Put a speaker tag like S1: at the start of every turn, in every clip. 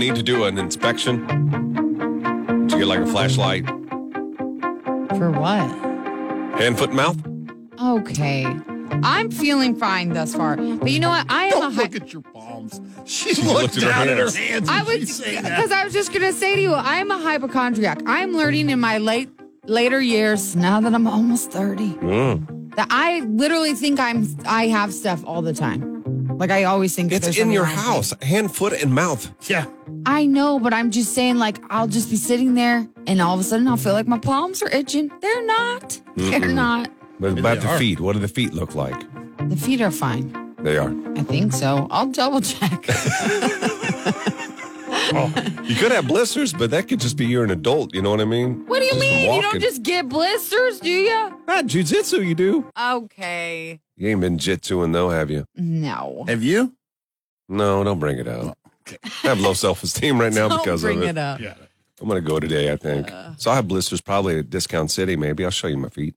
S1: you do an inspection? Did you get like a flashlight?
S2: For what?
S1: Hand, foot, mouth?
S2: Okay. I'm feeling fine thus far. But you know what? I am a
S3: Don't
S2: high.
S3: look at your palms. She,
S1: She
S3: looked,
S1: looked at her
S3: down at her
S1: hands.
S3: hands.
S2: I
S3: when she
S2: was
S3: sang that.
S2: because I was just gonna say to you, I'm a hypochondriac. I'm learning in my late later years now that I'm almost thirty
S1: Mm.
S2: that I literally think I'm I have stuff all the time. Like I always think that
S1: It's
S2: there's
S1: in
S2: something
S1: your
S2: wrong with me.
S1: house. Hand, foot, and mouth.
S3: Yeah.
S2: I know, but I'm just saying, like, I'll just be sitting there and all of a sudden I'll feel like my palms are itching. They're not. They're not.
S1: But about
S3: They
S1: the
S3: are.
S1: feet. What do the feet look like?
S2: The feet are fine.
S1: They are.
S2: I think so. I'll double check.
S3: Oh.
S1: You could have blisters, but that could just be you're an adult. You know what I mean?
S2: what do you
S1: Just
S2: mean? You
S1: walking.
S2: don't just get blisters, do you?
S1: ah, jujitsu. You do.
S2: Okay.
S1: You ain't been jitsuing though, have you?
S2: No.
S3: Have you?
S1: No, don't bring it up. I have low self esteem right now
S2: Don't
S1: because
S2: bring
S1: of it.
S2: it Uh. up.
S3: Yeah.
S1: I'm gonna go today, I think. so I have blisters probably at Discount City. Maybe I'll show you my feet.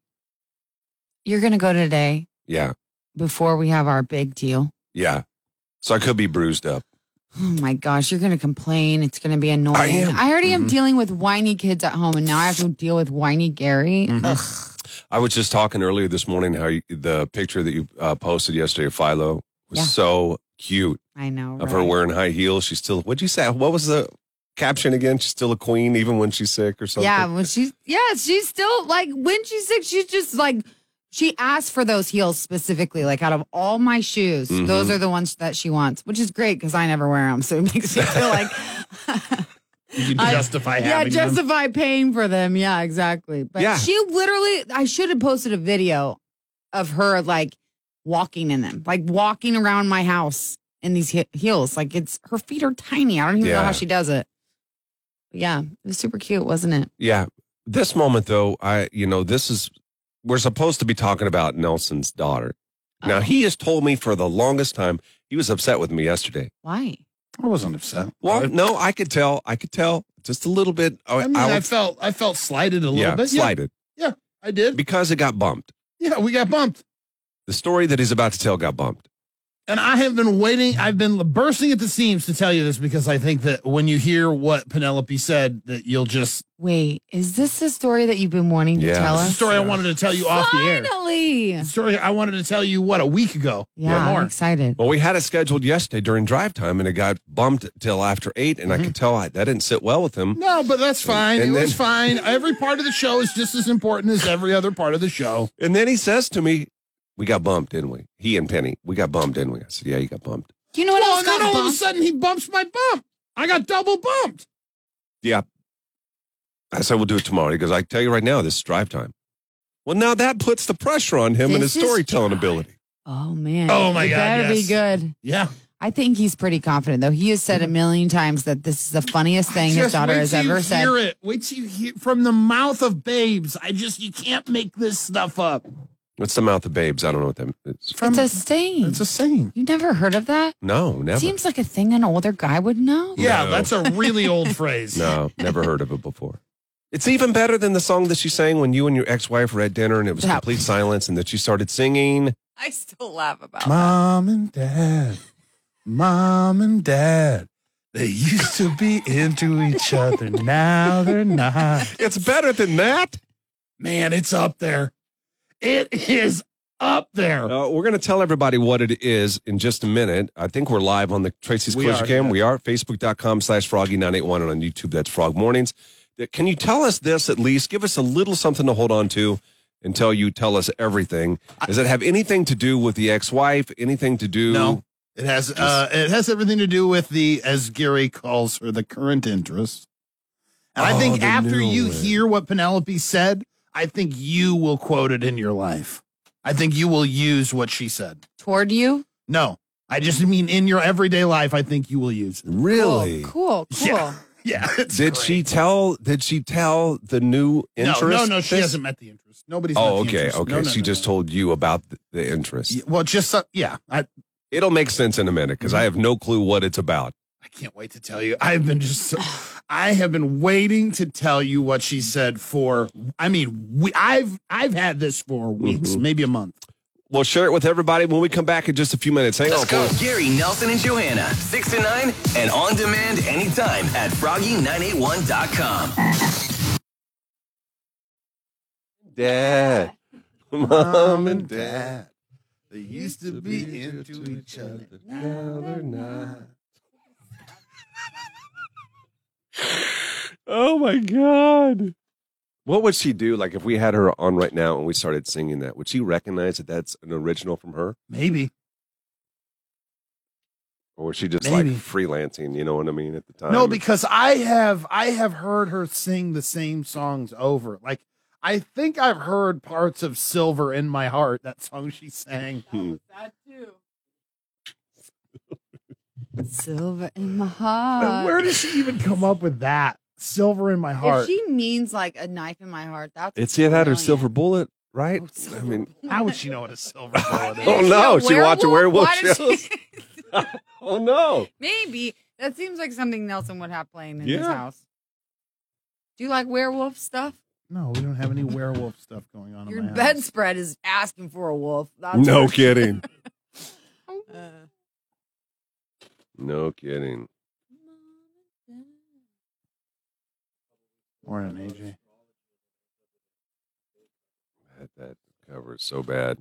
S2: You're going to go today
S1: Yeah,
S2: before we have our big deal.
S1: yeah. So I could be bruised up.
S2: Oh my gosh, you're going to complain. It's going to be annoying.
S1: I am. Mm-hmm.
S2: already am dealing with whiny kids at home, and now I have to deal with whiny Gary.
S1: Mm-hmm.
S2: Ugh.
S1: I was just talking earlier this morning how you, the picture that you uh, posted yesterday of Philo was
S2: Yeah.
S1: so cute
S2: I know.
S1: of
S2: right?
S1: her wearing high heels. She's still. What'd you say? What was the caption again? She's still a queen even when she's sick or something.
S2: Yeah, when she's yeah, she's still like when she's sick, she's just like she asked for those heels specifically. Like out of all my shoes,
S1: Mm-hmm.
S2: those are the ones that she wants, which is great because I never wear them, so it makes me feel like
S3: You can
S2: I-
S3: justify
S2: yeah,
S3: having them.
S2: justify paying for them. Yeah, exactly. But
S1: Yeah.
S2: she literally, I should have posted a video of her like walking in them, like walking around my house in these he- heels. Like it's her feet are tiny. I don't even know
S1: Yeah.
S2: how she does it. Yeah, it was super cute, wasn't it?
S1: Yeah. This moment, though, I, you know, this is, we're supposed to be talking about Nelson's daughter. Now,
S2: Oh.
S1: he has told me for the longest time, he was upset with me yesterday.
S2: Why?
S3: I wasn't upset.
S1: Well,
S3: I,
S1: no, I could tell. I could tell just a little bit. I,
S3: I mean, I,
S1: I was-
S3: felt I felt slighted a little
S1: yeah,
S3: bit.
S1: slighted
S3: Yeah, I did.
S1: because it got bumped.
S3: Yeah, we got bumped.
S1: The story that he's about to tell got bumped.
S3: And I have been waiting. I've been bursting at the seams to tell you this because I think that when you hear what Penelope said, that you'll just.
S2: Wait, is this the story that you've been wanting to
S1: Yeah.
S2: tell
S3: It's a
S2: us?
S3: story I wanted to tell you off the air.
S2: Finally.
S3: It's a Story I wanted to tell you what a week ago.
S2: Yeah,
S3: or
S2: I'm
S3: more.
S2: excited.
S1: Well, we had it scheduled yesterday during drive time and it got bumped till after eight. And
S2: Mm-hmm.
S1: I could tell I, that didn't sit well with him.
S3: No, but that's fine.
S1: And
S3: it
S1: then-
S3: was fine. Every part of the show is just as important as every other part of the show.
S1: And then he says to me, We got bumped, didn't we? He and Penny, we got bumped, didn't we? I said, Yeah, you got bumped.
S2: You know what else
S3: well, Oh, and then all
S2: got
S3: of a
S2: bumped?
S3: sudden he bumps my bump. I got double bumped.
S1: Yeah. I said, we'll do it tomorrow. He goes, I tell you right now, this is drive time. Well, now that puts the pressure on him and his
S2: This is
S1: storytelling
S2: drive.
S1: ability.
S2: Oh man.
S3: Oh, my
S2: You
S3: God,
S2: Better
S3: yes.
S2: be good.
S3: Yeah.
S2: I think he's pretty confident though. He has said a million times that this is the funniest thing his
S3: Mm-hmm. Just
S2: daughter
S3: wait
S2: has
S3: till
S2: ever
S3: you
S2: said.
S3: Hear it. Wait till you hear from the mouth of babes. I just you can't make this stuff up.
S1: What's the mouth of babes? I don't know what that is.
S3: From
S2: it's a stain.
S3: it's a saying.
S2: you never heard of that?
S1: No, never.
S2: Seems like a thing an older guy would know.
S3: Yeah,
S1: No.
S3: that's a really old phrase.
S1: no, never heard of it before. It's even better than the song that she sang when you and your ex wife were at dinner and it was
S2: Yeah.
S1: complete silence and that she started singing.
S2: I still laugh about
S3: Mom and dad, mom and dad, they used to be into each other. Now they're not.
S1: It's better than that.
S3: Man, it's up there. It is up there.
S1: Uh, we're going to tell everybody what it is in just a minute. I think we're live on the Tracy's
S3: We
S1: Closure
S3: are,
S1: Cam.
S3: yeah.
S1: We are facebook.com slash froggy981 and on YouTube. That's Frog Mornings. Uh, Can you tell us this at least? Give us a little something to hold on to until you tell us everything. Does it have anything to do with the ex wife? Anything to do?
S3: No, it has uh, it has everything to do with the as Gary calls her the current interest. And
S1: Oh,
S3: I think
S1: the
S3: after
S1: new
S3: you
S1: one.
S3: hear what Penelope said, I think you will quote it in your life. I think you will use what she said.
S2: Toward you?
S3: No, I just mean in your everyday life. I think you will use it.
S1: Really?
S2: Cool, cool, cool.
S3: Yeah, yeah. it's
S1: Did
S3: Oh, great.
S1: she tell? Did she tell the new
S3: No,
S1: interest?
S3: no, no. She
S1: thing?
S3: hasn't met the interest. Nobody's.
S1: Oh,
S3: met the
S1: okay,
S3: interest.
S1: okay.
S3: No, no,
S1: she
S3: no,
S1: just
S3: no.
S1: told you about the, the interest.
S3: Yeah, Well, just uh, yeah. I
S1: It'll make sense in a minute because
S3: Mm-hmm.
S1: I have no clue what it's about.
S3: I can't wait to tell you. I've been just, so, I have been waiting to tell you what she
S1: Mm-hmm.
S3: said for. I mean, we, I've I've had this for weeks, maybe a month.
S1: We'll share it with everybody when we come back in just a few minutes. Hang
S4: Let's
S1: on,
S4: go.
S1: boys.
S4: Gary, Nelson, and Johanna, 6 to 9, and on demand anytime at froggy981.com.
S1: Dad.
S3: Mom and dad, they used to be into each other. Now they're not.
S1: Oh my God. What would she do? Like if we had her on right now and we started singing that, would she recognize that that's an original from her?
S3: Maybe.
S1: Or was she just
S3: Maybe.
S1: like freelancing? You know what I mean? At the time.
S3: No, because I have I have heard her sing the same songs over. Like I think I've heard parts of Silver in My Heart, that song she sang.
S1: Hmm.
S2: That too. Silver in my heart.
S3: Where does she even come up with that? Silver in My
S2: if
S3: Heart.
S2: she means like a knife in my heart, that's
S1: It's either that or
S3: Oh,
S2: brilliant.
S1: Silver Bullet, right?
S2: Oh,
S1: I
S2: Silver
S1: mean,
S3: How would she know what a silver bullet is?
S1: Oh,
S2: Is she a
S1: no, she watched a werewolf
S2: Why did
S1: show.
S2: she-
S1: oh no.
S2: Maybe that seems like something Nelson would have playing in his
S1: Yeah.
S2: house. Do you like werewolf stuff?
S3: No, we don't have any werewolf stuff going on.
S2: Your
S3: in my house.
S2: bedspread is asking for a wolf. That's
S1: No
S2: for
S1: kidding. Uh,
S2: sure.
S1: No kidding.
S3: Or an AJ.
S1: That, that cover is so bad.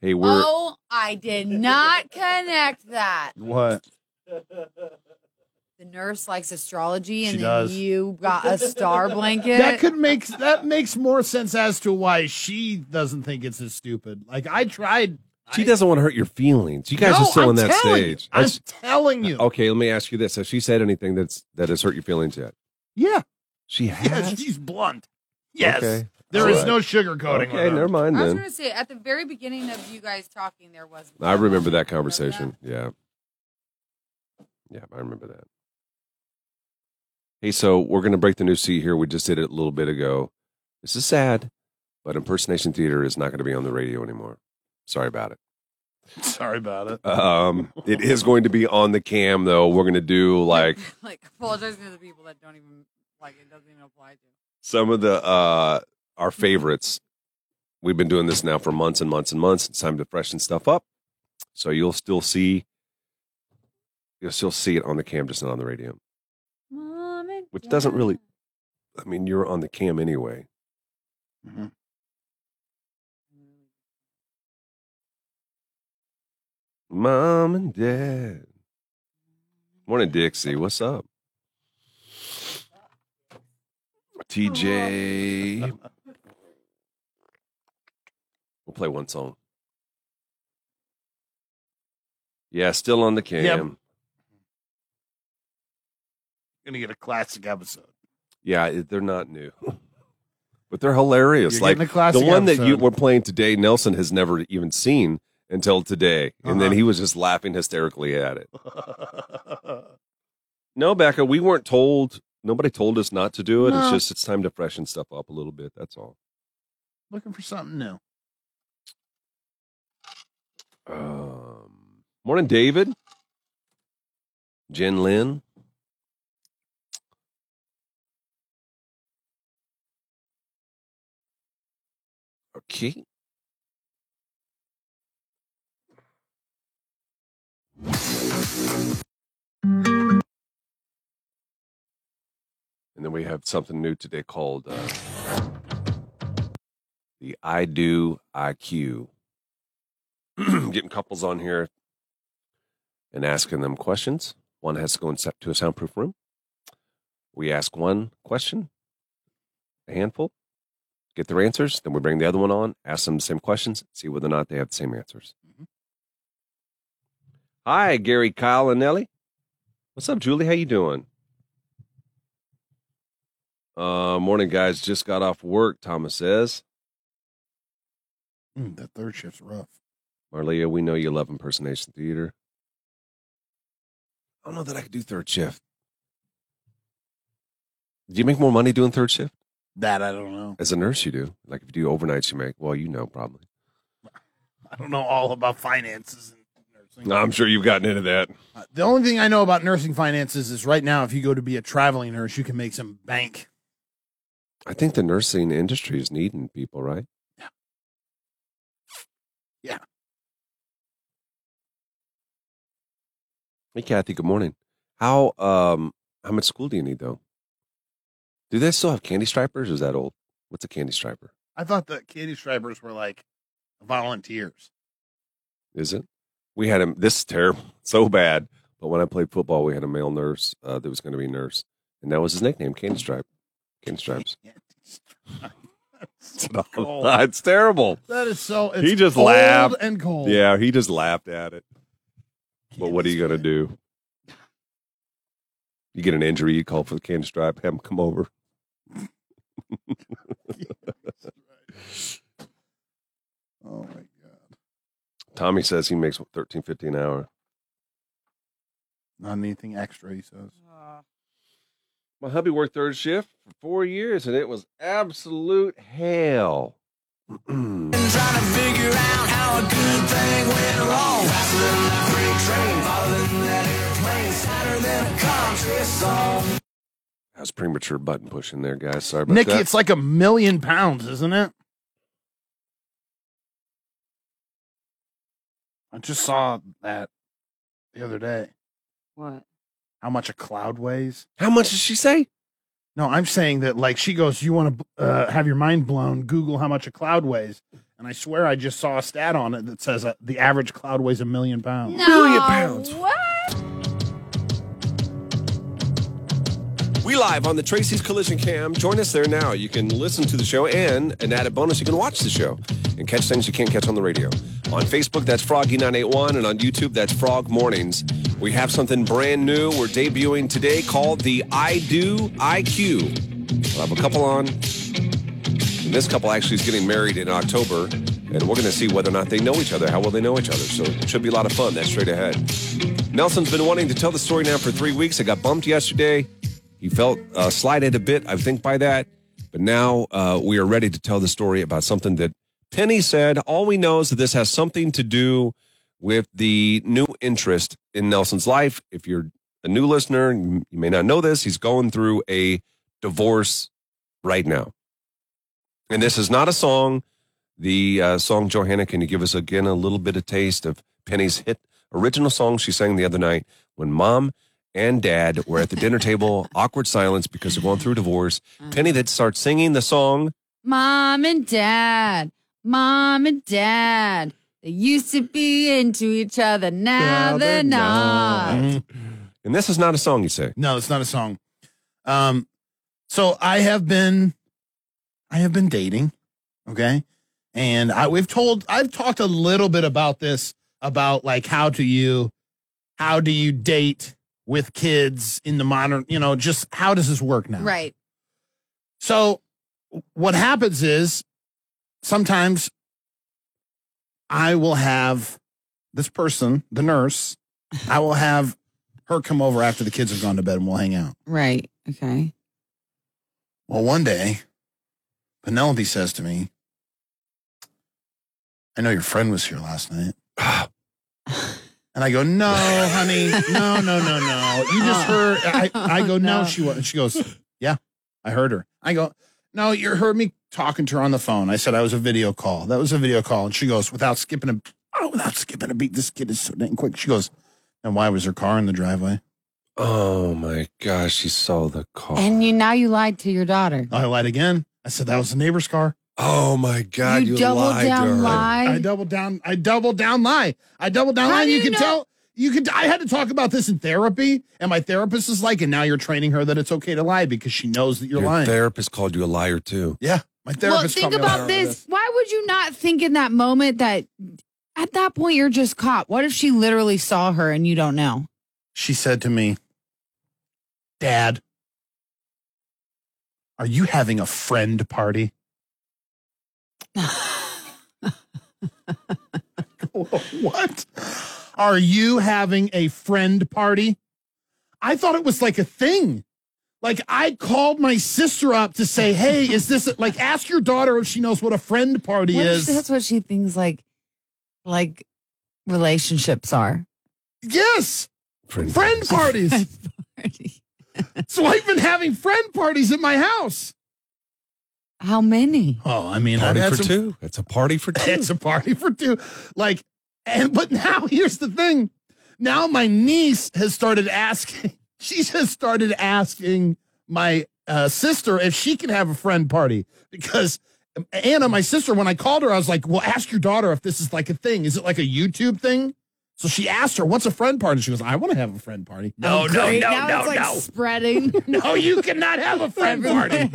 S1: Hey, we're
S2: oh, I did not connect that.
S3: What?
S2: The nurse likes astrology, and
S3: She
S2: then
S3: does.
S2: you got a star blanket.
S3: That could make that makes more sense as to why she doesn't think it's as stupid. Like I tried.
S1: she doesn't want to hurt your feelings. You guys are still
S3: I'm
S1: in that
S3: telling
S1: stage.
S3: You, I'm
S1: That's- Oh,
S3: telling you.
S1: okay, let me ask you this: Has she said anything that's that has hurt your feelings yet?
S3: Yeah.
S1: She
S3: Yes,
S1: has.
S3: she's blunt. Yes.
S1: Okay.
S3: There is
S1: All right.
S3: no sugarcoating.
S1: Okay, never mind
S2: I was
S1: then.
S2: going to say at the very beginning of you guys talking, there was.
S1: I remember that conversation. Yeah. Yeah, I remember that. Hey, so we're going to break the new sea here. We just did it a little bit ago. This is sad, but impersonation theater is not going to be on the radio anymore. Sorry about it.
S3: Sorry about it.
S1: Um, it is going to be on the cam, though. We're going to do like
S2: like apologizing to the people that don't even like it doesn't even apply to.
S1: some of the uh, our favorites. We've been doing this now for months and months and months. It's time to freshen stuff up. So you'll still see, you'll still see it on the cam, just not on the radio.
S2: Mom and
S1: Which doesn't really- I mean, you're on the cam anyway.
S3: Mhm.
S1: Mom and Dad. Morning, Dixie. What's up? TJ. We'll play one song. Yeah, still on the cam.
S3: Gonna get a classic episode.
S1: Yeah, it- they're not new, but they're hilarious.
S3: You're
S1: like
S3: getting a classic
S1: the one that you
S3: episode.
S1: were playing today, Nelson has never even seen until today, and then
S3: Uh-huh.
S1: he was just laughing hysterically at it. No, Becca, we weren't told. Nobody told us not to do it. It's
S3: No.
S1: just it's time to freshen stuff up a little bit. That's all.
S3: Looking for something new.
S1: Um, morning, David. Jen Lynn. Okay. And then we have something new today called uh, the I Do IQ. Getting couples on here and asking them questions. One has to go in, to a soundproof room. We ask one question, a handful, get their answers. Then we bring the other one on, ask them the same questions, see whether or not they have the same answers. Hi, Gary, Kyle, and Nellie. What's up, Julie? How you doing? Uh, morning, guys. Just got off work. Thomas says,
S3: Mm, that third shift's rough.
S1: Marlia, we know you love impersonation theater. I don't know that I could do third shift. Do you make more money doing third shift?
S3: That I don't know.
S1: As a nurse, you do. Like if you do overnights, you make. Well, you know probably.
S3: I don't know all about finances and nursing.
S1: I'm sure you've gotten into that.
S3: Uh, The only thing I know about nursing finances is right now, if you go to be a traveling nurse, you can make some bank.
S1: I think the nursing industry is needing people, right?
S3: Yeah.
S1: Hey, Kathy. Good morning. How um how much school do you need though? Do they still have candy stripers? Or is that old? What's a candy striper?
S3: I thought the candy stripers were like volunteers.
S1: Is it? We had him. This is terrible, so bad. But when I played football, we had a male nurse uh, that was going to be nurse, and that was his nickname, Candy Stripe. Candy Stripes.
S3: That's cold.
S1: it's terrible.
S3: That is so. It's
S1: He just
S3: cold
S1: laughed.
S3: and cold.
S1: Yeah, he just laughed at it. But what are you going to do? You get an injury, you call for the candy stripe, have him come over.
S3: Oh my god!
S1: Tommy says he makes what, 13, 15 an hour.
S3: Not anything extra. He says.
S1: My hubby worked third shift for four years and it was absolute hell. that was premature button pushing there, guys. Sorry about
S3: Nikki,
S1: that.
S3: it's like a million pounds, isn't it? I just saw that the other day.
S2: What?
S3: How much a cloud weighs?
S1: How much did she say?
S3: No, I'm saying that like she goes, you want to uh, have your mind blown? Google how much a cloud weighs, and I swear I just saw a stat on it that says uh, the average cloud weighs a million pounds.
S1: Million pounds.
S2: What?
S1: We live on the Tracy's Collision Cam. Join us there now. You can listen to the show and an added bonus, you can watch the show and catch things you can't catch on the radio. On Facebook, that's Froggy981, and on YouTube, that's Frog Mornings. We have something brand new we're debuting today called the I Do IQ. We'll have a couple on. And this couple actually is getting married in October, and we're going to see whether or not they know each other, how well they know each other. So it should be a lot of fun. That's straight ahead. Nelson's been wanting to tell the story now for three weeks. I got bumped yesterday. He felt uh, slighted a bit, I think, by that. But now uh, we are ready to tell the story about something that Penny said. All we know is that this has something to do with the new interest in Nelson's life. If you're a new listener, you you may not know this. He's going through a divorce right now. And this is not a song. The uh, song, Johanna, can you give us again a little bit of taste of Penny's hit original song she sang the other night when mom and dad were at the dinner table, awkward silence because they're going through divorce. Penny that starts singing the song.
S2: Mom and dad. Mom and dad. They used to be into each other. Now, they're, not.
S1: And this is not a song you say.
S3: No, it's not a song. Um, so I have been, I have been dating, okay, and I we've told I've talked a little bit about this about like how do you, how do you date with kids in the modern, you know, just how does this work
S1: Mm.
S3: now?
S2: Right.
S3: So what happens is sometimes I will have this person, the nurse, I will have her come over after the kids have gone to bed and we'll hang out.
S2: Right. Okay.
S3: Well, one day, Penelope says to me, I know your friend was here last night. And I go, no, honey, no, no, no, no. You just heard. I, I go, no,
S2: No.
S3: she was. And she goes, yeah, I heard her. I go, no, you heard me talking to her on the phone. I said I was a video call. That was a video call. And she goes, without skipping a, oh, without skipping a beat, this kid is so dang quick. She goes, and why was her car in the driveway?
S1: Oh my gosh, she saw the car.
S2: And you now you lied to your daughter.
S3: I lied again. I said that was the neighbor's car.
S1: oh my god, you,
S2: you, double
S1: lied to her.
S2: down lie.
S3: I doubled down. I doubled down lie. I doubled down
S2: How
S3: lie.
S2: do
S3: You
S2: you
S3: can
S2: know-
S3: tell. You could. I had to talk about this in therapy, and my therapist is like, and now you're training her that it's okay to lie because she knows that you're
S1: Your
S3: lying.
S1: therapist called you a liar too.
S3: yeah, my
S2: Well,
S3: therapist.
S2: think
S3: called me out
S2: about
S3: on
S2: this. Why would you not think in that moment that at that point you're just caught? What if she literally saw her and you don't know?
S3: She said to me, "Dad, are you having a friend party?" what? Are you having a friend party? I thought it was like a thing. Like I called my sister up to say, "Hey, is this like ask your daughter if she knows what a friend party
S2: What if
S3: is?"
S2: that's what she thinks like like relationships are.
S3: yes,
S1: Friend.
S3: friend parties. so I've been having friend parties at my house.
S2: How many?
S3: Oh, I mean,
S1: Party
S3: I've had
S1: for
S3: some-
S1: two. It's a party for two.
S3: It's a party for two. Like, and but now here's the thing. now my niece has started asking. She has started asking my uh, sister if she can have a friend party because Anna, my sister, when I called her, I was like, "Well, ask your daughter if this is like a thing. Is it like a YouTube thing?" So she asked her, "What's a friend party?" She goes, "I want to have a friend party."
S4: No, no,
S2: Right
S4: no,
S2: now
S4: no,
S2: it's like
S4: no.
S2: spreading.
S3: no, you cannot have a friend party.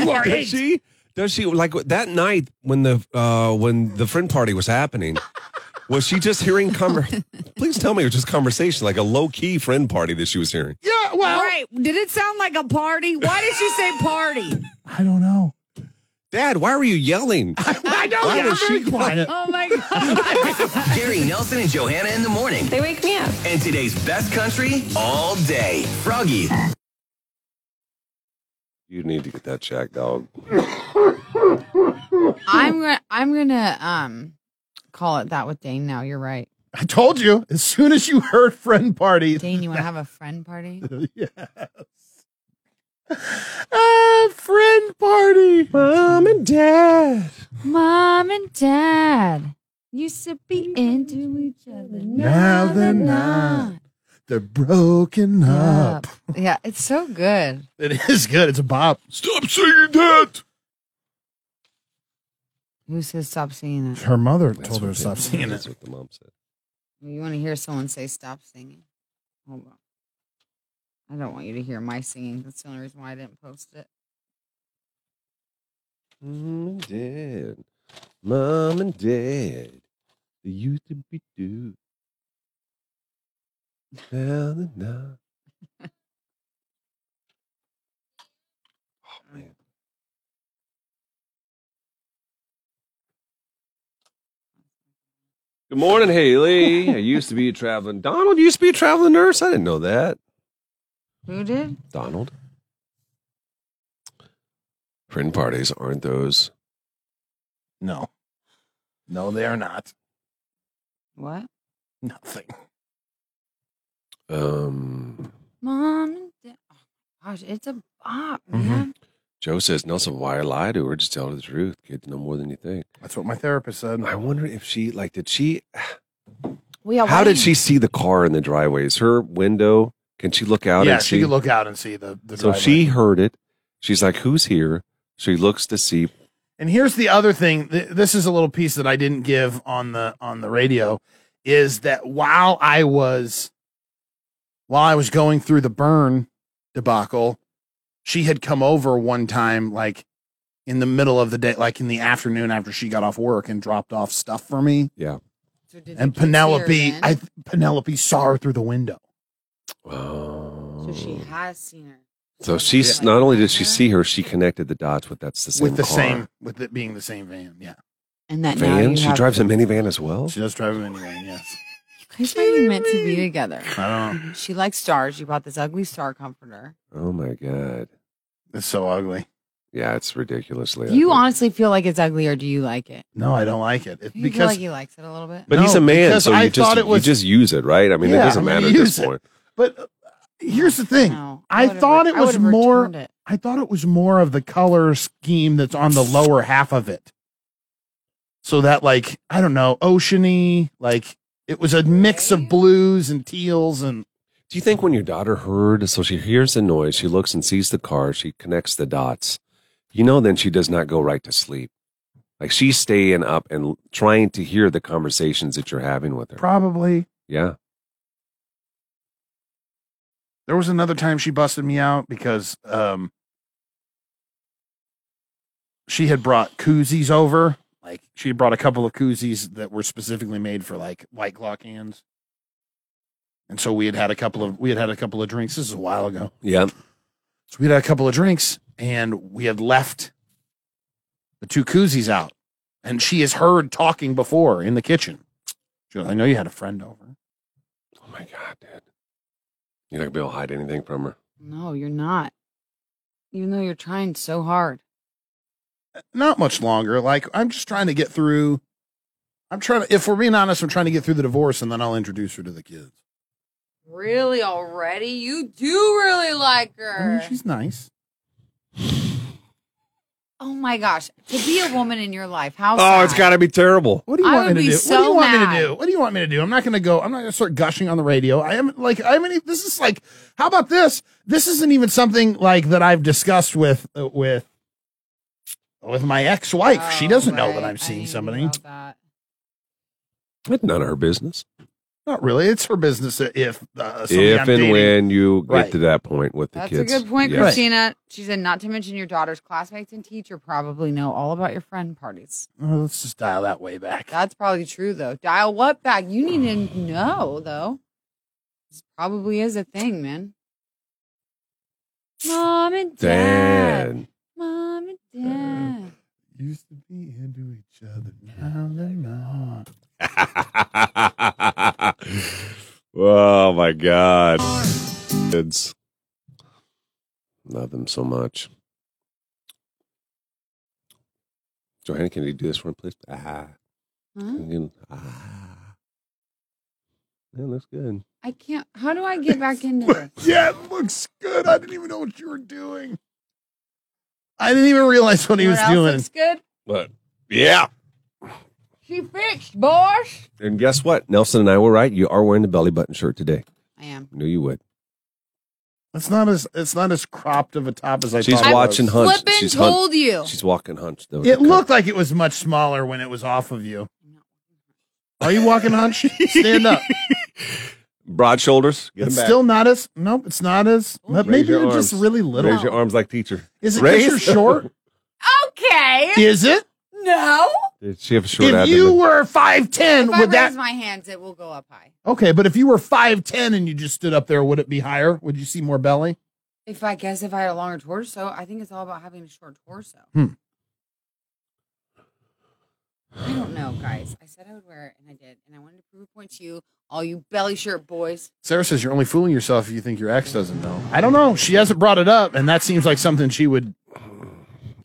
S3: You are
S1: Does
S3: eight.
S1: she? Does she like that night when the uh, when the friend party was happening? Was she just hearing conver- Please tell me it was just conversation, like a low key friend party that she was hearing.
S3: Yeah, well,
S2: Right. Did it sound like a party? Why did you say party?
S3: I don't know.
S1: Dad, why were you yelling?
S3: I know.
S1: Why
S3: yeah,
S1: was
S3: very
S1: she-
S3: quiet.
S2: Oh my God.
S4: Gary Nelson and Johanna in the morning.
S5: They wake me up.
S4: And today's best country all day. Froggy.
S1: You need to get that checked, dog.
S2: I'm gonna I'm gonna um call it that with Dane now. You're right.
S3: I told you. As soon as you heard friend party,
S2: Dane, you wanna have a friend party?
S3: yes. Ah, friend party.
S1: Mom and Dad.
S2: Mom and Dad used to be into each other.
S3: Now they're not They're broken up.
S2: Yeah, it's so good.
S3: It is good. It's a bop. Stop singing that.
S2: Who says stop singing it?
S3: Her mother told her to stop singing it.
S1: That's what the mom said.
S2: You want to hear someone say stop singing? Hold on. I don't want you to hear my singing. That's the only reason why I didn't post it.
S1: Mom and Dad. Mom and Dad. They used to be dudes. Now they're not. Oh, man. Good morning, Haley. I used to be a traveling. Donald used to be a traveling nurse. I didn't know that.
S2: Who did?
S1: Donald. Friend parties aren't those.
S3: No. No, they are not.
S2: What?
S3: Nothing.
S1: Um,
S2: Mom and Dad. Oh, gosh, it's a bop,
S3: Mhm.
S2: man.
S1: Joe says, Nelson, why lie to her? Just tell her the truth. Kids know more than you think.
S3: That's what my therapist said.
S1: I wonder if she, like, did she,
S2: We are
S1: how did
S2: waiting.
S1: she see the car in the driveway? Is her window, can she look out
S3: yeah,
S1: and
S3: she,
S1: see?
S3: could look out and see the, the
S1: so
S3: driveway.
S1: she heard it. She's like, who's here? She looks to see.
S3: And here's the other thing. Th- This is a little piece that I didn't give on the on the radio is that while I was while I was going through the burn debacle, she had come over one time like in the middle of the day, like in the afternoon after she got off work and dropped off stuff for me.
S2: So did the
S3: And
S2: kids hear
S3: Penelope,
S2: then?
S3: I Penelope saw her through the window.
S1: Oh.
S2: So she has seen her.
S1: So she's
S2: Like,
S1: not only did she
S2: uh-huh.
S1: see her, she connected the dots with that's the same
S3: with the
S1: car.
S3: same with it being the same van. Yeah.
S2: and that now
S1: van.
S2: you
S1: She
S2: have-
S1: drives a minivan as well.
S3: She does drive a minivan, yes.
S2: You guys might be meant to be together.
S3: I don't
S2: She likes stars. You bought this ugly star comforter.
S1: Oh my god.
S3: it's so ugly.
S1: Yeah, it's ridiculously.
S2: You
S1: ugly.
S2: honestly feel like it's ugly, or do you like it?
S3: No, I don't like it. It-
S2: Do you feel
S3: because
S2: like he likes it a little bit?
S1: But
S3: No,
S1: he's a man,
S3: because
S1: so you
S3: I
S1: just
S3: thought it was-
S1: you just use it, right? I mean, it
S3: Yeah,
S1: doesn't
S3: I'm gonna
S1: matter at this
S3: use it.
S1: point.
S3: But uh, here's the thing.
S2: No,
S3: I
S2: would've
S3: thought
S2: re-
S3: it
S2: I
S3: was
S2: would've
S3: more-
S2: returned it.
S3: I thought it was more of the color scheme that's on the lower half of it. So that like, I don't know, oceany, like it was a mix of blues and teals and
S1: Do you think when your daughter heard, so she hears the noise, she looks and sees the car, she connects the dots. You know, then she does not go right to sleep. Like she's staying up and l- trying to hear the conversations that you're having with her.
S3: probably
S1: yeah,
S3: there was another time she busted me out because um she had brought koozies over. Like she had brought a couple of koozies that were specifically made for like white claw cans. And so we had had a couple of we had had a couple of drinks. This is a while ago.
S1: yeah.
S3: So we had a couple of drinks and we had left the two koozies out. And she has heard talking before in the kitchen. She goes, I know you had a friend over.
S1: Oh my god, dude! You're not gonna be able to hide anything from her.
S2: No, you're not. Even though you're trying so hard.
S3: Not much longer. Like, I'm just trying to get through. I'm trying to, if we're being honest, I'm trying to get through the divorce and then I'll introduce her to the kids.
S2: Really already? You do really like
S3: I mean, she's nice.
S2: Oh my gosh. To be a woman in your life, how
S1: Oh, it's
S2: sad.
S1: got to be terrible.
S3: What do you
S2: I
S3: want me
S2: would
S3: to
S2: be
S3: do? what do
S2: so
S3: you want me
S2: mad.
S3: to do? What do you want me to do? I'm not going to go. I'm not going to start gushing on the radio. I am like I mean this is like how about this? This isn't even something like that I've discussed with uh, with with my ex-wife. she
S2: Oh,
S3: doesn't know
S2: right.
S3: that
S2: I
S3: I'm seeing
S2: didn't know
S3: somebody.
S2: about that.
S1: It's none of her business.
S3: Not really. It's her business if uh, somebody
S1: if
S3: I'm
S1: and
S3: dating-
S1: when you get
S3: Right.
S1: to that point with the
S2: That's
S1: kids.
S2: a good point,
S1: Yeah.
S2: Christina. She said, not to mention your daughter's classmates and teacher probably know all about your friend parties.
S3: Oh, let's just dial that way back.
S2: That's probably true, though. Dial what back? You need to know, though. This probably is a thing, man. Mom and dad.
S1: Dad.
S2: Mom and
S3: Uh,
S2: dad.
S3: Used to be into each other. Now they're not.
S1: oh my god kids love them so much joanna can you do this for me please ah,
S2: Huh?
S1: And then, ah. that looks good
S2: I can't. How do I get back into this?
S3: yeah, it looks good. I didn't even know what you were doing. I didn't even realize what he
S2: What
S3: was
S2: else
S3: doing.
S2: Looks good.
S1: but yeah
S2: She fixed, boss.
S1: and guess what nelson and i were right you are wearing the belly button shirt today
S2: I am.
S1: knew you would
S3: It's not as it's not as cropped of a top as I
S1: She's
S3: thought. it
S1: watching
S3: was.
S1: Hunch,
S2: Flippin'
S1: she's hun-
S2: told you.
S1: she's walking hunched over
S3: It looked like it was much smaller when it was off of you. Are you walking hunch? Stand up.
S1: broad shoulders get
S3: It's
S1: them back.
S3: still not as nope. It's not as
S1: Raise
S3: but maybe
S1: your
S3: you're just
S1: arms.
S3: really little.
S1: raise your arms like teacher
S3: Is it
S1: Raise-
S3: because you're short?
S2: Okay.
S3: Is it?
S2: No.
S1: did she have a short
S3: if
S1: abdomen
S3: you were five ten,
S2: If I raise
S3: would that
S2: my hands, it will go up high.
S3: okay? But if you were five ten and you just stood up there, would it be higher? Would you see more belly?
S2: If I guess if I had a longer torso, I think it's all about having a short torso.
S3: Hmm.
S2: I don't know, guys. I said I would wear it, and I did, and I wanted to prove a point to you, all you belly shirt boys.
S3: Sarah says you're only fooling yourself if you think your ex doesn't know. I don't know. She hasn't brought it up, and that seems like something she would.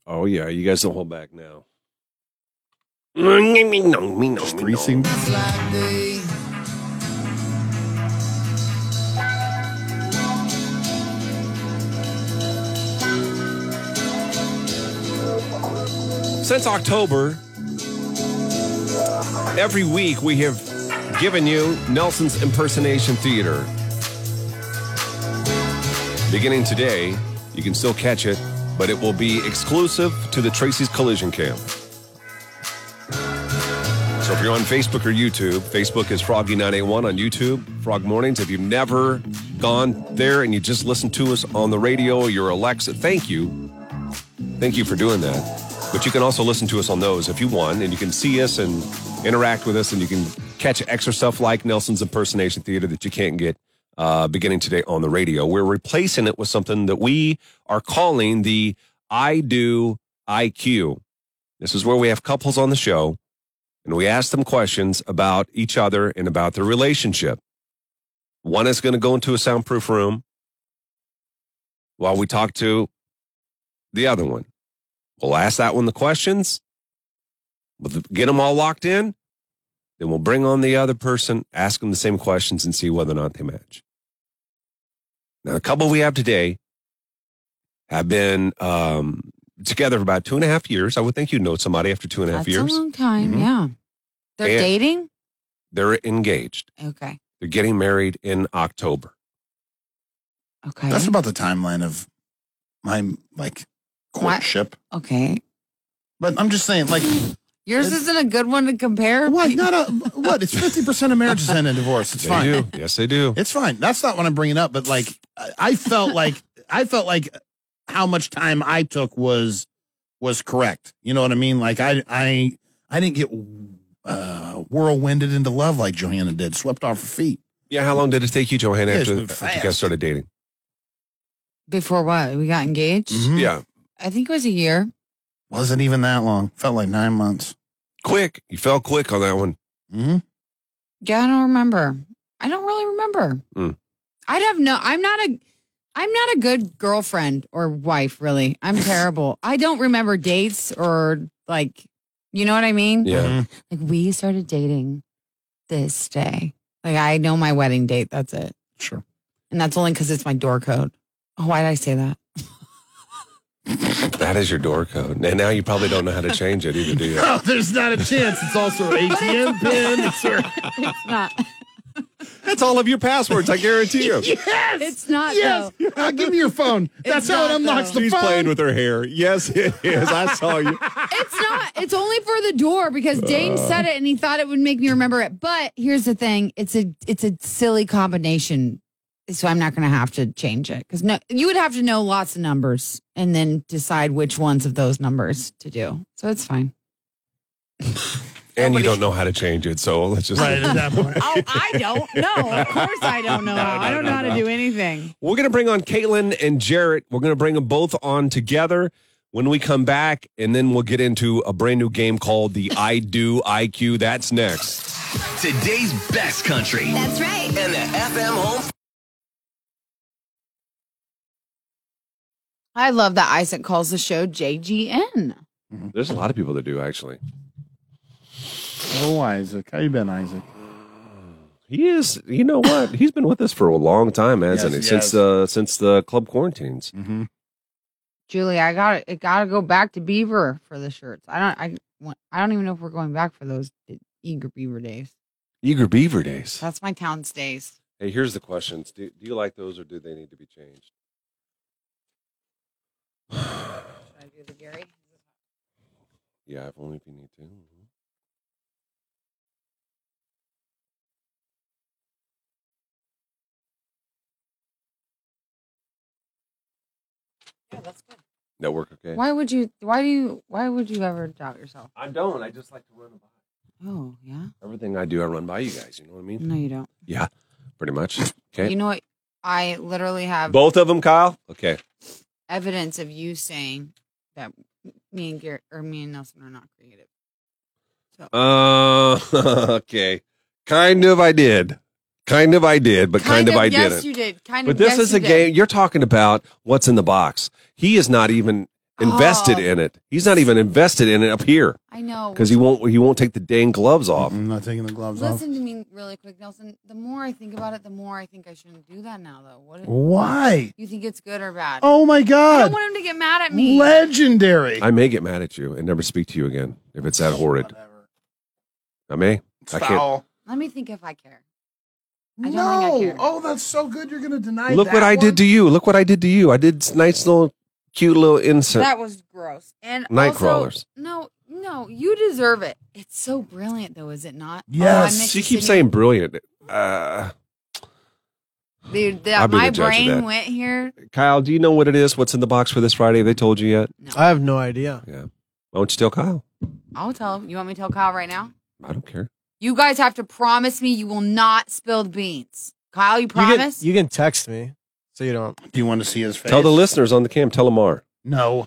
S1: Oh yeah, you guys don't hold back now.
S3: Three sing-
S1: Since October, every week we have given you Nelson's impersonation theater. Beginning today, you can still catch it, but it will be exclusive to the Tracy's Collision Camp. So if you're on Facebook or YouTube, Facebook is Froggy981 on YouTube, Frog Mornings. If you've never gone there and you just listen to us on the radio or your Alexa, thank you. Thank you for doing that. But you can also listen to us on those if you want, and you can see us and interact with us, and you can catch extra stuff like Nelson's Impersonation Theater that you can't get uh, beginning today on the radio. We're replacing it with something that we are calling the I Do IQ. This is where we have couples on the show and we ask them questions about each other and about their relationship. One is going to go into a soundproof room while we talk to the other one. We'll ask that one the questions, we'll get them all locked in. Then we'll bring on the other person, ask them the same questions, and see whether or not they match. Now, the couple we have today have been um, together for about two and a half years. I would think you'd know somebody after two and a half
S2: That's
S1: years.
S2: a long time.
S3: Mhm.
S2: Yeah. They're
S1: And-
S2: dating.
S1: They're engaged.
S2: Okay.
S1: They're getting married in October.
S2: Okay.
S3: That's about the timeline of my like courtship.
S2: okay.
S3: But I'm just saying, like,
S2: Yours
S3: It's-
S2: isn't a good one to compare.
S3: what? Not a what? It's fifty percent of marriages end in divorce. It's
S1: They
S3: fine.
S1: do. Yes, they do.
S3: It's fine. That's not what I'm bringing up. But like, I- I felt like I felt like how much time I took was was correct. You know what I mean? Like I I I didn't get uh, whirlwinded into love like Johanna did, swept off her feet.
S1: Yeah. How long did it take you, Johanna,
S3: Yeah, it's
S1: after,
S3: been
S1: after you guys
S3: fast.
S1: started dating?
S2: Before what? We got engaged.
S1: Yeah.
S2: I think it was a year.
S3: wasn't even that long. Felt like nine months.
S1: Quick. You fell quick on that one.
S3: Mm-hmm.
S2: Yeah, I don't remember. I don't really remember.
S1: Mm.
S2: I'd have no. I'm not a. I'm not a good girlfriend or wife. Really, I'm terrible. I don't remember dates or like. You know what I mean?
S1: Yeah.
S3: Mm-hmm.
S2: Like we started dating this day. Like I know my wedding date. That's it,
S3: sure.
S2: and that's only because it's my door code. Oh, why did I say that?
S1: That is your door code. And now you probably don't know how to change it either, do you?
S3: Oh, there's not a chance. It's also an ATM pin. It's your,
S2: It's not.
S3: Ah.
S1: That's all of your passwords, I guarantee you.
S3: yes.
S2: It's not
S3: yes.
S2: though.
S3: Uh, give me your phone. That's how it
S2: not,
S3: unlocks
S2: though.
S3: the
S1: She's
S3: phone.
S1: playing with her hair. Yes, it is. I saw you.
S2: It's not. It's only for the door because Dane said it and he thought it would make me remember it. But here's the thing: it's a it's a silly combination, so I'm not going to have to change it because no, you would have to know lots of numbers and then decide which ones of those numbers to do. So it's fine.
S1: And you don't know how to change it, so let's just.
S3: right at that point.
S2: Oh, I don't know. Of course, I don't know. how. I don't know how to do anything.
S1: We're going to bring on Caitlin and Jarrett. We're going to bring them both on together when we come back, and then we'll get into a brand new game called the I Do IQ. That's next.
S4: Today's best country and
S5: That's right.
S4: the FM home
S2: I love that Isaac calls the show JGN.
S1: There's a lot of people that do, actually.
S3: Oh, Isaac. How you been, Isaac?
S1: He is, you know what? He's been with us for a long time, hasn't
S3: Yes,
S1: he?
S3: he
S1: Since
S3: has.
S1: uh, since the club quarantines.
S3: Mm-hmm.
S2: Julie, I got to got to go back to Beaver for the shirts. I don't I want- I don't even know if we're going back for those eager Beaver days.
S1: Eager Beaver days.
S2: That's my town's days.
S1: Hey, here's the questions. Do, do you like those or do they need to be changed?
S2: Should I do the Gary?
S1: Yeah, if only if you need to. Mhm.
S2: Yeah, that's good.
S1: That work okay?
S2: Why would you why do you why would you ever doubt yourself?
S1: I don't. I just like to run by.
S2: Oh, yeah.
S1: Everything I do, I run by you guys. You know what I mean?
S2: No, you don't.
S1: Yeah, pretty much. Mm-hmm. Okay.
S2: You know what? I literally have
S1: Both of them, Kyle? Okay.
S2: evidence of you saying that me and Gary or me and Nelson are not creative.
S1: Uh, okay. Kind of I did. Kind of I did, but kind, of, I
S2: yes,
S1: didn't.
S2: you did. Kind
S1: But
S2: of.
S1: this
S2: yes,
S1: is
S2: you
S1: a
S2: did.
S1: game you're talking about what's in the box. He is not even invested
S2: Oh.
S1: in it. He's not even invested in it up here
S2: I know.
S1: because he won't he won't take the dang gloves off.
S3: I'm not taking the gloves
S2: Listen to me really quick, Nelson. The more I think about it, the more I think I shouldn't do that now, though. What
S3: off. Why?
S2: you think it's good or bad?
S3: Oh my
S2: I don't
S3: God.
S2: want him to get mad at me.
S3: Legendary.
S1: I may get mad at you and never speak to you again if it's that horrid.
S3: Whatever.
S1: I may.
S3: It's
S1: I can't-
S3: foul.
S2: Let me think if I care. I don't
S3: No.
S2: think I care.
S3: oh, that's so good. You're gonna deny.
S1: Look what
S3: that
S1: I
S3: one?
S1: did to you. Look what I did to you. I did s- nice little cute little insert.
S2: That was gross. And
S1: Night
S2: also-
S1: crawlers.
S2: No, no, you deserve it. It's so brilliant, though, is it not?
S3: Yes.
S2: Oh, I meant
S1: She
S2: to
S1: keeps
S2: sit
S1: saying brilliant. Uh,
S2: here. Dude,
S1: I'll
S2: that,
S1: be the
S2: my
S1: judge of
S2: brain
S1: that.
S2: went here.
S1: Kyle, do you know what it is? What's in the box for this Friday? They told you yet?
S6: I have no idea.
S1: Won't you tell Kyle?
S2: I'll tell him. You want me to tell Kyle right now?
S1: I don't care.
S2: You guys have to promise me you will not spill the beans. Kyle, you promise?
S6: You can, you can text me, so you don't.
S3: Do you want to see his face?
S1: Tell the listeners on the cam. Tell them are.
S3: no.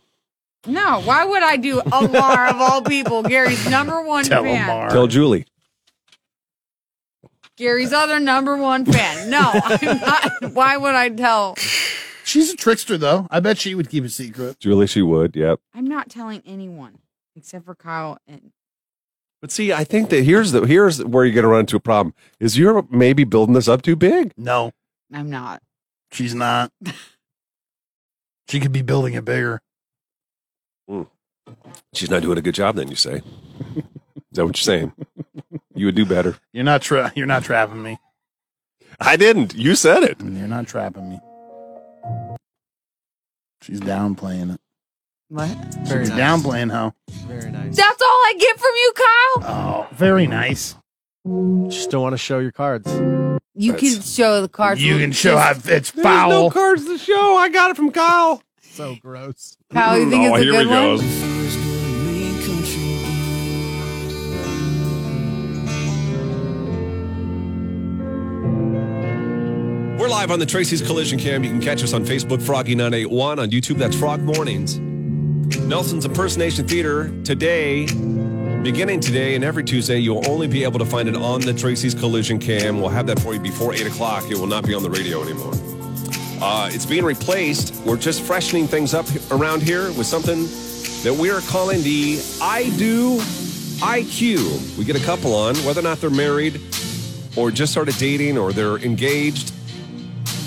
S2: No, why would I do Alar of all people? Gary's number one
S3: Tell
S2: fan.
S3: Omar.
S1: Tell Julie.
S2: Gary's other number one fan. No, I'm not. Why would I tell?
S3: She's a trickster, though. I bet she would keep a secret.
S1: Julie, she would. Yep.
S2: I'm not telling anyone except for Kyle. And
S1: But see, I think that here's the here's where you're going to run into a problem is you're maybe building this up too big.
S3: No,
S2: I'm not.
S3: she's not. she could be building it bigger.
S1: She's not doing a good job. Then you say, is that what you're saying? You would do better.
S3: You're not. Tra- you're not trapping me.
S1: I didn't. You said it.
S3: You're not trapping me. She's downplaying it.
S2: What?
S6: Very
S3: She's
S6: nice.
S3: downplaying how.
S6: Very nice.
S2: That's all I get from you, Kyle.
S3: Oh, very nice.
S6: Just don't want to show your cards.
S2: You can show the cards.
S3: You can show how it's
S1: There's no
S3: foul.
S1: cards to show. I got it from Kyle.
S6: So gross.
S2: Kyle, you think it's a good one?
S1: We're live on the Tracy's Collision Cam. You can catch us on Facebook, Froggy981. On YouTube, that's Frog Mornings. Nelson's Impersonation Theater today, beginning today and every Tuesday, you'll only be able to find it on the Tracy's Collision Cam. We'll have that for you before 8 o'clock. It will not be on the radio anymore. Uh, it's being replaced. We're just freshening things up around here with something that we are calling the I Do IQ. We get a couple on, whether or not they're married or just started dating or they're engaged.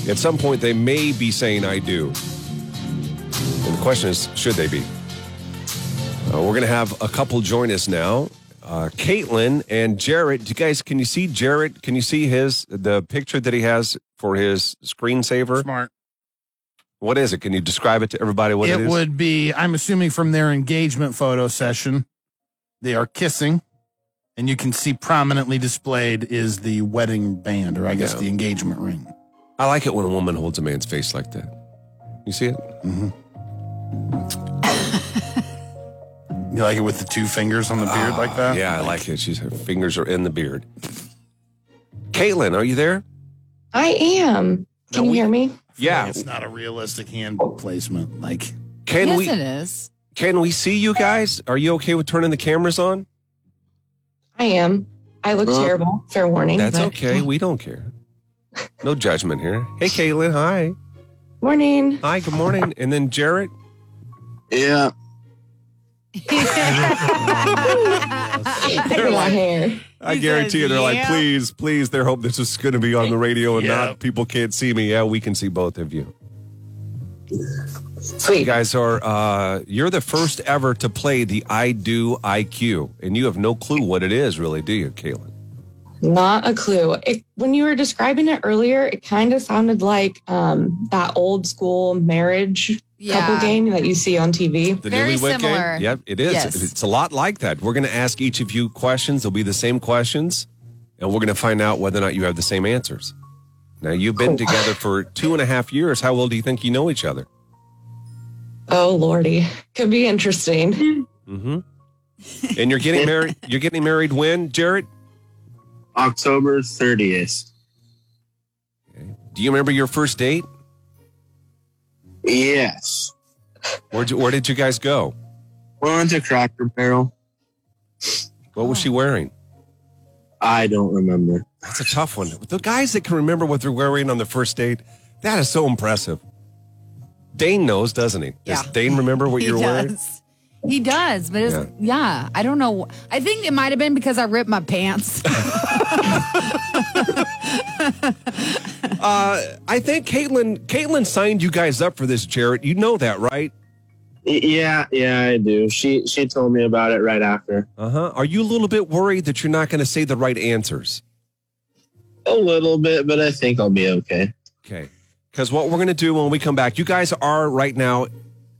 S1: At some point, they may be saying I do. And question is, should they be? Uh, we're going to have a couple join us now. Uh, Caitlin and Jarrett. You guys, can you see Jarrett? Can you see his the picture that he has for his screensaver?
S3: Smart.
S1: What is it? Can you describe it to everybody? What it,
S3: it
S1: is?
S3: would be, I'm assuming from their engagement photo session, they are kissing, and you can see prominently displayed is the wedding band, or I guess
S1: Yeah.
S3: the engagement ring.
S1: I like it when a woman holds a man's face like that. You see it?
S3: You like it with the two fingers on the beard like that?
S1: Yeah, I like it. She's her fingers are in the beard. Caitlin, are you there?
S5: I am. Can you hear me?
S1: Yeah.
S3: It's not a realistic hand placement. Like,
S1: Can
S2: yes,
S1: we
S2: it is.
S1: can we see you guys? Are you okay with turning the cameras on?
S5: I am. I look terrible. Fair warning.
S1: That's
S5: but-
S1: okay. We don't care. No judgment here. Hey, Caitlin. Hi.
S5: Morning.
S1: Hi. Good morning. And then Jarrett.
S7: Yeah.
S5: I hate my hair.
S1: I
S2: He
S1: guarantee
S2: says,
S1: you, they're like,
S2: "Yeah."
S1: please, please. They're hoping this is going to be on the radio and
S3: Yeah.
S1: not people can't see me. Yeah, we can see both of you. You
S5: Sweet.
S1: guys are uh, you're the first ever to play the I Do IQ, and you have no clue what it is, really, do you, Caitlin?
S5: Not a clue. It, when you were describing it earlier, it kind of sounded like um, that old school marriage couple
S2: Yeah.
S5: game that you see on TV.
S1: The
S2: Very
S1: newlywed
S2: similar.
S1: Game? Yep, it is.
S2: Yes.
S1: It's a lot like that. We're going to ask each of you questions. They'll be the same questions, and we're going to find out whether or not you have the same answers. Now, you've been together for two and a half years. How well do you think you know each other?
S5: Oh, Lordy. Could be interesting.
S1: Mm-hmm. And you're getting married. You're getting married when, Jarrett?
S7: October 30th.
S1: Do you remember your first date?
S7: Yes.
S1: Where where did you guys go?
S7: We're on to Crocker Barrel.
S1: What was she wearing?
S7: I don't remember.
S1: That's a tough one. The guys that can remember what they're wearing on the first date, that is so impressive. Dane knows, doesn't he? Does
S2: Yeah.
S1: Dane remember what
S2: he
S1: you're wearing?
S2: does. He does, but it's, yeah. I don't know. I think it might have been because I ripped my pants.
S1: Uh, I think Caitlin Caitlin signed you guys up for this, Jarrett. You know that, right?
S7: Y- Yeah, yeah, I do. She she told me about it right after.
S1: Uh huh. Are you a little bit worried that you're not going to say the right answers?
S7: A little bit, but I think I'll be okay.
S1: Okay. Because what we're going to do when we come back, you guys are right now,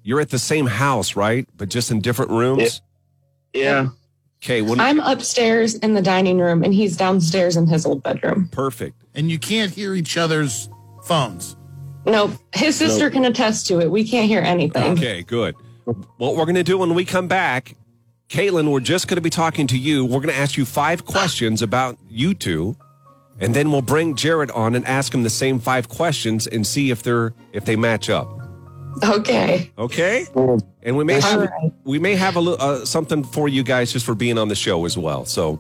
S1: you're at the same house, right? But just in different rooms.
S7: Yeah.
S1: Okay. Well,
S5: I'm upstairs in the dining room, and he's downstairs in his old bedroom.
S1: perfect.
S3: and you can't hear each other's phones.
S5: Nope. His sister can attest to it. We can't hear anything.
S1: Okay, good. What we're going to do when we come back, Caitlin, we're just going to be talking to you. We're going to ask you five questions about you two, and then we'll bring Jared on and ask him the same five questions and see if they're if they match up.
S5: okay.
S1: Okay, and we may have
S5: Alright.
S1: we may have a li- uh, something for you guys just for being on the show as well. So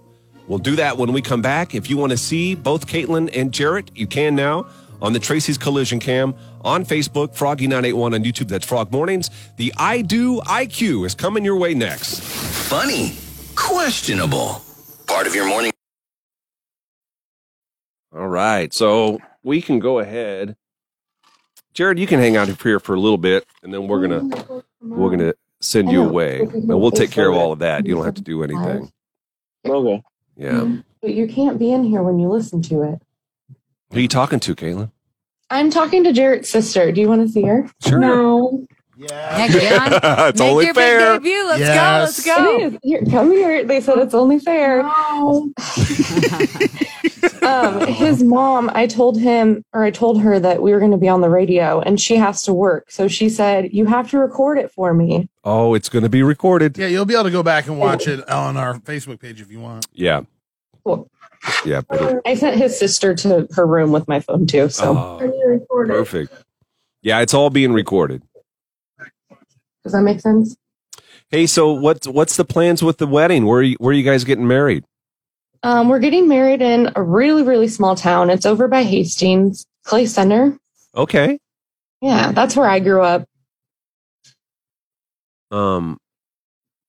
S1: we'll do that when we come back. If you want to see both Caitlin and Jarrett, you can now on the Tracy's Collision Cam on Facebook, Froggy nine eight one on YouTube. That's Frog Mornings. The I Do IQ is coming your way next.
S4: Funny. Questionable. Part of your morning.
S1: All right, so we can go ahead. Jared, you can hang out here for a little bit, and then we're gonna we're gonna send you away, and we'll take care of all of that. You don't have to do anything.
S7: Okay.
S1: Yeah.
S5: But you can't be in here when you listen to it.
S1: Who are you talking to, Caitlin?
S5: I'm talking to Jarrett's sister. Do you want to see her?
S1: Sure.
S5: No.
S3: Yeah.
S2: Heck yeah.
S1: it's
S2: Make your Big debut. Let's
S3: Yes.
S2: go. Let's go.
S5: It is. Here, come here. They said it's only fair. um, his mom, I told him or I told her that we were going to be on the radio and she has to work. So she said, You have to record it for me.
S1: Oh, it's going to be recorded.
S3: Yeah, you'll be able to go back and watch it on our Facebook page if you want.
S1: Yeah.
S5: Cool.
S1: Yeah. but-
S5: I sent his sister to her room with my phone too. So
S1: Oh, perfect. Yeah, it's all being recorded.
S5: does that make sense?
S1: Hey, so what's what's the plans with the wedding? Where are you, where are you guys getting married?
S5: Um, we're getting married in a really, really small town. It's over by Hastings Clay Center.
S1: Okay.
S5: Yeah, that's where I grew up.
S1: Um,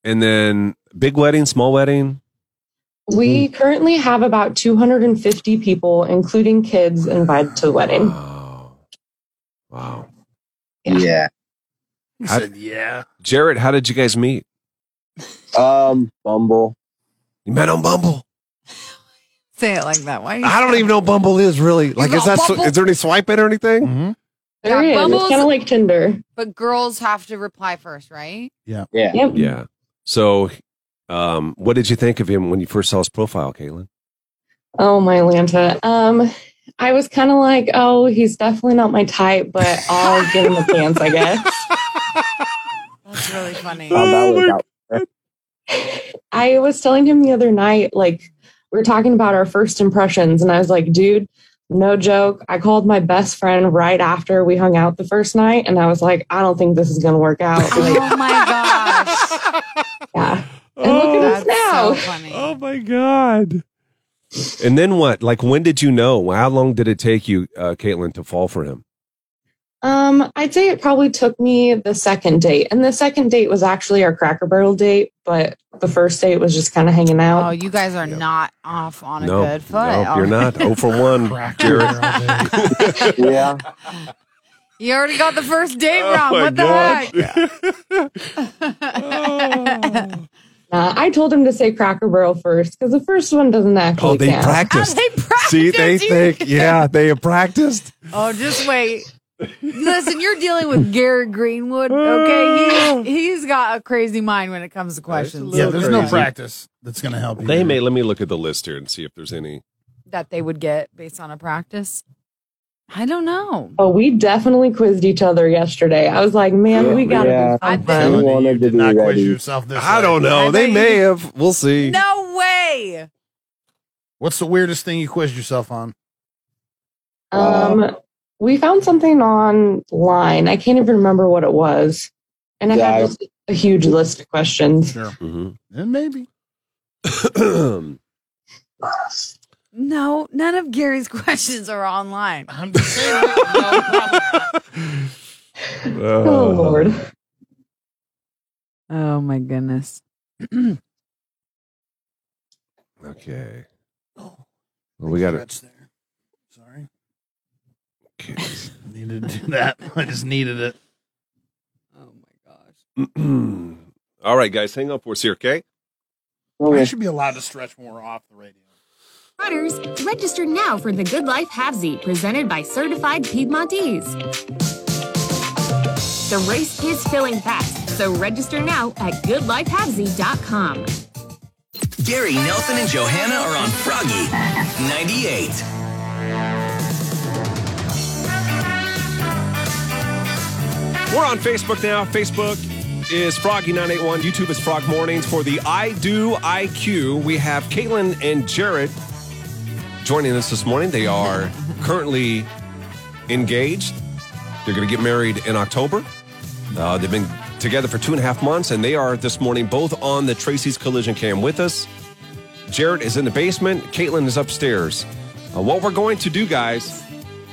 S1: and then big wedding, small wedding.
S5: We currently have about 250 people, including kids, invited to the wedding.
S1: Oh, Wow. Wow.
S5: Yeah.
S7: Yeah.
S3: He
S1: I-
S3: said, yeah.
S1: Jarrett, how did you guys meet?
S7: Um, Bumble.
S1: You met on Bumble.
S2: Say it like that. Why?
S1: I don't even know what Bumble is really. Like,
S2: got
S1: is that sw-
S2: Bumble?
S1: is there any swiping or anything?
S3: Mhm.
S5: There
S2: Yeah,
S5: he is.
S2: Bumbles-
S5: It's kind of like Tinder.
S2: But girls have to reply first, right?
S7: Yeah.
S5: Yep.
S1: Yeah. So, um, what did you think of him when you first saw his profile, Caitlin?
S5: Oh my Lanta. Um, I was kind of like, oh, he's definitely not my type, but I'll give him a chance, I guess.
S2: That's really funny.
S1: Oh
S7: Found out without-
S5: I was telling him the other night, like we were talking about our first impressions, and I was like, dude, no joke. I called my best friend right after we hung out the first night, and I was like, I don't think this is gonna work out. Like,
S2: oh my gosh.
S5: yeah. And look at
S2: Oh, That's
S5: us
S2: so
S5: now.
S2: funny.
S1: Oh my god. And then what? Like, when did you know? How long did it take you, uh, Caitlin, to fall for him?
S5: Um, I'd say it probably took me the second date, and the second date was actually our Cracker Barrel date, but the first date was just kind of hanging out.
S2: Oh, you guys are
S1: Yeah.
S2: not off on a
S1: no,
S2: good foot.
S1: no,
S2: All
S1: you're
S2: right.
S1: not. Oh for one.
S3: Crack
S1: Jared.
S3: her all day.
S7: yeah.
S2: You already got the first date
S1: Oh
S2: wrong.
S1: my
S2: what the
S1: God.
S2: heck?
S5: Uh, I told him to say Cracker Barrel first because the first one doesn't actually
S1: Oh, they
S5: count.
S2: How
S1: practiced.
S2: they practice?
S1: See, they think, yeah, they have practiced.
S2: Oh, just wait. Listen, you're dealing with Garrett Greenwood, okay? He, he's got a crazy mind when it comes to questions.
S3: Yeah, there's no
S1: crazy.
S3: practice that's going to help you.
S1: They may. Let me look at the list here and see if there's any.
S2: That they would get based on a practice. I don't know.
S5: Oh, we definitely quizzed each other yesterday. I was like, man, we gotta
S7: Yeah.
S5: do
S2: I
S5: something.
S2: think-
S3: Melanie,
S7: wanted
S3: you
S7: to
S3: did
S7: be
S3: not quiz
S7: ready.
S3: yourself this
S1: I
S3: way.
S1: don't know.
S2: I
S1: they
S2: bet
S1: may
S2: you-
S1: have. We'll see.
S2: No way.
S3: What's the weirdest thing you quizzed yourself on?
S5: Um, we found something online. I can't even remember what it was, and it
S7: Yeah, I-
S5: had a huge list of questions.
S3: Sure.
S1: Mhm.
S3: And maybe.
S1: Mm-hmm.
S2: No, none of Gary's questions are online.
S3: I'm just saying.
S1: Uh,
S7: Uh,
S5: Oh Lord,
S2: Oh my goodness.
S1: Okay. Well, we got it.
S3: There. Sorry.
S1: Okay.
S3: Needed to do that. I just needed it.
S2: Oh my gosh.
S1: All right, guys, hang up for us here, okay?
S3: I
S7: Okay.
S3: should be allowed to stretch more off the radio.
S8: Runners, register now for the Good Life Halvesy, presented by Certified Piedmontese. The race is filling fast, so register now at goodlifehalvesy.com.
S4: Gary, Nelson, and Johanna are on Froggy 98.
S1: We're on Facebook now. Facebook is Froggy981. YouTube is Frog Mornings. For the I Do IQ, we have Caitlin and Jared joining us this morning. They are currently engaged. They're going to get married in October. Uh, they've been together for two and a half months, and they are this morning both on the Tracy's Collision Cam with us. Jared is in the basement. Caitlin is upstairs. Uh, what we're going to do, guys,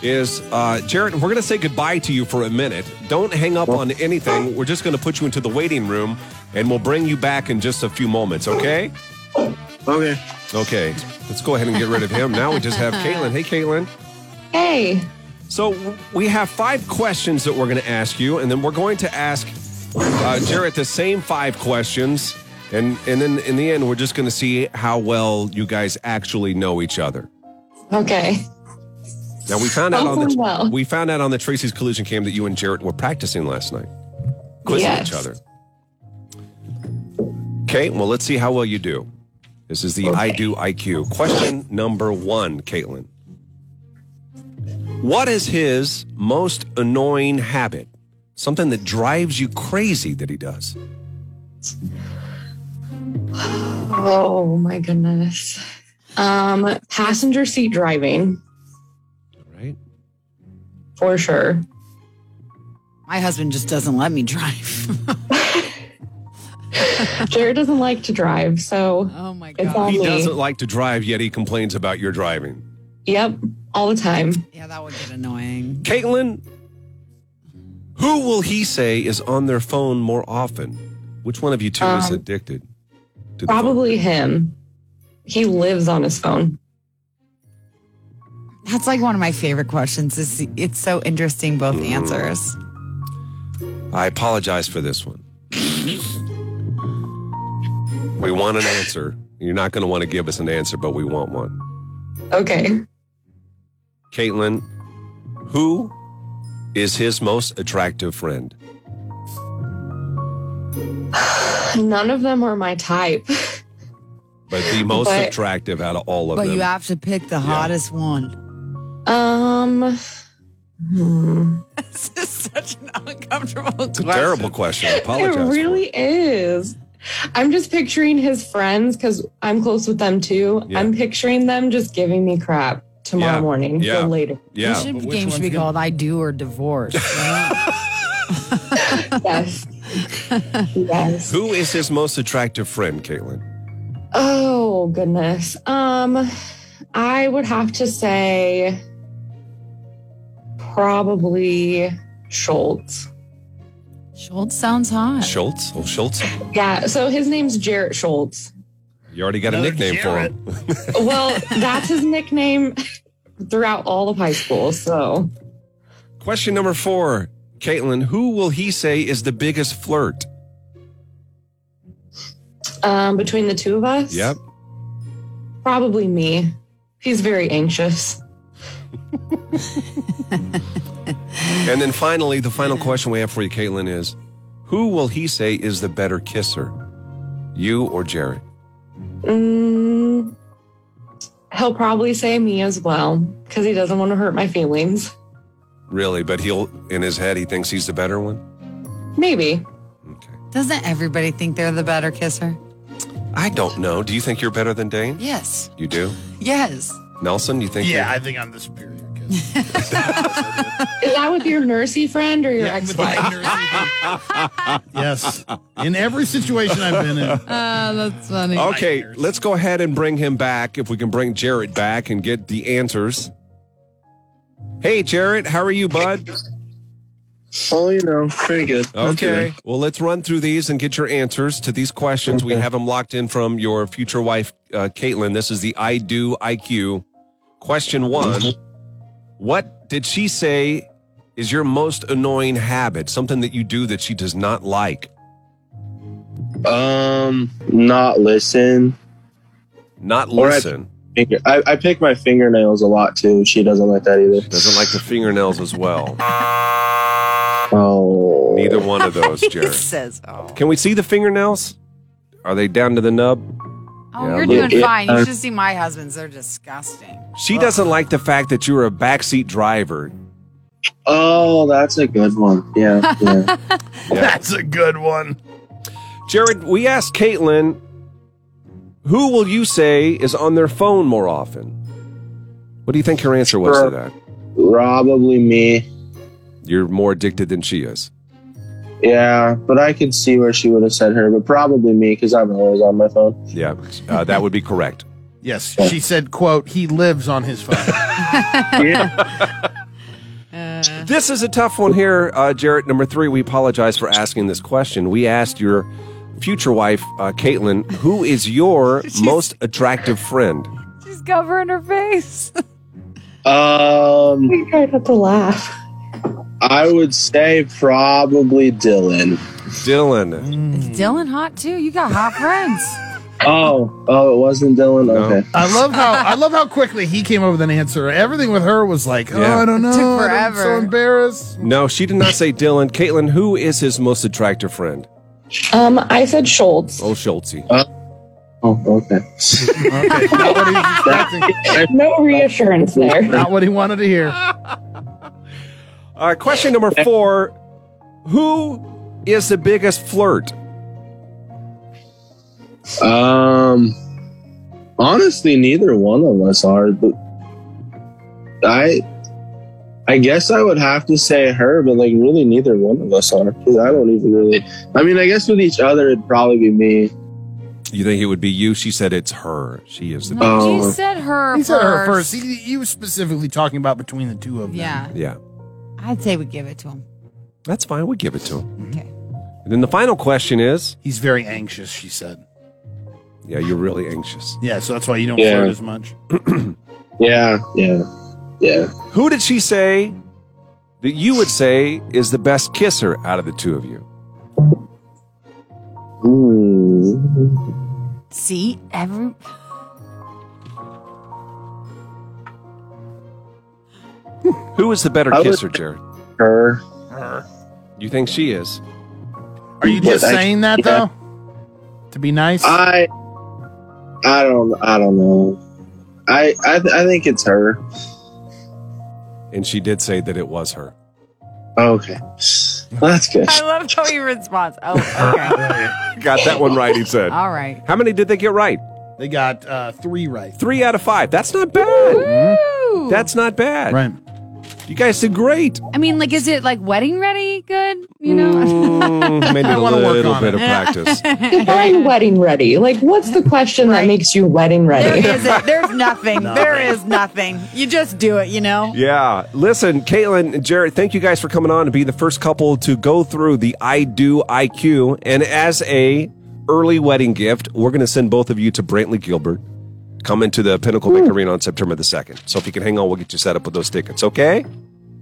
S1: is uh, Jared, we're going to say goodbye to you for a minute. Don't hang up on anything. We're just going to put you into the waiting room, and we'll bring you back in just a few moments. Okay?
S7: Okay.
S1: Okay. Let's go ahead and get rid of him. Now we just have Caitlin. Hey, Caitlin.
S5: hey,
S1: So w- we have five questions that we're going to ask you, and then we're going to ask uh, Jarrett the same five questions, and and then in the end, we're just going to see how well you guys actually know each other.
S5: okay,
S1: Now we found out on the
S5: Hopefully well.
S1: we found out on the Tracy's Collision Cam that you and Jarrett were practicing last night, quizzing
S5: Yes.
S1: each other. Okay, well let's see how well you do. This is the I Do IQ question number one, Caitlin. What is his most annoying habit? Something that drives you crazy that he does.
S5: oh my goodness. Um, passenger seat driving
S1: Right?
S5: for sure.
S2: My husband just doesn't let me drive.
S5: Jared doesn't like to drive, so
S2: oh my
S5: It's
S2: gosh.
S5: all-
S1: He
S5: Me.
S1: doesn't like to drive, yet he complains about your driving.
S5: yep, all the time.
S2: Yeah, that would get annoying.
S1: Caitlin, who will he say is on their phone more often? Which one of you two is
S5: Um,
S1: addicted? To the phone?
S5: Probably him. He lives on his phone.
S3: Oh,
S2: That's like one of my favorite questions. Is it's so interesting both answers.
S1: I apologize for this one. We want an answer. You're not going to want to give us an answer, but we want one.
S5: Okay.
S1: Caitlin, who is his most attractive friend?
S5: None of them are my type.
S1: But the most
S5: But-
S1: attractive out of all of
S2: But
S1: them.
S2: you have to pick the hottest one.
S5: Um, hmm.
S2: This is such an uncomfortable
S1: it's a terrible question. I
S5: it
S1: apologize. for
S5: really is. I'm just picturing his friends because I'm close with them too.
S1: Yeah.
S5: I'm picturing them just giving me crap tomorrow
S1: Yeah.
S5: morning
S1: Yeah.
S5: or later.
S1: Yeah.
S2: This should-
S3: but which
S2: game
S3: one's
S2: should be
S3: good?
S2: called "I Do or Divorce."
S5: Yes. yes.
S1: Who is his most attractive friend, Caitlin?
S5: Oh goodness. Um I would have to say probably Schultz.
S2: Schultz sounds hot.
S1: Schultz? Oh, Schultz?
S5: Yeah, so his name's Jarrett Schultz.
S1: You already got a
S3: Another
S1: nickname
S3: Jarrett.
S1: for him.
S5: Well, that's his nickname throughout all of high school. So
S1: Question number four. Caitlin, who will he say is the biggest flirt?
S5: um between the two of us.
S1: Yep.
S5: Probably me. He's very anxious.
S1: And then finally, the final question we have for you, Caitlin, is who will he say is the better kisser? You or Jared?
S5: Mm, he'll probably say me as well, because he doesn't want to hurt my feelings.
S1: Really, but he'll in his head he thinks he's the better one?
S5: Maybe.
S1: Okay.
S2: Doesn't everybody think they're the better kisser?
S1: I don't know. Do you think you're better than Dane?
S2: Yes.
S1: You do?
S2: Yes.
S1: Nelson, you think
S3: Yeah,
S1: you're-
S3: I think I'm the superior kid.
S5: Is that with your nursey friend or your
S3: Yeah, with
S5: ex-wife?
S3: the ignorant people. yes. In every situation I've been in.
S2: Ah, that's funny.
S3: Oh,
S1: Okay, let's go ahead and bring him back if we can bring Jared back and get the answers. Hey, Jared, how are you, bud?
S7: Oh, you know, pretty good. Not too
S1: Okay. Well, let's run through these and get your answers to these questions. We have them locked in from your future wife, uh, Caitlin. This is the I Do IQ. Question one What did she say is your most annoying habit? Something that you do that she does not like?
S7: bad. Um, not listen.
S1: Not
S7: All right.
S1: listen.
S7: Finger- I, I pick my fingernails a lot too. She doesn't like that either.
S1: Doesn't like the fingernails as well.
S7: Oh,
S1: Neither one of those,
S2: He
S1: Jared.
S2: says, "Oh,
S1: Can we see the fingernails? Are they down to the nub?
S2: oh
S1: Yeah,
S2: you're
S7: look,
S2: doing
S7: it-
S2: fine.
S7: uh,
S2: you should see my husband's. They're disgusting."
S1: She doesn't like the fact that you're a backseat driver.
S7: Oh, that's a good one. Yeah, yeah.
S3: That's a good one.
S1: Jared, we asked Caitlin, who will you say is on their phone more often? What do you think her answer was to
S7: Sure.
S1: that?
S7: Probably me.
S1: You're more addicted than she is.
S7: Yeah, but I could see where she would have said her, but probably me because I'm always on my phone.
S1: Yeah, uh, that would be correct.
S3: Yes. She said, quote, he lives on his phone.
S7: Yeah.
S1: This is a tough one here, uh, Jarrett. Number three, we apologize for asking this question. We asked your future wife, uh, Caitlin, who is your most attractive friend?
S2: She's covering her face.
S7: um,
S5: I tried not to laugh.
S7: I would say probably Dylan.
S1: Dylan.
S2: Is Dylan hot too? You got hot friends.
S7: Oh, oh, it wasn't Dylan. Okay.
S3: I love how I love how quickly he came up with an answer. Everything with her was like, oh,
S1: Yeah.
S3: I don't know.
S2: took
S3: I'm so
S2: forever.
S3: embarrassed.
S1: No, she did not say Dylan. Caitlin, who is his most attractive friend?
S5: Um, I said Schultz.
S1: Oh, Schultze.
S7: Oh, okay.
S3: Okay. Not what he was expecting.
S5: No reassurance there.
S3: Not what he wanted to hear.
S1: All right, question number four. Who is the biggest flirt?
S7: Um, honestly, neither one of us are. But I, I guess I would have to say her, but like really, neither one of us are because I don't even really. I mean, I guess with each other, it'd probably be me.
S1: You think it would be you? She said it's her. She is the
S2: No,
S7: Oh.
S2: she said her
S3: He
S2: first.
S3: said her first. He, he was specifically talking about between the two of them.
S2: Yeah,
S1: Yeah.
S2: I'd say we give it to him.
S1: That's fine. We give it to him.
S2: Okay.
S1: And then the final question is
S3: He's very anxious, she said.
S1: Yeah, you're really anxious.
S3: Yeah, so that's why you don't
S7: Yeah.
S3: flirt as much.
S7: Yeah, yeah, yeah.
S1: Who did she say that you would say is the best kisser out of the two of you?
S7: Mm.
S2: See, every.
S1: Who is the better
S7: I would-
S1: kisser, Jared?
S7: Her.
S1: You think she is?
S3: Are you
S7: But
S3: just
S7: I-
S3: saying that
S7: yeah.
S3: though? To be nice?
S9: Uh,
S7: I. I don't. I don't know. I. I. I think it's her.
S1: And she did say that it was her.
S7: Okay. That's good.
S2: I love how your response. Oh, okay.
S1: Got that one right, he said.
S2: All right.
S1: How many did they get right?
S3: they got uh, three right.
S1: Three out of five. That's not bad.
S2: Woo!
S1: That's not bad.
S3: Right.
S1: You guys did great.
S2: I mean, like, is it like wedding ready? Good, you know.
S1: Mm, maybe
S3: I
S1: a
S3: wanna work
S1: little
S3: on
S1: bit
S3: it.
S1: of practice.
S5: Define wedding ready. Like, what's the question that makes you wedding
S2: There
S5: ready?
S2: isn't. There's nothing. There is nothing. You just do it. You know.
S1: Yeah. Listen, Caitlin and Jared, thank you guys for coming on to be the first couple to go through the I Do IQ. And as a early wedding gift, we're going to send both of you to Brantley Gilbert. Come into the Pinnacle Bank Arena on September the 2nd. So if you can hang on, we'll get you set up with those tickets, okay?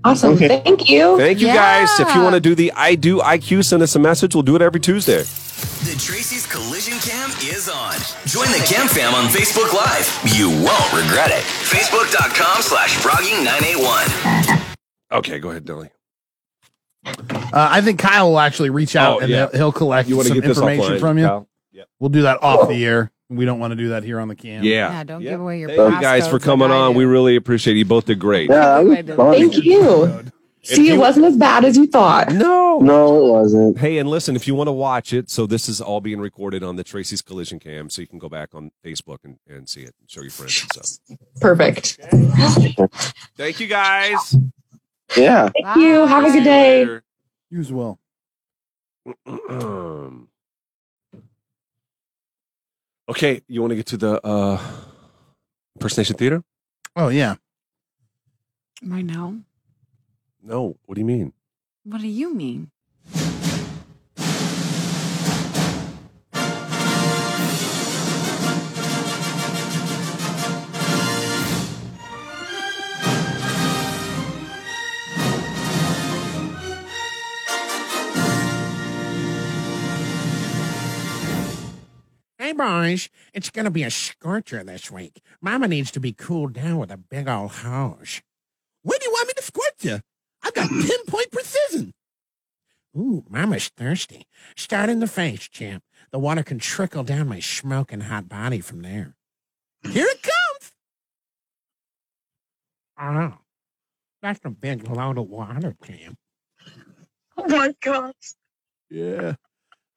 S5: awesome.
S7: Okay.
S5: Thank you.
S1: Thank you guys. If you
S2: Yeah.
S1: want to do the I Do IQ, send us a message. We'll do it every Tuesday.
S4: The Tracy's Collision Cam is on. Join the Cam Fam on Facebook Live. You won't regret it. Facebook.com slash Froggy981.
S1: Okay, go ahead, Nelly.
S3: Uh, I think Kyle will actually reach out
S1: Oh,
S3: and
S1: yeah.
S3: he'll- he'll collect
S1: You want to
S3: some
S1: get this
S3: information
S1: offline,
S3: from you.
S1: Kyle? Oh.
S3: We'll do that off the air. We don't want to do that here on the
S1: Yeah.
S3: cam.
S2: Yeah, don't give away your
S1: Thank you guys
S2: passcodes
S1: for
S2: like
S1: coming
S2: I
S1: on.
S2: do.
S1: We really appreciate it. You both did great.
S7: Yeah, that was funny.
S5: Thank you. See,
S1: you-
S5: it wasn't as bad as you thought.
S1: No.
S7: No, it wasn't.
S1: Hey, and listen, if you want to watch it, so this is all being recorded on the Tracy's Collision Cam, so you can go back on Facebook and, and see it and show your friends and stuff.
S5: Perfect.
S1: Thank you guys.
S7: Yeah.
S5: Thank you. Have a good day.
S3: You as well.
S1: okay, you want to get to the uh, impersonation theater?
S3: Oh yeah.
S2: Right now.
S1: No. What do you mean?
S2: What do you mean?
S10: Hey, boys, it's going to be a scorcher this week. Mama needs to be cooled down with a big old hose. Where do you want me to squirt you? I've got pinpoint precision. Ooh, Mama's thirsty. Start in the face, champ. The water can trickle down my smoking hot body from there. Here it comes. Oh, that's a big load of water, champ.
S5: Oh my gosh.
S3: Yeah.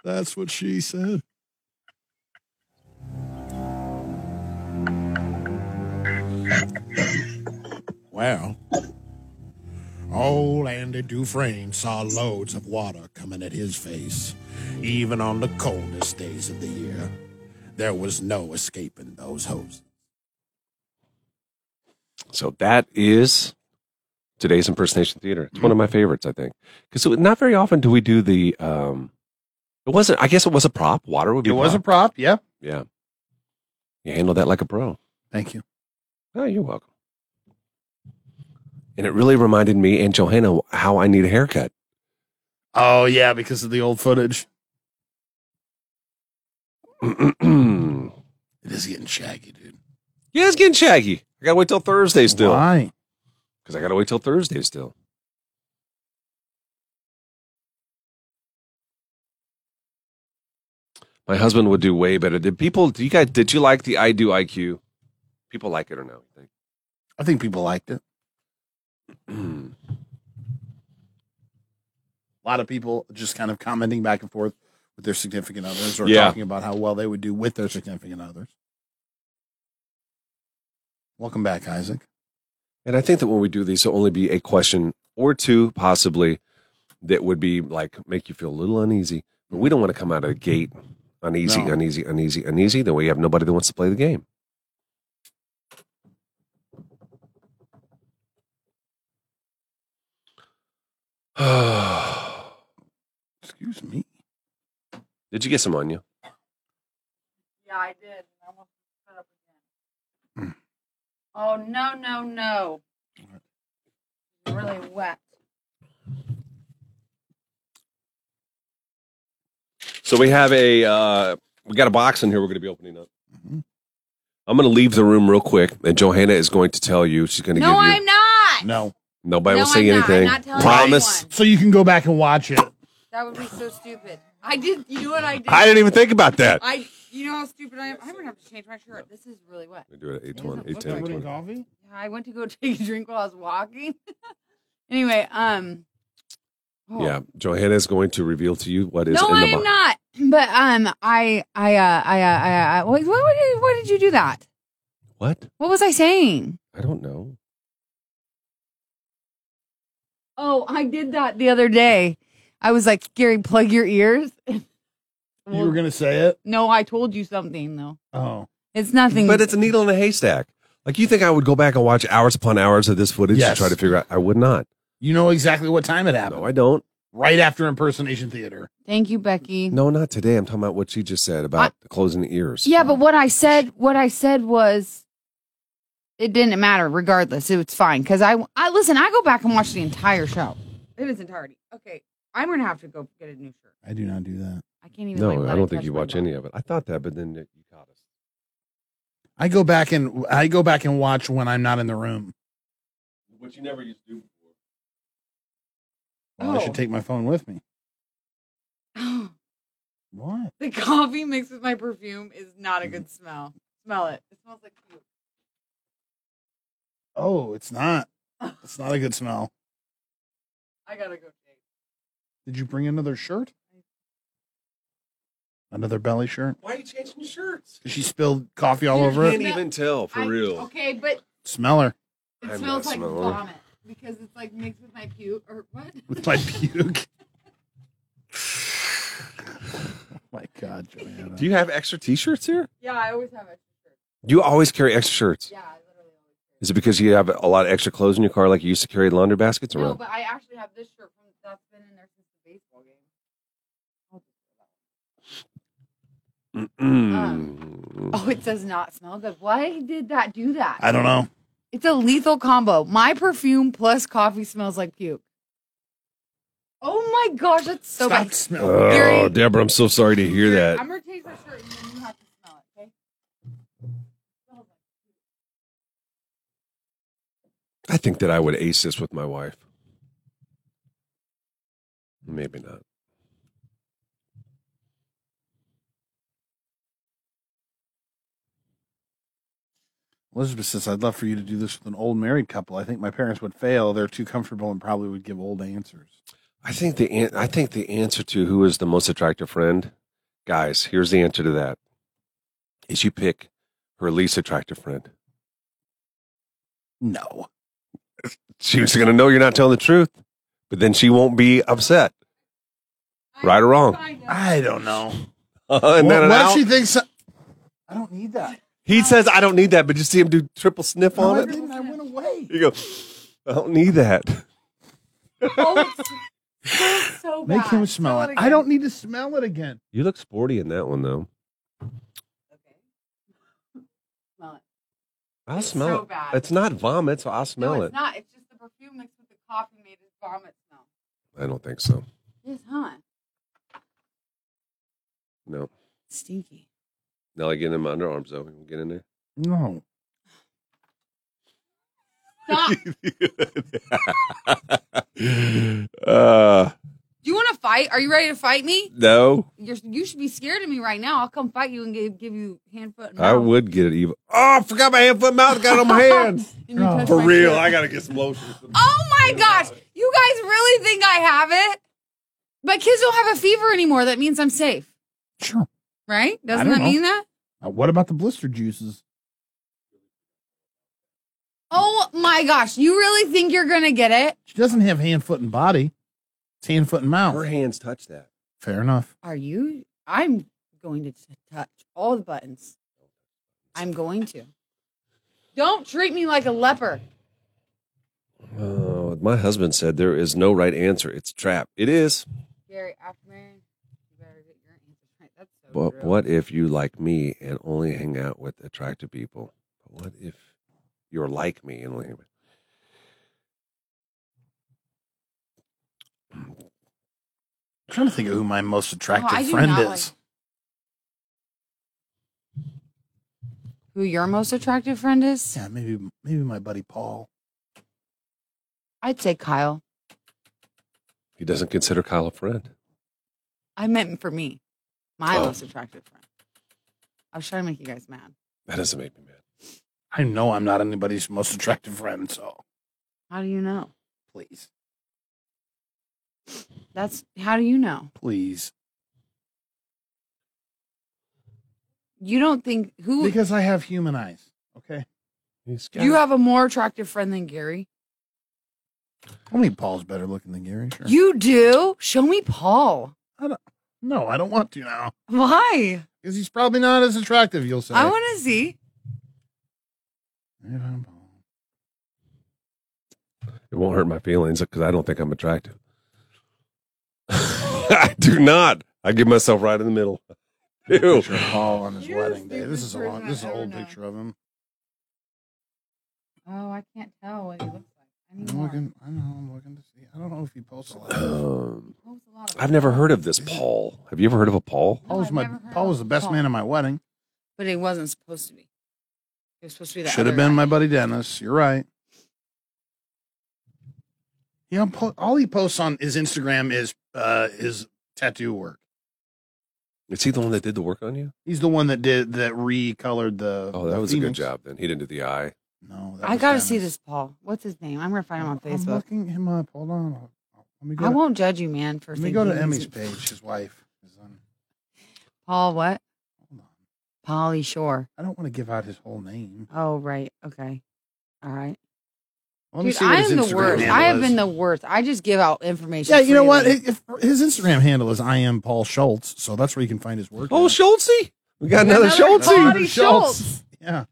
S3: That's what she said.
S10: Well, old Andy Dufresne saw loads of water coming at his face, even on the coldest days of the year. There was no escaping those hoses.
S1: So that is today's impersonation theater. It's one of my
S3: Mm-hmm.
S1: favorites, I think, because not very often do we do the. Um, it wasn't. I guess it was a prop. Water would be.
S3: It
S1: a
S3: was a
S1: prop.
S3: prop. Yeah.
S1: yeah. You handle that like a pro.
S3: Thank you.
S1: Oh, you're welcome. And it really reminded me and Johanna how I need a haircut.
S3: Oh yeah, because of the old footage.
S1: yeah,
S10: It is getting shaggy, dude.
S1: it's getting shaggy. I gotta wait till Thursday still.
S3: Why?
S1: Because I gotta wait till Thursday still. My husband would do way better. Did people do you guys did you like the I do IQ? People like it or no? you
S3: I think people liked it.
S1: think?
S3: A lot of people just kind of commenting back and forth with their significant others or
S1: Yeah.
S3: talking about how well they would do with their significant others. Welcome back, Isaac.
S1: And I think that when we do these, there'll only be a question or two, possibly, that would be like make you feel a little uneasy. But we don't want to come out of the gate uneasy,
S3: No.
S1: uneasy, uneasy, uneasy. Then we have nobody that wants to play the game.
S3: Excuse me.
S1: Did you get some on you?
S2: Yeah, I did. I almost put up again. Oh no, no, no! Really wet.
S1: So we have a uh, we got a box in here. We're going to be opening up. I'm going to leave the room real quick, and Johanna is going to tell you she's going to
S2: No,
S1: give you.
S2: I'm not.
S3: No.
S1: Nobody
S2: No,
S1: will say
S2: I'm not. I'm
S1: anything.
S2: not telling
S1: Promise.
S2: anyone.
S3: So you can go back and watch it.
S2: That would be so stupid. I did. You know what I did?
S1: I didn't even think about that.
S2: I. You know how stupid I am. I'm gonna have to change my shirt. This is really wet.
S1: We do it at eight
S2: It
S1: one,
S2: doesn't
S1: eight
S2: look
S1: ten,
S2: like
S1: twenty.
S3: coffee?
S2: I went to go take a drink while I was walking. anyway, um. oh.
S1: Yeah, Johanna is going to reveal to you what is
S2: No,
S1: in
S2: I
S1: the
S2: am
S1: box.
S2: not. But um, I, I, uh, I, uh, I, uh, wait, why, why, did, why did you do that?
S1: What?
S2: What was I saying?
S1: I don't know.
S2: Oh, I did that the other day. I was like, Gary, plug your ears.
S3: You were gonna say it?
S2: no, I told you something though.
S3: Oh.
S2: It's nothing.
S1: But it's a needle in a haystack. Like you think I would go back and watch hours upon hours of this footage
S3: Yes.
S1: to try to figure out? I would not.
S3: You know exactly what time it happened.
S1: No, I don't.
S3: right after impersonation theater.
S2: Thank you, Becky.
S1: No, not today. I'm talking about what she just said about closing the ears.
S2: Yeah, but what I said, what I said was, it didn't matter. Regardless, it was fine because I, I listen. I go back and watch the entire show in its entirety. Okay, I'm gonna have to go get a new shirt.
S3: I do not do that.
S2: I can't even. like,
S1: No,
S2: let
S1: I
S2: it
S1: don't think
S2: touch
S1: you
S2: my
S1: watch
S2: body.
S1: any of it. I thought that, but then you caught us.
S3: I go back and I go back and watch when I'm not in the room.
S1: Which you never used to do before.
S3: Well, I
S2: Oh.
S3: should take my phone with me.
S2: the
S3: What?
S2: coffee mixed with my perfume is not a good
S3: Mm-hmm.
S2: smell. Smell it. It smells like you.
S3: Oh, it's not. It's not a good smell.
S2: I gotta go.
S3: Did you bring another shirt? Another belly shirt?
S1: Why are you changing shirts?
S3: 'Cause She spilled coffee all
S2: You
S3: over
S1: I
S3: it.
S1: can't even tell for
S2: I-
S1: real.
S2: Okay, but
S3: Smell her
S1: I'm
S2: it smells
S1: not
S2: like
S1: smelling.
S2: vomit because it's like mixed with my puke or what?
S3: with my puke. oh my God, Joanna.
S1: Do you have extra T-shirts here?
S2: Yeah, I always have a shirt.
S1: You always carry extra shirts.
S2: Yeah, I literally always.
S1: Is it because you have a lot of extra clothes in your car, like you used to carry laundry baskets
S2: No,
S1: around?
S2: but I actually have this shirt from that's been in there since the baseball game.
S1: Mm-mm.
S2: Oh, it does not smell good. Why did that do that?
S3: I don't know.
S2: It's a lethal combo. My perfume plus coffee smells like puke. Oh my gosh, that's so
S3: Stop
S2: bad.
S3: smelling.
S1: oh,
S2: Gary-
S1: Deborah, I'm so sorry to hear that.
S2: I'm gonna change my shirt and then you have to smell it, okay?
S1: I think that I would ace this with my wife. Maybe not.
S3: Elizabeth says, I'd love for you to do this with an old married couple. I think my parents would fail. They're too comfortable and probably would give old answers.
S1: I think the an- I think the answer to who is the most attractive friend, guys. Here's the answer to that: is you pick her least attractive friend.
S3: No.
S1: She's going to know you're not telling the truth, but then she won't be upset, right or wrong.
S3: I don't know.
S1: Uh-huh, and
S3: what
S1: then an
S3: what if
S1: owl-
S3: she thinks I don't need that?
S1: he says, "I don't need that," but you see him do triple sniff
S3: No, I
S1: on it.
S3: didn't. I went away.
S1: You go, "I don't need that."
S2: Oh, it's, it's so bad.
S3: Make him smell it. I
S2: again.
S3: don't need to smell it again.
S1: You look sporty in that one, though.
S2: Okay. Smell it.
S1: I'll
S2: It's
S1: smell
S2: so
S1: it.
S2: bad.
S1: It's not vomit, so I'll smell
S2: no,
S1: it.
S2: it's not. It's just the perfume mixed with the coffee made his vomit smell.
S1: I don't think so.
S2: Yes, huh?
S1: No.
S2: Stinky.
S1: Now I get in my underarms though. We'll get in there.
S3: No.
S2: Stop. Do
S1: uh,
S2: you want to fight? Are you ready to fight me?
S1: no,
S2: You're, you should be scared of me right now. I'll come fight you and give, give you hand, foot, and
S1: I
S2: mouth.
S1: would get it even. Oh, I forgot my hand, foot, mouth. Got it on my hands.
S2: And
S3: Oh.
S2: you touch
S1: For
S2: Oh my
S1: real,
S2: shirt.
S1: I gotta get some lotion.
S2: oh my gosh. You guys really think I have it? My kids don't have a fever anymore. That means I'm safe,
S3: Sure.
S2: right? Doesn't
S3: don't
S2: that
S3: know.
S2: mean that?
S3: Now, what about the blister juices?
S2: Oh my gosh. You really think you're going to get it?
S3: She doesn't have hand, foot, and body. It's hand, foot, and mouth.
S1: Her hands touch that.
S3: Fair enough.
S2: Are you? I'm going to t- touch all the buttons. I'm going to. Don't treat me like a leper.
S1: Oh, my husband said there is no right answer. It's a trap. It is.
S2: Gary, after marriage, you better get your answer right. That's so
S1: But
S2: true.
S1: what if you like me and only hang out with attractive people? But what if you're like me and only hang with?
S3: trying to think of who my most attractive
S2: Oh, I do
S3: friend
S2: not
S3: is.
S2: Who your most attractive friend is?
S3: yeah, maybe maybe my buddy Paul.
S2: I'd say Kyle.
S1: He doesn't consider Kyle a friend.
S2: I meant for me, my
S1: Oh.
S2: most attractive friend. I was trying to make you guys mad.
S1: That doesn't make me mad.
S3: I know I'm not anybody's most attractive friend, so
S2: How do you know?
S3: please,
S2: That's how do you know?
S3: please,
S2: You don't think who
S3: because I have human eyes. Okay,
S1: He's got
S2: you have a more attractive friend than Gary?
S3: I mean Paul's better looking than Gary. Sure.
S2: You do? Show me Paul.
S3: no, I don't want to now
S2: Why?
S3: because he's probably not as attractive. You'll say.
S2: I want to see.
S3: If I'm Paul.
S1: It won't hurt my feelings because I don't think I'm attractive. I do not. I give myself right in the middle. Ew.
S3: Picture of Paul on his
S2: You're the
S3: wedding day. This
S2: stupidest
S3: is a long,
S2: person
S3: this is
S2: I've
S3: an
S2: ever
S3: old
S2: known.
S3: picture of him.
S2: Oh, I can't tell what he looks like. I need
S3: I'm
S2: more.
S3: looking. I don't know. I'm looking to see. I don't know if he posts a lot.
S1: Um,
S2: What was the lot of-
S1: I've never heard of this Paul. Have you ever heard of a Paul?
S2: No,
S3: Paul was
S2: I've
S3: my
S2: never heard
S3: Paul was
S2: of
S3: the best
S2: Paul.
S3: man at my wedding.
S2: But he wasn't supposed to be. He was supposed to be that.
S3: Should have
S2: other
S3: been
S2: guy.
S3: my buddy Dennis. You're right. You know, po- all he posts on his Instagram is uh, his tattoo work.
S1: Is he the one that did the work on you?
S3: He's the one that did that recolored the.
S1: Oh, that
S3: the
S1: was a good
S3: Phoenix.
S1: job then. He didn't do the eye.
S3: No, that
S2: I
S3: was
S2: gotta see
S3: Dennis.
S2: this Paul. What's his name? Oh, I'm gonna find him on
S3: I'm
S2: Facebook.
S3: looking him up. Hold on. I'll- I'll- Let me go.
S2: I
S3: to,
S2: won't judge you, man. For
S3: let me go to
S2: thinking he's-
S3: Emmy's page. His wife is on.
S2: Paul what?
S3: Hold on.
S2: Polly Shore.
S3: I don't want to give out his whole name.
S2: Oh right. Okay. All right.
S3: Let me
S2: Dude,
S3: see what
S2: I
S3: his
S2: am the
S3: Instagram
S2: worst.
S3: handle
S2: I have
S3: is.
S2: been the worst. I just give out information.
S3: Yeah, you know what?
S2: freely.
S3: If if his Instagram handle is I am Paul Schultz, so that's where you can find his work.
S1: Oh,
S3: at.
S1: Schultzy. We got another,
S2: Another
S1: Schultzy.
S2: Polly
S3: Schultz.
S2: Schultz.
S3: Yeah.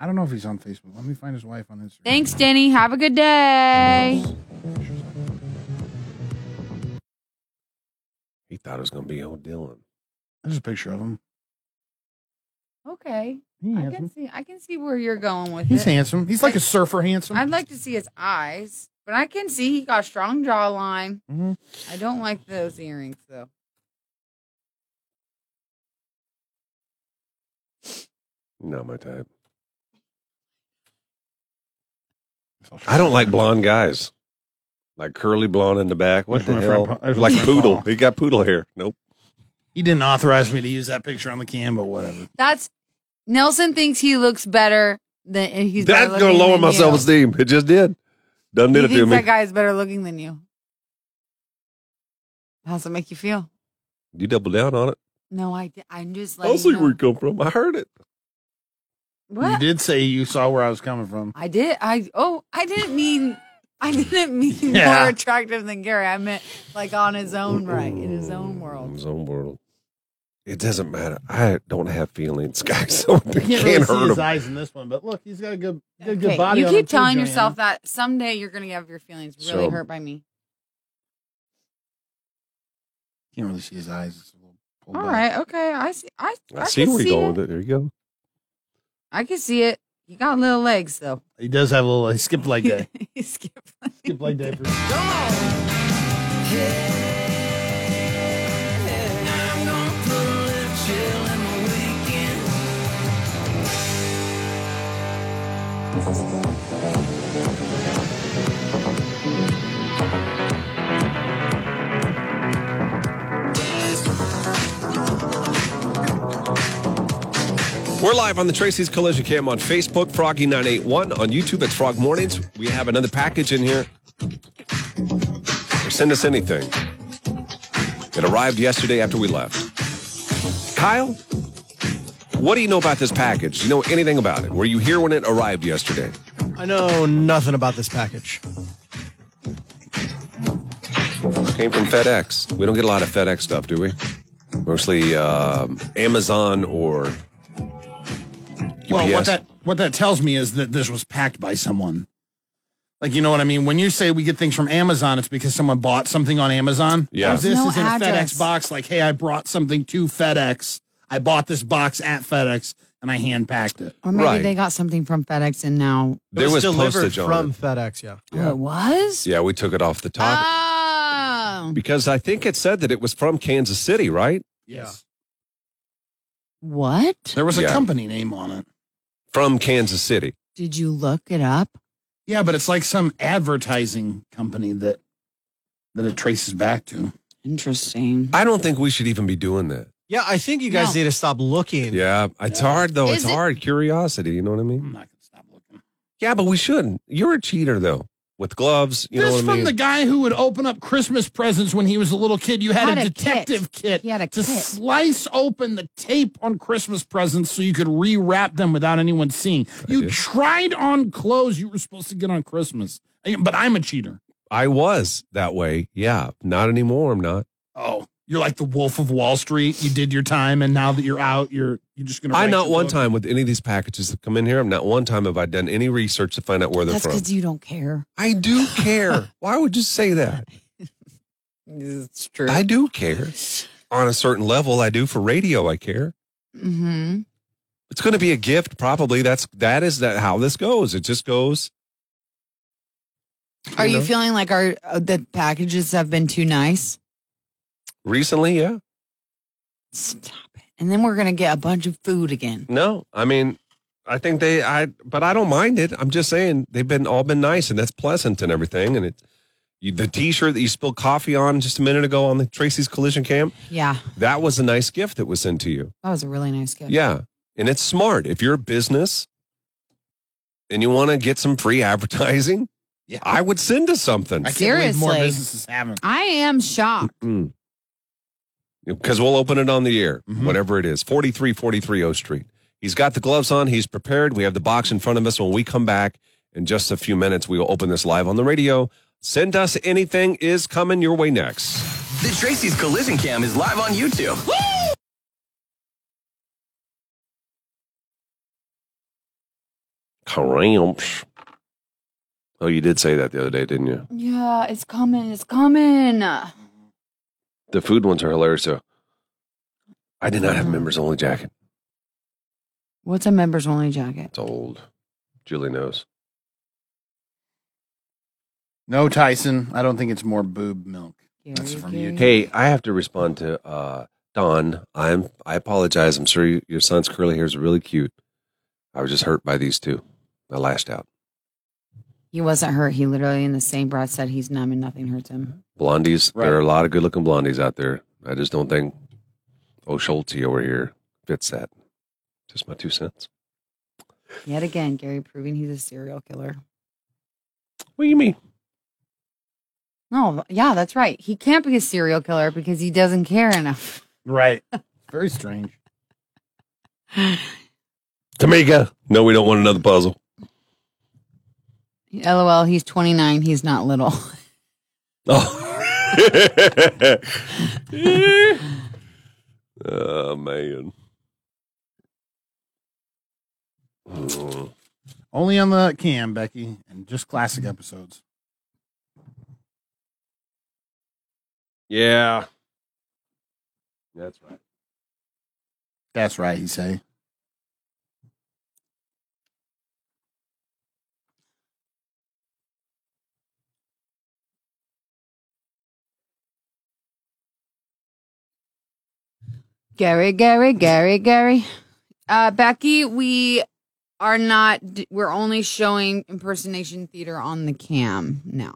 S3: I don't know if he's on Facebook. Let me find his wife on Instagram.
S2: Thanks, Denny. Have a good day.
S1: He thought it was going to be old Dylan.
S3: There's a picture of him.
S2: Okay.
S3: He's
S2: I can
S3: handsome.
S2: see. I can see where you're going with
S3: He's
S2: it.
S3: handsome. He's like a surfer handsome.
S2: I'd like to see his eyes, but I can see he got a strong jawline.
S3: Mhm.
S2: I don't like those earrings though.
S1: Not my type. I don't like blonde guys. Like curly blonde in the back. What the
S3: There's my friend
S1: hell?
S3: Paul. There's my
S1: Like
S3: friend
S1: poodle.
S3: Paul.
S1: He got poodle hair. Nope.
S3: He didn't authorize me to use that picture on the cam, but whatever.
S2: That's Nelson thinks he looks better than and he's. better
S1: That's going to
S2: looking
S1: lower
S2: than
S1: my
S2: you.
S1: self esteem. It just did. Done
S2: He
S1: did it to
S2: thinks
S1: me.
S2: that guy is better looking than you. How's it make you feel?
S1: you double down on it.
S2: No, I. di- I'm just like.
S1: I'll see where you come from. I heard it.
S3: You
S2: What?
S3: did say you saw where I was coming from.
S2: I did. I. Oh, I didn't mean. I didn't mean
S3: Yeah.
S2: more attractive than Gary. I meant like on his own right, in his own
S1: In
S2: world.
S1: his own world. It doesn't matter. I don't have feelings, guys. So
S3: You
S1: it
S3: can't,
S1: can't,
S3: really see
S1: hurt
S3: his
S1: him.
S3: eyes in this one, but look, he's got a good, good,
S2: Okay,
S3: good body.
S2: you
S3: on him,
S2: keep
S3: too,
S2: telling
S3: Joanna.
S2: yourself that someday you're going to have your feelings really
S1: So-
S2: hurt by me.
S3: You can't really see his eyes. It's a little pulled
S2: All
S3: back.
S2: right. Okay. I see. I, I,
S1: I see
S2: can
S1: where
S2: see
S1: you're going
S2: it.
S1: with it. There you go.
S2: I can see it. You got little legs though.
S3: He does have a little. He skipped leg
S1: Eh.
S3: day.
S2: You skip.
S3: skipped leg day. For-
S1: We're live on the Tracy's Collision Cam on Facebook, Froggy981. On YouTube, it's Frog Mornings. We have another package in here. Or send us anything. It arrived yesterday after we left. Kyle, what do you know about this package? Do you know anything about it? Were you here when it arrived yesterday?
S6: I know nothing about this package.
S1: Came from FedEx. We don't get a lot of FedEx stuff, do we? Mostly um, Amazon or UPS.
S3: Well, what that what that tells me is that this was packed by someone. Like you know what I mean? When you say we get things from Amazon, it's because someone bought something on Amazon.
S1: Yeah.
S3: Or this
S2: No
S3: is in a
S2: address.
S3: FedEx box. Like, hey, I brought something to FedEx. I bought this box at FedEx and I hand packed it.
S2: Or maybe
S1: Right.
S2: they got something from FedEx and now
S6: It
S1: there was,
S6: delivered
S1: postage on
S6: from
S1: it.
S6: FedEx. Yeah.
S2: oh, it was.
S1: Yeah, we took it off the top.
S2: Oh, Oh.
S1: because I think it said that it was from Kansas City, right?
S3: Yes.
S2: What?
S3: There was a
S1: Yeah.
S3: company name on it.
S1: From Kansas City.
S2: Did you look it up?
S3: Yeah, but it's like some advertising company that that it traces back to.
S2: Interesting.
S1: I don't think we should even be doing that.
S6: Yeah, I think you guys
S2: No.
S6: need to stop looking.
S1: Yeah, it's hard though.
S2: Is
S1: it's
S2: it-
S1: hard curiosity. You know what I mean?
S3: I'm not gonna stop looking.
S1: Yeah, but we shouldn't. You're a cheater though, with gloves. You
S3: this
S1: know what I
S3: from
S1: mean?
S3: the guy who would open up Christmas presents when he was a little kid. You had,
S2: Had
S3: a
S2: a
S3: detective kit,
S2: He had a
S3: to
S2: kit.
S3: slice open the tape on Christmas presents so you could rewrap them without anyone seeing. you
S1: did.
S3: tried on clothes you were supposed to get on Christmas, I- but I'm a cheater.
S1: I was that way. Yeah, not anymore. I'm not.
S3: Oh, you're like the Wolf of Wall Street. You did your time, and now that you're out, you're you're just gonna.
S1: I
S3: write
S1: not
S3: your
S1: one
S3: book.
S1: time with any of these packages that come in here. I'm not one time have I done any research to find out where they're
S2: That's
S1: from.
S2: because you don't care.
S1: I do care. Why would you say that?
S2: It's true.
S1: I do care. On a certain level, I do for radio. I care.
S2: hmm
S1: It's going to be a gift, probably. That's that is that how this goes. It just goes.
S2: Are you
S1: know?
S2: feeling like our uh, the packages have been too nice?
S1: recently? Yeah.
S2: Stop it. And then we're gonna get a bunch of food again.
S1: No, I mean, I think they. I but I don't mind it. I'm just saying they've been all been nice and that's pleasant and everything. And it, you, the T-shirt that you spilled coffee on just a minute ago on the Tracy's Collision Cam,
S2: Yeah,
S1: that was a nice gift that was sent to you.
S2: that was a really nice gift.
S1: Yeah. And it's smart. If you're a business and you want to get some free advertising,
S3: Yeah.
S1: I would send us something.
S3: I can't believe more
S2: Seriously.
S3: businesses haven't.
S2: I am shocked.
S1: Because Mm. we'll open it on the air,
S3: Mhm.
S1: whatever it is. 4343 O Street. He's got the gloves on. He's prepared. We have the box in front of us. When we come back in just a few minutes, we will open this live on the radio. Send us anything is coming your way next.
S4: The Tracy's Collision Cam is live on YouTube.
S1: Cramps. Oh, you did say that the other day, didn't you?
S2: Yeah, it's coming. It's coming.
S1: The food ones are hilarious, though. I did not have members only jacket.
S2: What's a members only jacket?
S1: It's old. Julie knows.
S3: No, Tyson. I don't think it's more boob milk. That's
S2: Gary,
S3: from
S2: Gary.
S3: YouTube.
S1: Hey, I have to respond to uh, Don. I'm. I apologize. I'm sure you, your son's curly hair is really cute. I was just hurt by these two. I lashed out.
S2: He wasn't hurt. He literally, in the same breath, said he's numb and nothing hurts him.
S1: Blondies. There
S3: Right.
S1: are a lot of good-looking blondies out there. I just don't think Oh Schulte over here fits that. Just my two cents.
S2: Yet again, Gary proving he's a serial killer.
S1: What do you mean?
S2: No, yeah, that's right. He can't be a serial killer because he doesn't care enough.
S3: Right. Very strange.
S1: Tamika. No, we don't want another puzzle.
S2: LOL, he's 29. He's not little.
S1: Oh. oh man. Hmm.
S3: Only on the cam, Becky, and just classic episodes.
S1: Yeah. That's right.
S3: That's right, he say.
S2: Gary, Gary, Gary, Gary. Uh, Becky, we are not, d- we're only showing impersonation theater on the cam now.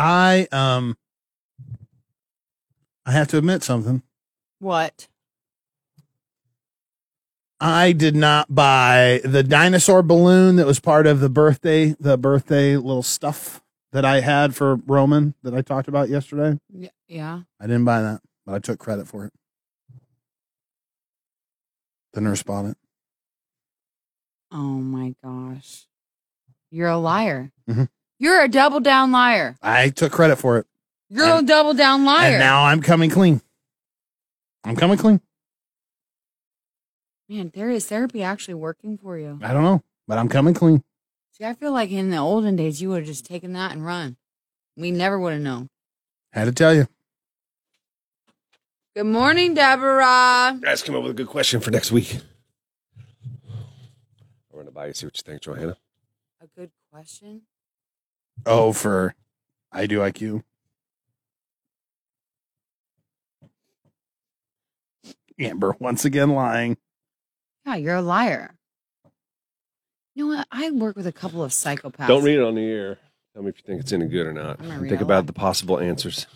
S3: I um I have to admit something.
S2: What?
S3: I did not buy the dinosaur balloon that was part of the birthday, the birthday little stuff that I had for Roman that I talked about yesterday.
S2: Y- Yeah.
S3: I didn't buy that, but I took credit for it. The nurse bought it.
S2: Oh my gosh. You're a liar.
S3: Mhm.
S2: You're a double down liar.
S3: I took credit for it.
S2: You're
S3: And-
S2: a double down liar.
S3: And now I'm coming clean. I'm coming clean.
S2: Man, there is therapy actually working for you.
S3: I don't know, but I'm coming clean.
S2: See, I feel like in the olden days, you would have just taken that and run. We never would have known.
S3: Had to tell you.
S2: Good morning, Deborah.
S1: Guys, come up with a good question for next week. We're gonna buy you. See what you think, Johanna.
S2: A good question.
S3: Oh, for I do IQ. Amber once again lying.
S2: Yeah, you're a liar. You know what? I work with a couple of psychopaths.
S1: Don't read it on the air. Tell me if you think it's any good or not.
S2: I'm gonna read
S1: Think
S2: it
S1: about
S2: aloud.
S1: the possible answers.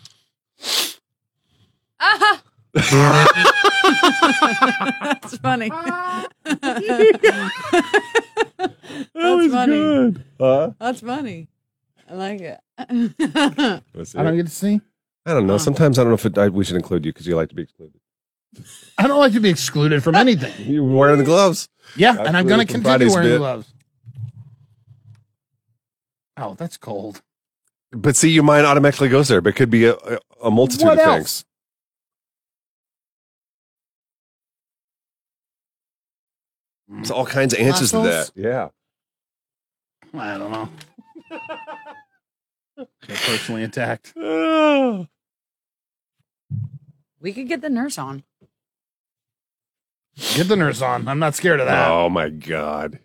S2: Ah! That's funny. That's funny.
S1: Huh?
S2: That's funny. I like it.
S1: Let's see.
S3: I don't get to see.
S1: know.
S2: Huh.
S1: Sometimes I don't know if it, I, we should include you because you like to be excluded.
S3: I don't like to be excluded from anything.
S1: You're wearing the gloves.
S3: Yeah,
S1: Got
S3: and I'm going to
S1: excluded from
S3: continue
S1: Friday's bit.
S3: wearing gloves. Oh, that's cold.
S1: But see, your mind automatically goes there, but it could be a, a- a multitude
S3: What
S1: of
S3: else?
S1: things. It's all kinds of answers
S2: Muscles?
S1: to that. Yeah.
S3: I don't know. They're personally attacked.
S2: we could get the nurse on.
S3: Get the nurse on. I'm not scared of that.
S1: Oh my God.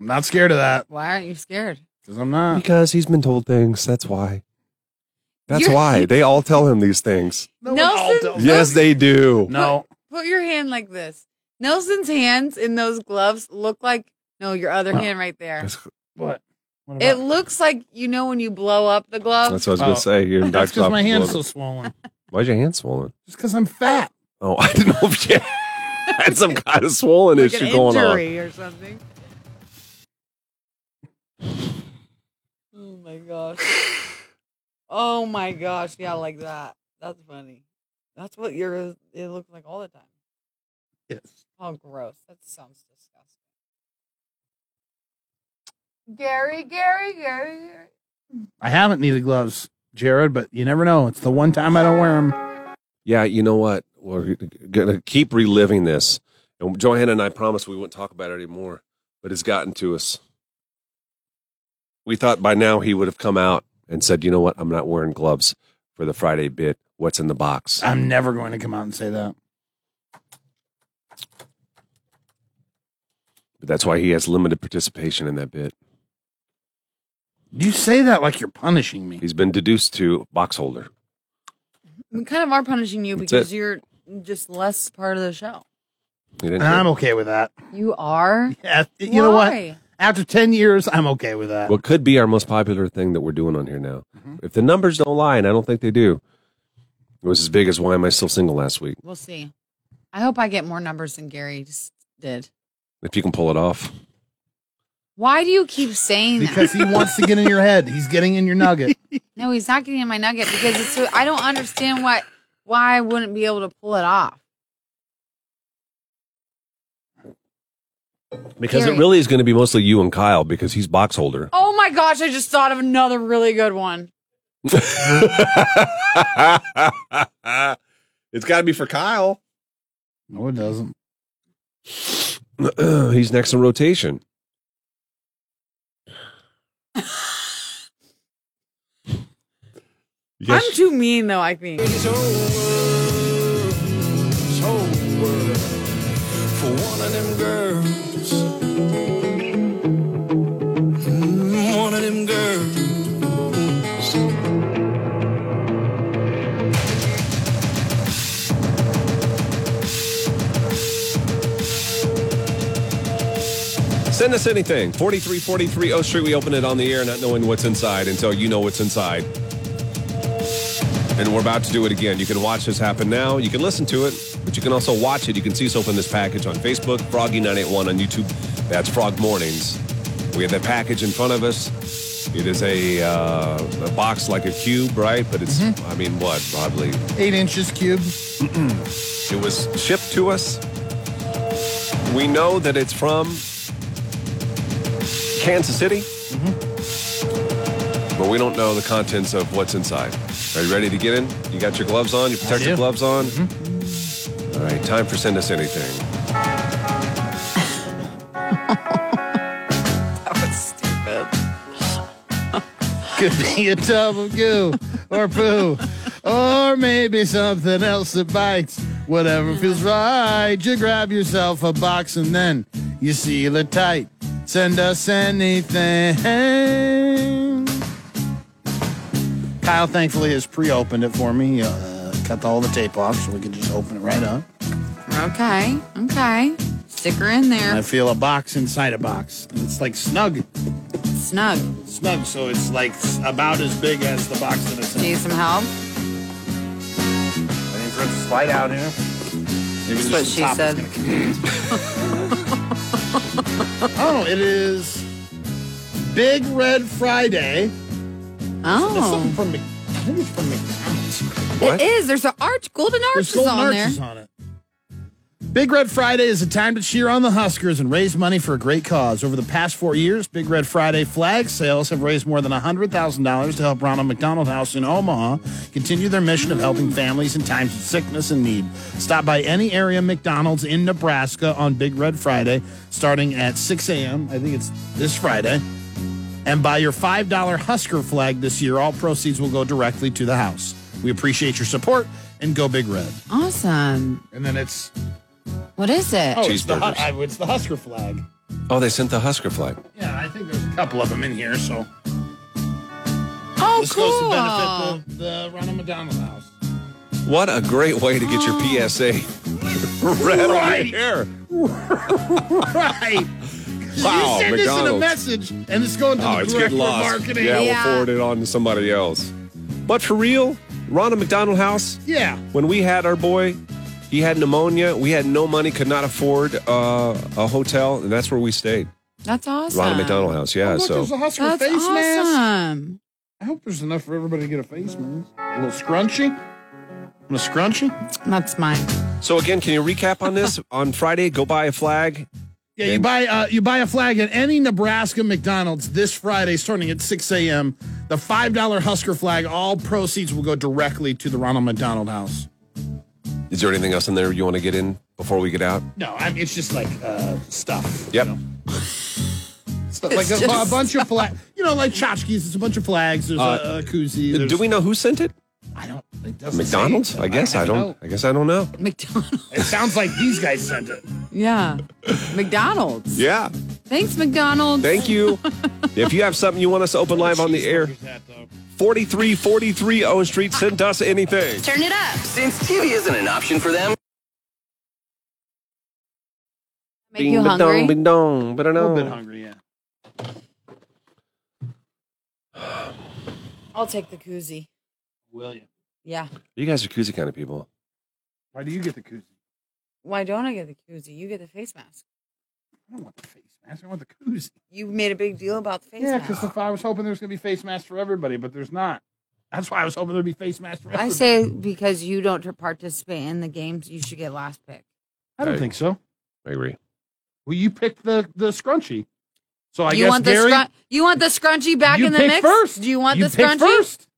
S3: I'm not scared of that
S2: Why aren't you scared?
S3: because I'm not.
S1: Because he's been told things. That's why. That's
S2: You're-
S1: why. They all tell him these things.
S3: one all
S2: Nelson-
S3: tells-
S1: Yes, they do.
S3: No.
S2: Put your hand like this. Nelson's hands in those gloves look like no, your other
S3: Oh.
S2: hand right there.
S1: That's,
S3: What? What
S2: It
S3: about-
S2: looks like you know when you blow up the glove.
S1: that's what I was going
S3: Oh.
S1: to say. Here,
S3: That's
S1: Dr.
S3: because my
S1: Topper's
S3: hand's so
S1: glove.
S3: swollen.
S1: Why's your hand swollen?
S3: Just because I'm fat.
S1: Oh, I didn't know if you had some kind of swollen
S2: like
S1: issue
S2: an
S1: going on.
S2: injury or something. Oh my gosh. Oh my gosh. Yeah, like that. That's funny. That's what your it looks like all the time.
S3: Yes.
S2: Oh, gross. That sounds disgusting. Gary, Gary, Gary, Gary.
S3: I haven't needed gloves, Jared, but you never know. It's the one time I don't wear them.
S1: Yeah, you know what? We're going to keep reliving this. And Johanna and I promised we wouldn't talk about it anymore, but it's gotten to us. We thought by now he would have come out and said, you know what? I'm not wearing gloves for the Friday bit. What's in the box?
S3: I'm never going to come out and say that.
S1: But that's why he has limited participation in that bit.
S3: You say that like you're punishing me.
S1: He's been deduced to box holder.
S2: We kind of are punishing you
S1: That's
S2: because
S1: it.
S2: you're just less part of the show.
S1: He didn't
S3: And I'm okay with that.
S2: You are.
S3: Yeah, you know what?
S2: Why?
S3: After 10 years, I'm okay with that.
S1: what could be our most popular thing that we're doing on here now.
S3: Mm-hmm.
S1: If the numbers don't lie, and I don't think they do, it was as big as why am I still single last week?
S2: We'll see. I hope I get more numbers than Gary just did.
S1: If you can pull it off.
S2: Why do you keep saying that?
S3: Because he wants to get in your head. He's getting in your nugget.
S2: No, he's not getting in my nugget because it's so, I don't understand why why I wouldn't be able to pull it off.
S1: Because
S2: Gary.
S1: it really is going to be mostly you and Kyle because he's box holder.
S2: Oh my gosh, I just thought of another really good one.
S3: Mm-hmm.
S1: it's got to be for Kyle.
S3: No, it doesn't.
S1: he's next in rotation. You guys-
S2: I'm too mean though, I think.
S1: Send us anything. 4343 O Street. We open it on the air, not knowing what's inside until you know what's inside. And we're about to do it again. You can watch this happen now. You can listen to it, but you can also watch it. You can see us open this package on Facebook, Froggy981 on YouTube. That's Frog Mornings. We have that package in front of us. It is a, uh, a box like a cube, right? But it's, I mean, what? Probably.
S3: Eight inches cube.
S1: It was shipped to us. We know that it's from Kansas City,
S3: Mm-hmm.
S1: but we don't know the contents of what's inside. Are you ready to get in? You got your gloves on? Your protective
S3: do.
S1: gloves on?
S3: Mm-hmm.
S1: All right, time for send us anything.
S3: Could be a tub of goo or poo. Or maybe something else that bites. Whatever feels right. You grab yourself a box and then you seal it tight. Send us anything. Kyle thankfully has pre-opened it for me. Uh, cut all the tape off so we can just open it right up.
S2: Okay. Okay. Stick her in
S3: And I
S2: there.
S3: feel a box inside a box. And it's like snug,
S2: Snug.
S3: snug. So it's like s- about as big as the box that it's in.
S2: Need some help?
S3: I think for it to slide out here. Maybe
S2: That's
S3: just
S2: what
S3: the
S2: she
S3: top is
S2: said.
S3: gonna come out. oh, it is Big Red Friday. That's
S2: Oh.
S3: something from Mc- I think it's from McDonald's.
S1: What?
S2: It is. There's an arch, golden
S3: There's
S2: arches
S3: golden
S2: on there.
S3: arches on it. Big Red Friday is a time to cheer on the Huskers and raise money for a great cause. Over the past four years, Big Red Friday flag sales have raised more than $100,000 to help Ronald McDonald House in Omaha continue their mission of helping families in times of sickness and need. Stop by any area McDonald's in Nebraska on Big Red Friday starting at 6 a.m. I think it's this Friday. And buy your $5 Husker flag this year. All proceeds will go directly to the house. We appreciate your support and go Big Red.
S2: Awesome.
S3: And then it's
S2: What is it?
S3: oh, it's the,
S1: Cheeseburgers.
S3: Hus- I- it's the Husker flag.
S1: Oh, they sent the Husker flag.
S3: Yeah, I think there's a couple of them in here. So
S2: Oh,
S3: this
S2: cool.
S3: goes to benefit the, the Ronald McDonald House.
S1: What a great way to get your PSA read on
S3: Right.
S1: the air.
S3: right.
S1: Wow,
S3: you
S1: McDonald's.
S3: send this in a message, and it's going to
S1: Oh,
S3: the
S1: it's
S3: director
S1: getting
S3: of
S1: lost.
S3: marketing.
S1: Yeah,
S2: Yeah.
S1: we'll forward it on to somebody else. But for real, Ronald McDonald House,
S3: Yeah.
S1: when we had our boy, he had pneumonia. We had no money, could not afford uh, a hotel, and that's where we stayed.
S2: That's awesome.
S1: Ronald McDonald House,
S3: Oh,
S1: yeah.
S3: look,
S1: Uh, So
S3: there's a Husker
S2: That's
S3: face mask.
S2: awesome.
S3: I hope there's enough for everybody to get a face mask. A little scrunchy. A little scrunchy.
S2: That's mine.
S1: so again, can you recap on this? on Friday, go buy a flag.
S3: Yeah, you buy uh, you buy a flag at any Nebraska McDonald's this Friday, starting at 6 a.m. The five dollar Husker flag. All proceeds will go directly to the Ronald McDonald House.
S1: Is there anything else in there you want to get in before we get out?
S3: No, I mean, it's just like uh, stuff.
S1: Yep.
S3: You know? Stuff, like a, a bunch of flags. You know, like tchotchkes. It's a bunch of flags. There's a, a koozie. There's,
S1: Uh, Do we know who sent it?
S3: I don't. It doesn't say.
S1: McDonald's? I guess I, don't.
S3: know.
S1: I guess I don't know.
S2: McDonald's.
S3: It sounds like these guys sent it.
S2: Yeah. McDonald's.
S1: Yeah.
S2: Thanks, McDonald's.
S1: Thank you. if you have something you want us to open live on the air, 4343 O Street,
S2: Ah.
S1: send us anything.
S8: Turn it up.
S4: Since TV isn't an option for them,
S2: Make you hungry.
S1: Bing dong, but I
S3: A little bit
S1: know.
S3: hungry. Yeah.
S2: I'll take the koozie.
S3: Will you?
S2: Yeah.
S1: You guys are koozie kind of people.
S3: Why do you get the koozie?
S2: Why don't I get the koozie? You get the face mask.
S3: I don't want the face mask. I want the koozie.
S2: You made a big deal about the face
S3: yeah,
S2: mask.
S3: because I was hoping there's gonna be face masks for everybody, but there's not. That's why I was hoping there'd be face masks for
S2: I
S3: everybody.
S2: say because you don't participate in the games, you should get last pick.
S3: I don't
S1: Hey.
S3: think so.
S1: I agree.
S3: Well, you picked the the scrunchie. So I
S2: you
S3: guess
S2: want
S3: Gary,
S2: the scrun- you want the scrunchie back
S3: you
S2: in the
S3: picked
S2: mix?
S3: First.
S2: Do you want the
S3: picked
S2: scrunchie?
S3: first?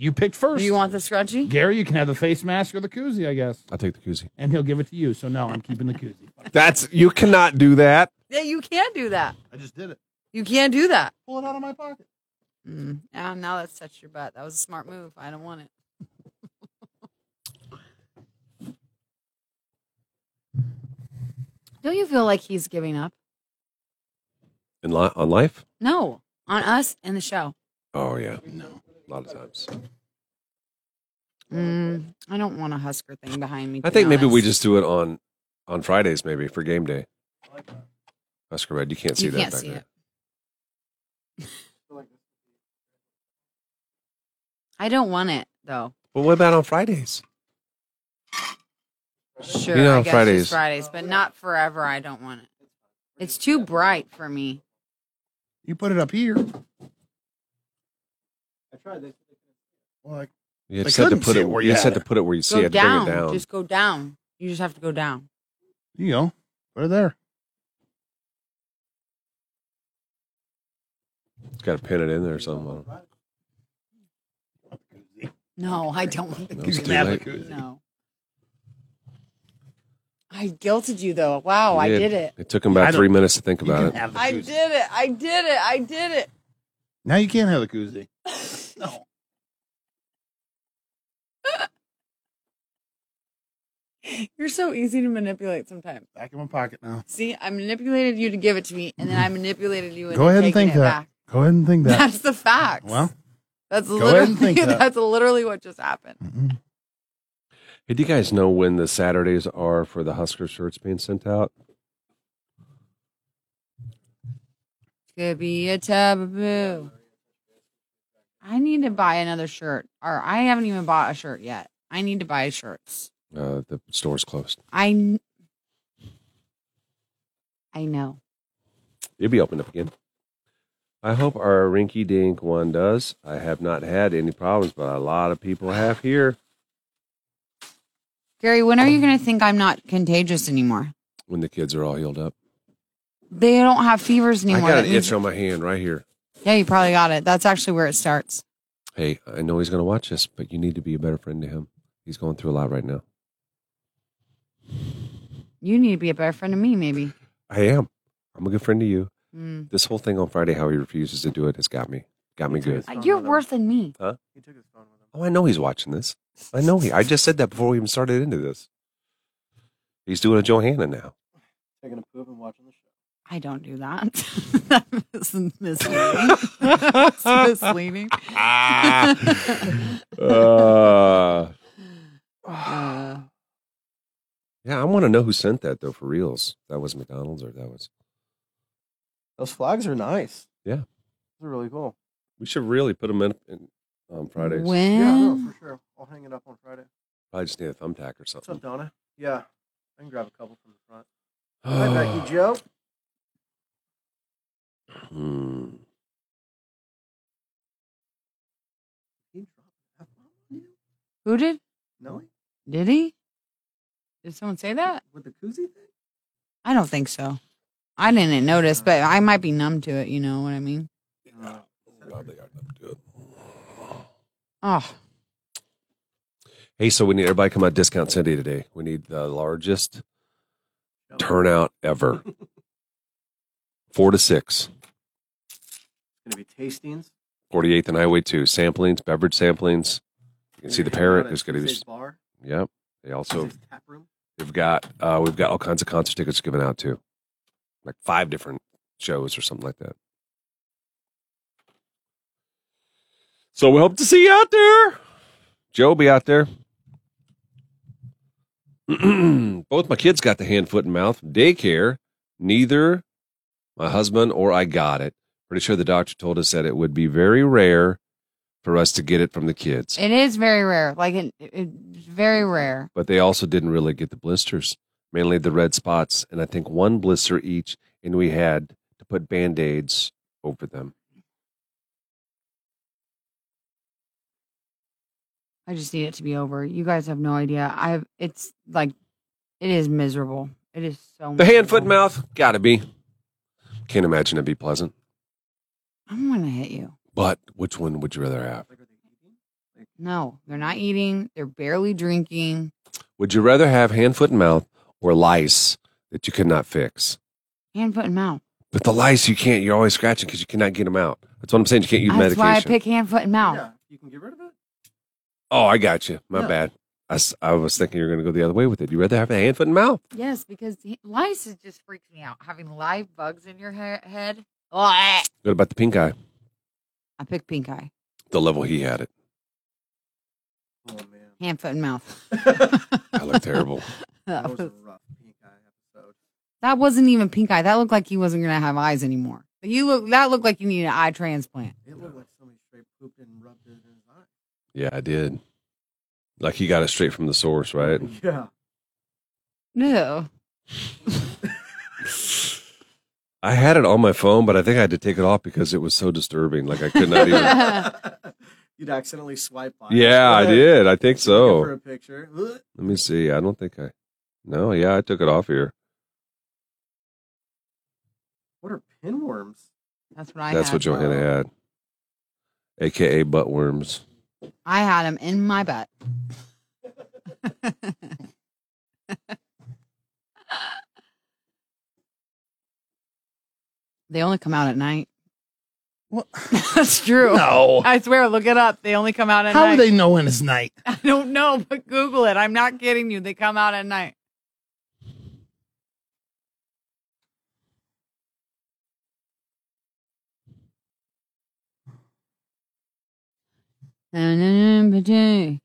S3: You picked first.
S2: Do you want the scrunchie?
S3: Gary? You can have the face mask or the koozie, I guess,
S1: I'll take the koozie.
S3: and he'll give it to you. So no, I'm keeping the koozie.
S1: That's you cannot do that.
S2: Yeah, you can't do that.
S3: I just did it.
S2: You can't do that.
S3: Pull it out of my pocket.
S2: Mm. Now, now that's touched your butt. That was a smart move. I don't want it. don't you feel like he's giving up?
S1: In li- on life?
S2: No, on us and the show.
S1: Oh yeah. No. A lot of times.
S2: Mm, I don't want a Husker thing behind me.
S1: I
S2: to
S1: think
S2: be
S1: maybe we
S2: honest.
S1: just do it on on Fridays maybe for game day. Oscar Red, you can't see
S2: you
S1: that
S2: can't
S1: back
S2: see
S1: there.
S2: it. I don't want it though.
S1: But what about on Fridays?
S2: Sure,
S1: You know,
S2: I guess
S1: Fridays.
S2: Fridays. Fridays, but not forever. I don't want it. It's too bright for me.
S3: You put it up here. I tried Well, I-
S1: You
S3: They
S1: just had to
S3: couldn't
S1: put
S3: see
S1: it,
S3: it where
S1: you
S3: you
S1: just
S3: had
S1: had to put it where you see
S2: go
S1: it to bring
S2: down.
S1: it down.
S2: Just go down. You just have to go down.
S3: you go. Put it there.
S1: Got to pin it in there or something.
S2: No, I don't want
S1: No,
S2: it.
S1: it's
S3: can
S1: too
S3: have
S1: late.
S3: the koozie.
S2: No. I guilted you though. Wow, Oh, I
S1: You
S2: did it.
S1: It took him
S3: I
S1: about
S3: don't-
S1: three minutes to think
S3: You can
S1: about it.
S3: have the
S2: I
S3: koozie.
S2: did it. I did it. I did it.
S3: Now you can't have the koozie. no.
S2: You're so easy to manipulate sometimes.
S3: Back in my pocket now.
S2: See, I manipulated you to give it to me, and then I manipulated you. into
S3: Go ahead and
S2: taking
S3: think
S2: it
S3: that.
S2: back.
S3: Go ahead and think that.
S2: That's the facts.
S3: well,
S2: That's
S3: ahead and
S2: literally
S3: think that.
S2: that's literally what just happened.
S1: Hey, do you guys know when the Saturdays are for the Husker shirts being sent out?
S2: Could be a taboo. I need to buy another shirt, or I haven't even bought a shirt yet. I need to buy shirts.
S1: Uh, the store's closed.
S2: I. kn- I know.
S1: It'll be opened up again. I hope our rinky dink one does. I have not had any problems, but a lot of people have here
S2: Gary, when are you going to think I'm not contagious anymore?
S1: when the kids are all healed up.
S2: They don't have fevers
S1: I
S2: anymore.
S1: got
S2: That
S1: an
S2: means-
S1: itch on my hand right here.
S2: yeah, you probably got it. That's actually where it starts.
S1: Hey, I know he's going to watch this, but you need to be a better friend to him. He's going through a lot right now.
S2: You need to be a better friend to me, maybe.
S1: I am. I'm a good friend to you.
S2: Mm.
S1: This whole thing on Friday, how he refuses to do it, has got me. Got me good.
S2: Uh, You're worse than me.
S1: Oh, I know he's watching this. I know he. I just said that before we even started into this. He's doing a Johanna now.
S9: Taking a poop and watching the show.
S2: I don't do that. that is misleading. That's misleading.
S1: Ah. Uh,
S2: Uh,
S1: yeah, I want to know who sent that though. For reals, that was McDonald's or that was.
S9: Those flags are nice.
S1: Yeah.
S9: They're really cool.
S1: We should really put them in, in on Fridays.
S9: Yeah, no,
S2: when?
S9: for sure. I'll hang it up on Friday.
S1: I just need a thumbtack or
S9: What's up,
S1: something.
S9: Donna? Yeah. I can grab a couple from the front.
S3: Uh,
S9: Hi, Becky Joe.
S1: Hmm.
S2: Who did?
S9: Nelly?
S2: Did he? Did someone say that?
S9: With the koozie thing?
S2: I don't think so. I didn't notice, but I might be numb to it. You know what I mean?
S9: Uh,
S1: Probably got enough to do it.
S2: Oh,
S1: Hey, so we need everybody to come out discount Sunday today. We need the largest turnout ever. Four to six.
S9: It's going to be tastings.
S1: 48th and Highway 2. Samplings, beverage samplings. You can see the parrot. There's going to be,
S9: Tuesday's bar.
S1: yep. They also,
S9: Tuesday's tap room.
S1: they've got, uh, we've got all kinds of concert tickets given out too. Like five different shows or something like that. So we hope to see you out there. Joe will be out there. Both my kids got the hand, foot, and mouth. Daycare, neither my husband or I got it. Pretty sure the doctor told us that it would be very rare for us to get it from the kids.
S2: it is very rare. Like it, it, it's very rare.
S1: but they also didn't really get the blisters, mainly the red spots, and I think one blister each, and we had to put band aids over them.
S2: I just need it to be over. You guys have no idea. I have. It's like, it is miserable. It is so.
S1: The hand, foot,
S2: miserable.
S1: mouth, gotta be. Can't imagine it'd be pleasant.
S2: I'm gonna hit you.
S1: But which one would you rather have?
S2: No, they're not eating. They're barely drinking.
S1: Would you rather have hand, foot, and mouth or lice that you could not fix?
S2: Hand, foot, and mouth.
S1: But the lice you can't, you're always scratching because you cannot get them out. That's what I'm saying. You can't use
S2: That's
S1: medication.
S2: why I pick hand, foot, and mouth.
S9: Yeah, you can get rid of it.
S1: oh, I got you. My
S9: Yeah.
S1: bad. I, s- I was thinking you were going to go the other way with it. You rather have a hand, foot, and mouth?
S2: Yes, because he- lice is just freaks me out. Having live bugs in your he- head. Blah.
S1: What about the pink eye?
S2: I pick pink eye.
S1: The level he had it.
S9: Oh man,
S2: Hand, foot, and mouth.
S1: I look terrible.
S9: that
S2: that,
S9: was a
S2: was,
S9: rough pink eye episode.
S2: that wasn't even pink eye. That looked like he wasn't gonna have eyes anymore. You look. That looked like you needed an eye transplant.
S9: It looked like somebody straight pooped and rubbed it in his eye.
S1: Yeah, I did. Like he got it straight from the source, right?
S9: Yeah.
S2: No.
S1: I had it on my phone, but I think I had to take it off because it was so disturbing. Like I could not even.
S9: You'd accidentally swipe by.
S1: yeah, I did. I think
S3: oh.
S9: Looking For
S1: so.
S9: a picture.
S1: Let me see. I don't think I. No, yeah, I took it off here.
S9: What are pinworms?
S2: That's what I.
S1: That's
S2: had.
S1: what Johanna had, aka butt worms.
S2: I had him in my butt. they only come out at night.
S3: What?
S2: That's true.
S3: No.
S2: I swear, look it up. They only come out at
S3: How
S2: night.
S3: do they know when it's night?
S2: I don't know, but Google it. I'm not kidding you. They come out at night.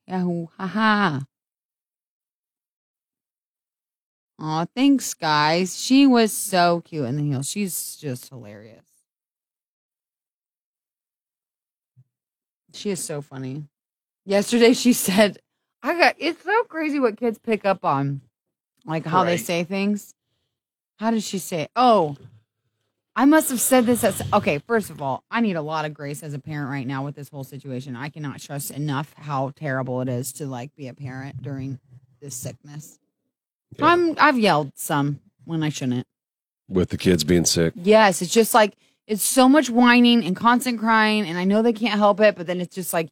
S2: Yahoo, ha ha. Aw, thanks, guys. She was so cute in the heels. She's just hilarious. She is so funny. Yesterday, she said, I got it's so crazy what kids pick up on, like how they
S11: Right.
S2: say things. How did she say? it? Oh, I must have said this. As, okay, first of all, I need a lot of grace as a parent right now with this whole situation. I cannot trust enough how terrible it is to like be a parent during this sickness. I'm I've yelled some when I shouldn't.
S1: with the kids being sick.
S2: Yes, it's just like it's so much whining and constant crying, and I know they can't help it, but then it's just like,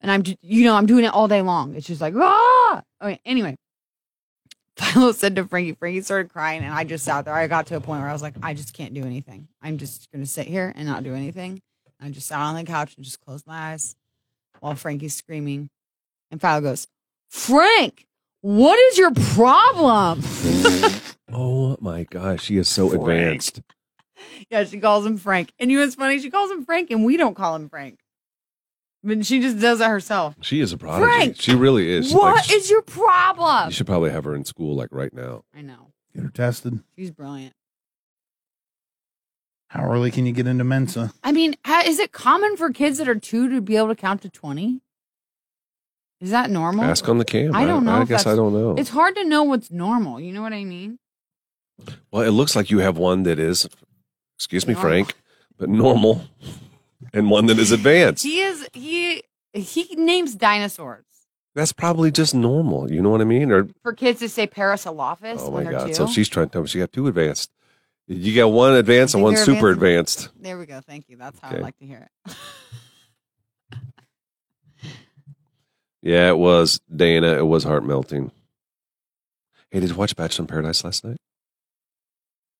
S2: and I'm ju- you know I'm doing it all day long. It's just like ah. Okay, anyway, Philo said to Frankie, Frankie started crying, and I just sat there. I got to a point where I was like, I just can't do anything. I'm just gonna sit here and not do anything. I just sat on the couch and just closed my eyes while Frankie's screaming, and Philo goes, Frank, what is your problem?
S1: Oh my gosh, she is so advanced.
S2: Yeah, she calls him Frank. And you know what's funny? She calls him Frank, and we don't call him Frank. But she just does it herself.
S1: She is a prodigy.
S2: Frank,
S1: she really is. She's
S2: What
S1: like,
S2: is your problem?
S1: you should probably have her in school like right now.
S2: I know.
S3: Get her tested.
S2: She's brilliant.
S3: How early can you get into Mensa?
S2: I mean, ha- is it common for kids that are two to be able to count to 20? Is that normal?
S1: Ask on the cam.
S2: I don't know.
S1: I,
S2: if
S1: guess I
S2: that's-
S1: don't know.
S2: It's hard to know what's normal. You know what I mean?
S1: Well, it looks like you have one that is, excuse me,
S2: Normal.
S1: Frank, but normal, and one that is advanced.
S2: He is, he, he names dinosaurs.
S1: That's probably just normal. You know what I mean? Or
S2: For kids to say Parasaurolophus
S1: oh my
S2: when they're
S1: god!
S2: two.
S1: So she's trying to tell me she got two advanced. You got one advanced and
S2: I
S1: one
S2: think they're
S1: super advanced.
S2: there we go. Thank you. That's how
S1: Okay.
S2: I like to hear it.
S1: Yeah, it was Dana. It was heart melting. Hey, did you watch Bachelor in Paradise last night?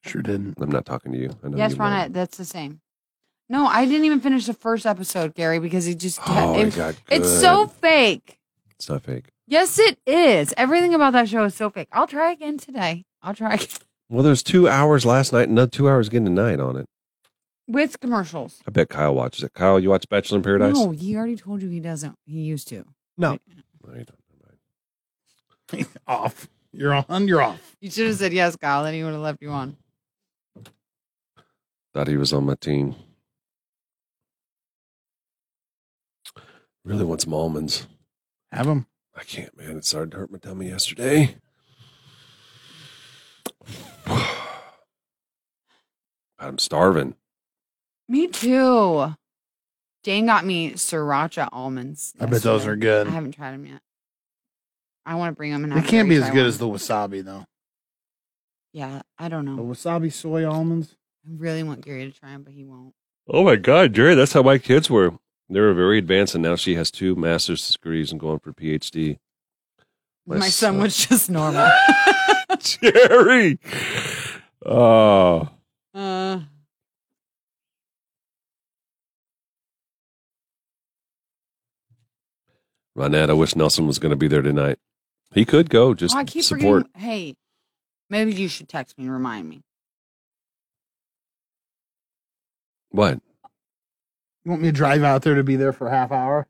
S3: Sure didn't.
S1: I'm not talking to you. I know
S2: Yes,
S1: you won't.
S2: Ronette, that's the same. No, I didn't even finish the first episode, Gary, because it just
S1: Oh, it
S2: it-
S1: got
S2: it's so fake.
S1: It's not fake.
S2: Yes, it is. Everything about that show is so fake. I'll try again today. I'll try again.
S1: Well, there's two hours last night, and another two hours again tonight on it.
S2: with commercials.
S1: I bet Kyle watches it. Kyle, you watch Bachelor in Paradise?
S2: No, he already told you he doesn't. He used to.
S1: No.
S3: off. You're on. You're off.
S2: You should have said yes, Kyle. Then he would have left you on.
S1: Thought he was on my team. Really want some almonds.
S3: Have them.
S1: I can't, man. It started to hurt my tummy yesterday. I'm starving.
S2: Me too. Jane got me sriracha almonds.
S3: I bet those
S2: yesterday.
S3: are good.
S2: I haven't tried them yet. I want to bring them. And
S3: It
S2: have
S3: can't be
S2: Gary
S3: as
S2: try
S3: good
S2: one.
S3: as the wasabi though.
S2: Yeah, I don't
S3: The
S2: know.
S3: wasabi soy almonds.
S2: I really want Gary to try them, but he won't.
S1: Oh my God, Jerry, that's how my kids were. They were very advanced, and now she has two master's degrees and going for PhD.
S2: My, son,
S1: uh,
S2: was just normal.
S1: Jerry. Oh.
S2: uh,
S1: Ronette, I wish Nelson was going to be there tonight. He could go, just
S2: oh, I keep
S1: support.
S2: forgetting. Hey, maybe you should text me and remind me.
S1: What?
S3: You want me to drive out there to be there for a half hour?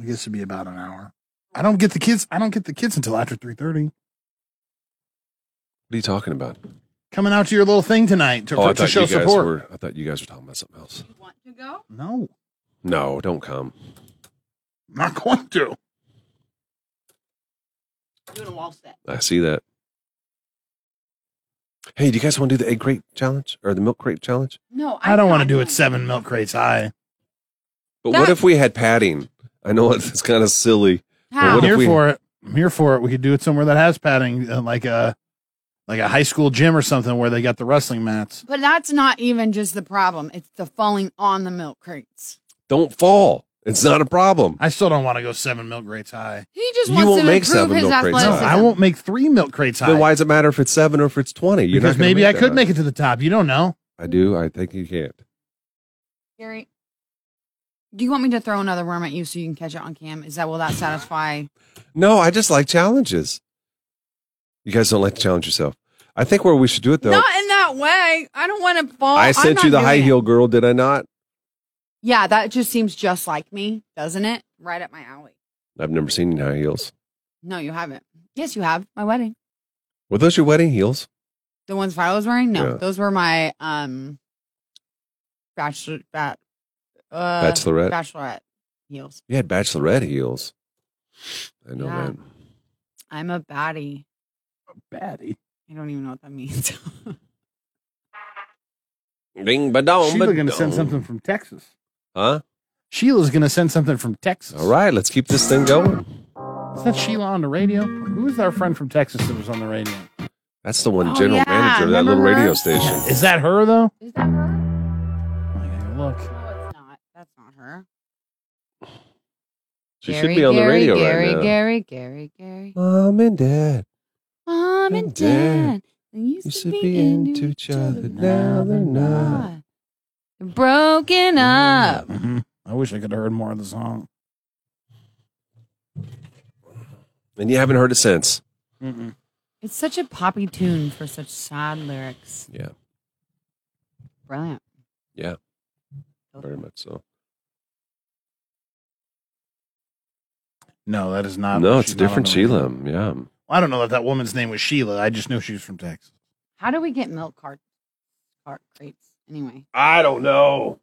S3: I guess it'd be about an hour. I don't get the kids. I don't get the kids until after three thirty.
S1: What are you talking about?
S3: Coming out to your little thing tonight to,
S1: Oh, I
S3: to
S1: thought
S3: show
S1: you guys
S3: support.
S1: were. I thought you guys were talking about something else.
S3: No,
S1: No, don't come.
S3: not going to.
S2: Doing a wall set.
S1: I see that. Hey, do you guys want to do the egg crate challenge or the milk crate challenge?
S2: No,
S3: I don't want to do it seven milk crates high.
S1: But
S3: That-
S1: what if we had padding? I know it's kind of silly. but
S3: I'm
S1: What if
S3: here
S1: we,
S3: for it. I'm here for it. We could do it somewhere that has padding, uh, like a like a high school gym or something where they got the wrestling mats.
S2: But that's not even just the problem. It's the falling on the milk crates.
S1: Don't fall. It's not a problem.
S3: I still don't want to go seven milk crates high.
S2: He just
S1: You
S2: wants
S1: won't
S2: to
S1: make
S2: improve
S1: seven
S2: his
S1: milk crates.
S2: athleticism.
S1: No,
S3: I won't make three milk crates high.
S1: Then why does it matter if it's seven or if it's twenty? You're
S3: because
S1: not gonna
S3: maybe I
S1: make that
S3: could
S1: up.
S3: make it to the top. You don't know.
S1: I do. I think you can't.
S2: Gary, do you want me to throw another worm at you so you can catch it on cam? Is that will that satisfy?
S1: No, I just like challenges. You guys don't like to challenge yourself. I think where we should do it though.
S2: Not in that way. I don't want to fall.
S1: I
S2: I'm
S1: sent
S2: not
S1: you the
S2: doing
S1: high
S2: it.
S1: heel girl, did I not?
S2: Yeah, that just seems just like me, doesn't it? Right up my alley.
S1: I've never seen you in high heels.
S2: No, you haven't. Yes, you have. My wedding.
S1: Were those your wedding heels?
S2: The ones Viola was wearing? No,
S1: Yeah.
S2: those were my um bachelor bat, uh,
S1: Bachelorette?
S2: bachelorette heels.
S1: You had bachelorette heels. I know
S2: Yeah.
S1: that.
S2: I'm a baddie.
S3: Baddie.
S2: I don't even know what that means.
S1: Bing, ba dong,
S3: Sheila gonna send something from Texas.
S1: Huh?
S3: Sheila's gonna send something from Texas.
S1: All right, let's keep this thing going.
S3: Is that Sheila on the radio? Who is our friend from Texas that was on the radio?
S1: That's the one
S3: Oh,
S1: general
S3: yeah,
S1: manager of that little
S3: remember her?
S1: radio station.
S3: Is that her though?
S2: Is that her?
S3: Look.
S2: No, it's not. That's not her.
S1: She should be on the radio
S2: Gary,
S1: right now.
S2: Gary, Gary, Gary.
S1: Mom and dad.
S2: Mom and dad. They used,
S1: Used
S2: to be,
S1: into each other. Now they're not. Mm.
S2: broken up.
S1: Mm-hmm.
S3: Mhm. I wish I could have heard more of the song.
S1: And you haven't heard it since.
S3: Mm-mm.
S2: It's such a poppy tune for such sad lyrics.
S1: Yeah.
S2: Brilliant.
S1: Yeah. Very much so.
S3: No, that is not.
S1: no,
S3: Um, she's
S1: it's a
S3: not on
S1: different
S3: the radio.
S1: Sheila. Yeah.
S3: I don't know if that woman's name was Sheila. I just knew she was from Texas.
S2: How do we get milk cart, cart crates anyway?
S1: I don't know.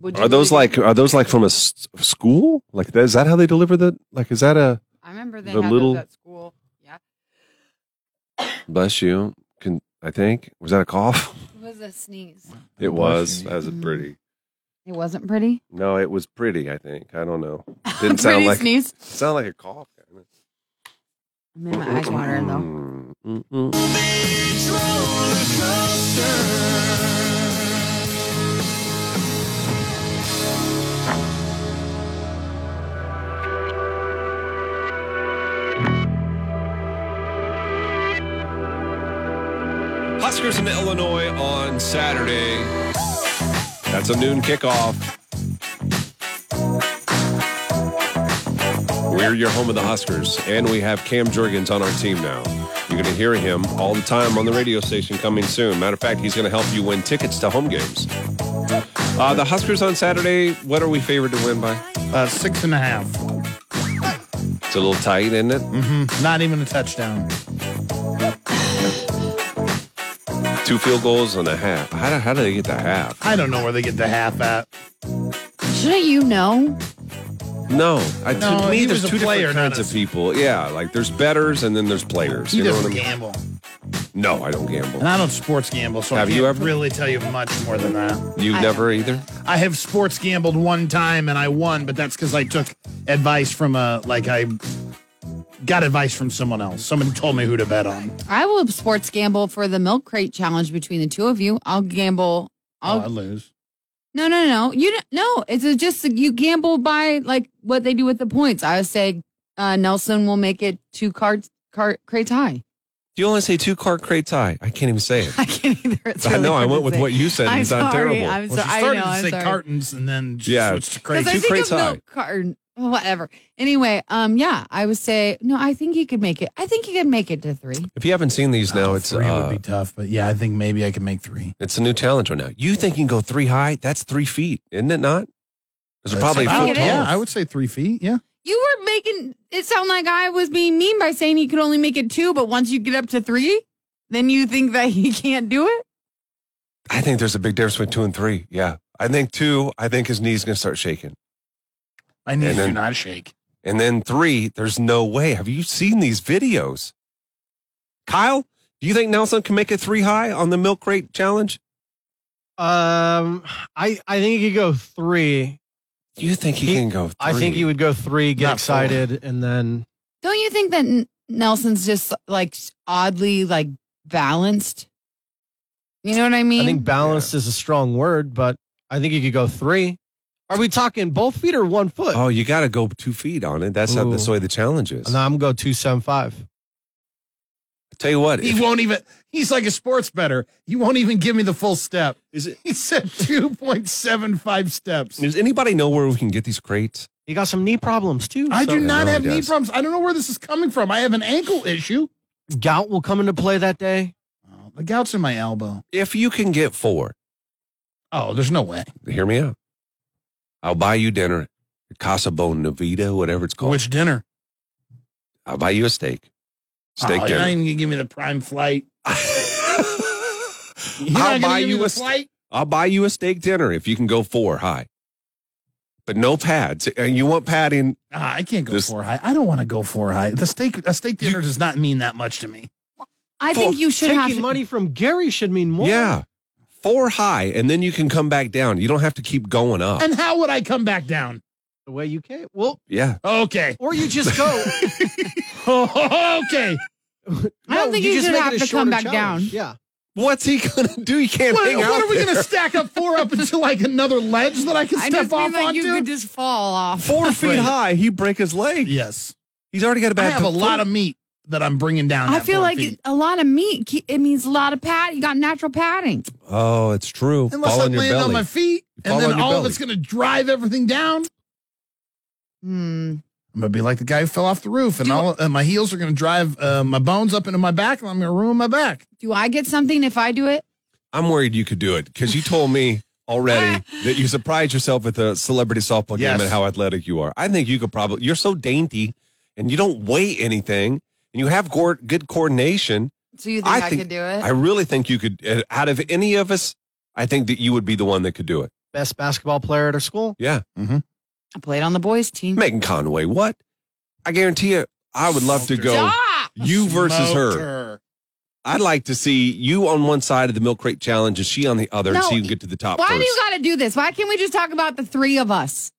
S2: Would
S1: Are those
S2: really-
S1: like are those like from a s- school? Like that, is that how they deliver the like is that a
S2: I remember they
S1: the
S2: had
S1: little-
S2: those at school. Yeah,
S1: bless you? Can I think was that a cough?
S2: it was a sneeze.
S1: It was. That was a pretty.
S2: It wasn't pretty.
S1: No, it was pretty. I think I don't know. Didn't sound
S2: Pretty
S1: like
S2: sneeze.
S1: Sound like a cough.
S2: I'm in my eyes watering though.
S1: Huskers in Illinois on Saturday. That's a noon kickoff. We're your home of the Huskers, and we have Cam Jurgens on our team now. You're going to hear him all the time on the radio station coming soon. Matter of fact, he's going to help you win tickets to home games. Uh, the Huskers on Saturday, what are we favored to win by?
S3: Uh, six and a half.
S1: It's a little tight, isn't it?
S3: Mm-hmm. Not even a touchdown.
S1: Two field goals and a half. How do, how do they get the half?
S3: I don't know where they get the half at.
S1: Mm.
S2: Shouldn't you know?
S1: No, I,
S3: No,
S1: to me,
S3: he
S1: there's
S3: was a
S1: two
S3: player,
S1: different kinds of people. Yeah, like there's betters and then there's players.
S3: He
S1: you know what I
S3: doesn't
S1: mean?
S3: gamble,
S1: No, I don't gamble.
S3: and I don't sports gamble, so
S1: Have
S3: I can't
S1: you ever?
S3: really tell you much more than that.
S1: You've
S3: I
S1: never either.
S3: I have sports gambled one time and I won, but that's because I took advice from a like I got advice from someone else. Someone told me who to bet on.
S2: I will sports gamble for the milk crate challenge between the two of you. I'll gamble.
S3: Oh,
S2: I'll
S3: I lose.
S2: No, no, no. You don't, no. It's a- just you gamble by like what they do with the points. I would say uh, Nelson will make it two cards, card crates high.
S1: You only say two card crate tie. I can't even say it.
S2: I can't either. It's
S1: I
S2: really
S1: know. I
S2: hard
S1: went
S2: to
S1: with
S2: say.
S1: what you said.
S2: I'm
S1: and it sounded
S2: sorry.
S1: terrible.
S2: I'm
S3: Well,
S2: sorry.
S3: she started
S2: I know.
S3: to
S2: I'm
S3: say
S2: sorry.
S3: cartons and then she
S1: Yeah.
S3: switched to
S2: Because
S3: crates.
S2: I
S1: Two
S2: think
S1: crates
S2: of
S1: high.
S2: milk carton, whatever. Anyway, um, yeah, I would say no. I think he could make it. I think he could make it to three.
S1: If you haven't seen these now, it's
S3: Oh, Three would
S1: uh,
S3: be tough, but yeah, I think maybe I can make three.
S1: it's a new challenge right now. You think you can go three high? That's three feet, isn't it? Not? It's probably
S2: I
S1: four
S2: think
S1: tall.
S2: it is.
S3: yeah, I would say three feet. Yeah.
S2: You were making it sound like I was being mean by saying he could only make it two, but once you get up to three, then you think that he can't do it.
S1: I think there's a big difference between two and three. Yeah, I think two. I think his knees gonna start shaking,
S3: My knees
S1: And then-
S3: do not shake.
S1: and then three. There's no way. Have you seen these videos, Kyle? Do you think Nelson can make it three high on the milk crate challenge?
S6: Um, I I think he could go three.
S1: You think he,
S6: He-
S1: can go? Three?
S6: I think he would go three, get
S3: Not four.
S6: excited, and then
S2: Don't you think that N- Nelson's just like oddly like balanced? You know what I mean?
S6: I think balanced is a strong word, but I think he could go three. Are we talking both feet or one foot?
S1: Oh, you got to go two feet on it. That's how
S6: Ooh.
S1: that's the way the challenge is.
S6: No, I'm gonna go two seven five.
S1: Tell you what,
S3: He
S1: if-
S3: won't even. He's like a sports better. He won't even give me the full step.
S1: Is it-
S3: He said two point seven five steps.
S1: does anybody know where we can get these crates?
S6: He got some knee problems too.
S3: I
S6: so
S3: do not
S1: really
S3: have knee
S1: does.
S3: problems. I don't know where this is coming from. I have an ankle issue.
S6: Gout will come into play that day.
S3: Well, The gout's in my elbow.
S1: If you can get four,
S3: Oh, there's no way.
S1: hear me out. I'll buy you dinner at Casa Bonavita, whatever it's called.
S3: Which dinner?
S1: I'll buy you a steak. Steak
S3: oh, you're
S1: dinner.
S3: not even gonna give me the prime flight. You're not
S1: I'll
S3: gonna
S1: buy
S3: give me
S1: you
S3: the
S1: a steak.
S3: flight.
S1: I'll buy you a steak dinner if you can go four high. But no pads. And you want padding.
S3: Ah, I can't go
S1: This-
S3: four high. I don't want to go four high. The steak, a steak dinner does not mean that much to me.
S2: I think you should
S6: Taking
S2: have.
S6: money from Gary should mean more.
S1: Yeah. Four high, and then you can come back down. You don't have to keep going up.
S3: And how would I come back down?
S6: The way you can. Well,
S1: yeah.
S3: Okay,
S6: or you just go.
S2: I
S3: okay.
S2: don't
S6: No,
S2: think you,
S6: just
S2: should
S6: make it
S2: have to
S6: a
S2: come
S6: shorter
S2: back
S6: challenge.
S2: down.
S6: Yeah.
S1: What's he gonna do? You can't
S3: What,
S1: hang
S3: what
S1: out
S3: are we
S1: there.
S3: gonna stack up four up into like another ledge that I can
S2: I
S3: step
S2: just mean
S3: off
S2: like
S3: onto?
S2: you could just fall off.
S1: Four feet high, he break his leg.
S3: yes,
S1: He's already got a
S3: I
S1: bad.
S3: have a lot of meat that I'm bringing down.
S2: I
S3: that
S2: feel
S3: four
S2: like
S3: feet.
S2: a lot of meat. ke- It means a lot of pad. You got natural padding.
S1: Oh, it's true.
S3: unless
S1: Fall
S3: I'm
S1: on your
S3: laying on
S1: belly.
S3: my feet,
S1: fall
S3: and then
S1: on your
S3: all of
S1: belly.
S3: it's gonna drive everything down.
S2: Hmm.
S3: I'm gonna be like the guy who fell off the roof, and all and my heels are gonna drive uh, my bones up into my back, and I'm gonna ruin my back.
S2: Do I get something if I do it?
S1: I'm worried you could do it because you told me already that you surprised yourself at the celebrity softball
S3: Yes.
S1: game and how athletic you are. I think you could probably. You're so dainty, and you don't weigh anything, and you have gor good coordination.
S2: So you think
S1: I
S2: I,
S1: think-
S2: could do it?
S1: I really think you could. uh, Out of any of us, I think that you would be the one that could do it.
S6: Best basketball player at our school.
S1: Yeah,
S2: Mm-hmm. I played on the boys team.
S1: Megan Conway. What? I guarantee you, I would love to
S3: Smoked her.
S1: go.
S2: Stop!
S1: You versus
S3: Smoked
S1: her. I'd like to see you on one side of the milk crate challenge and she on the other, and
S2: No,
S1: see who can get to the top
S2: Why
S1: first.
S2: do you got to do this? Why can't we just talk about the three of us?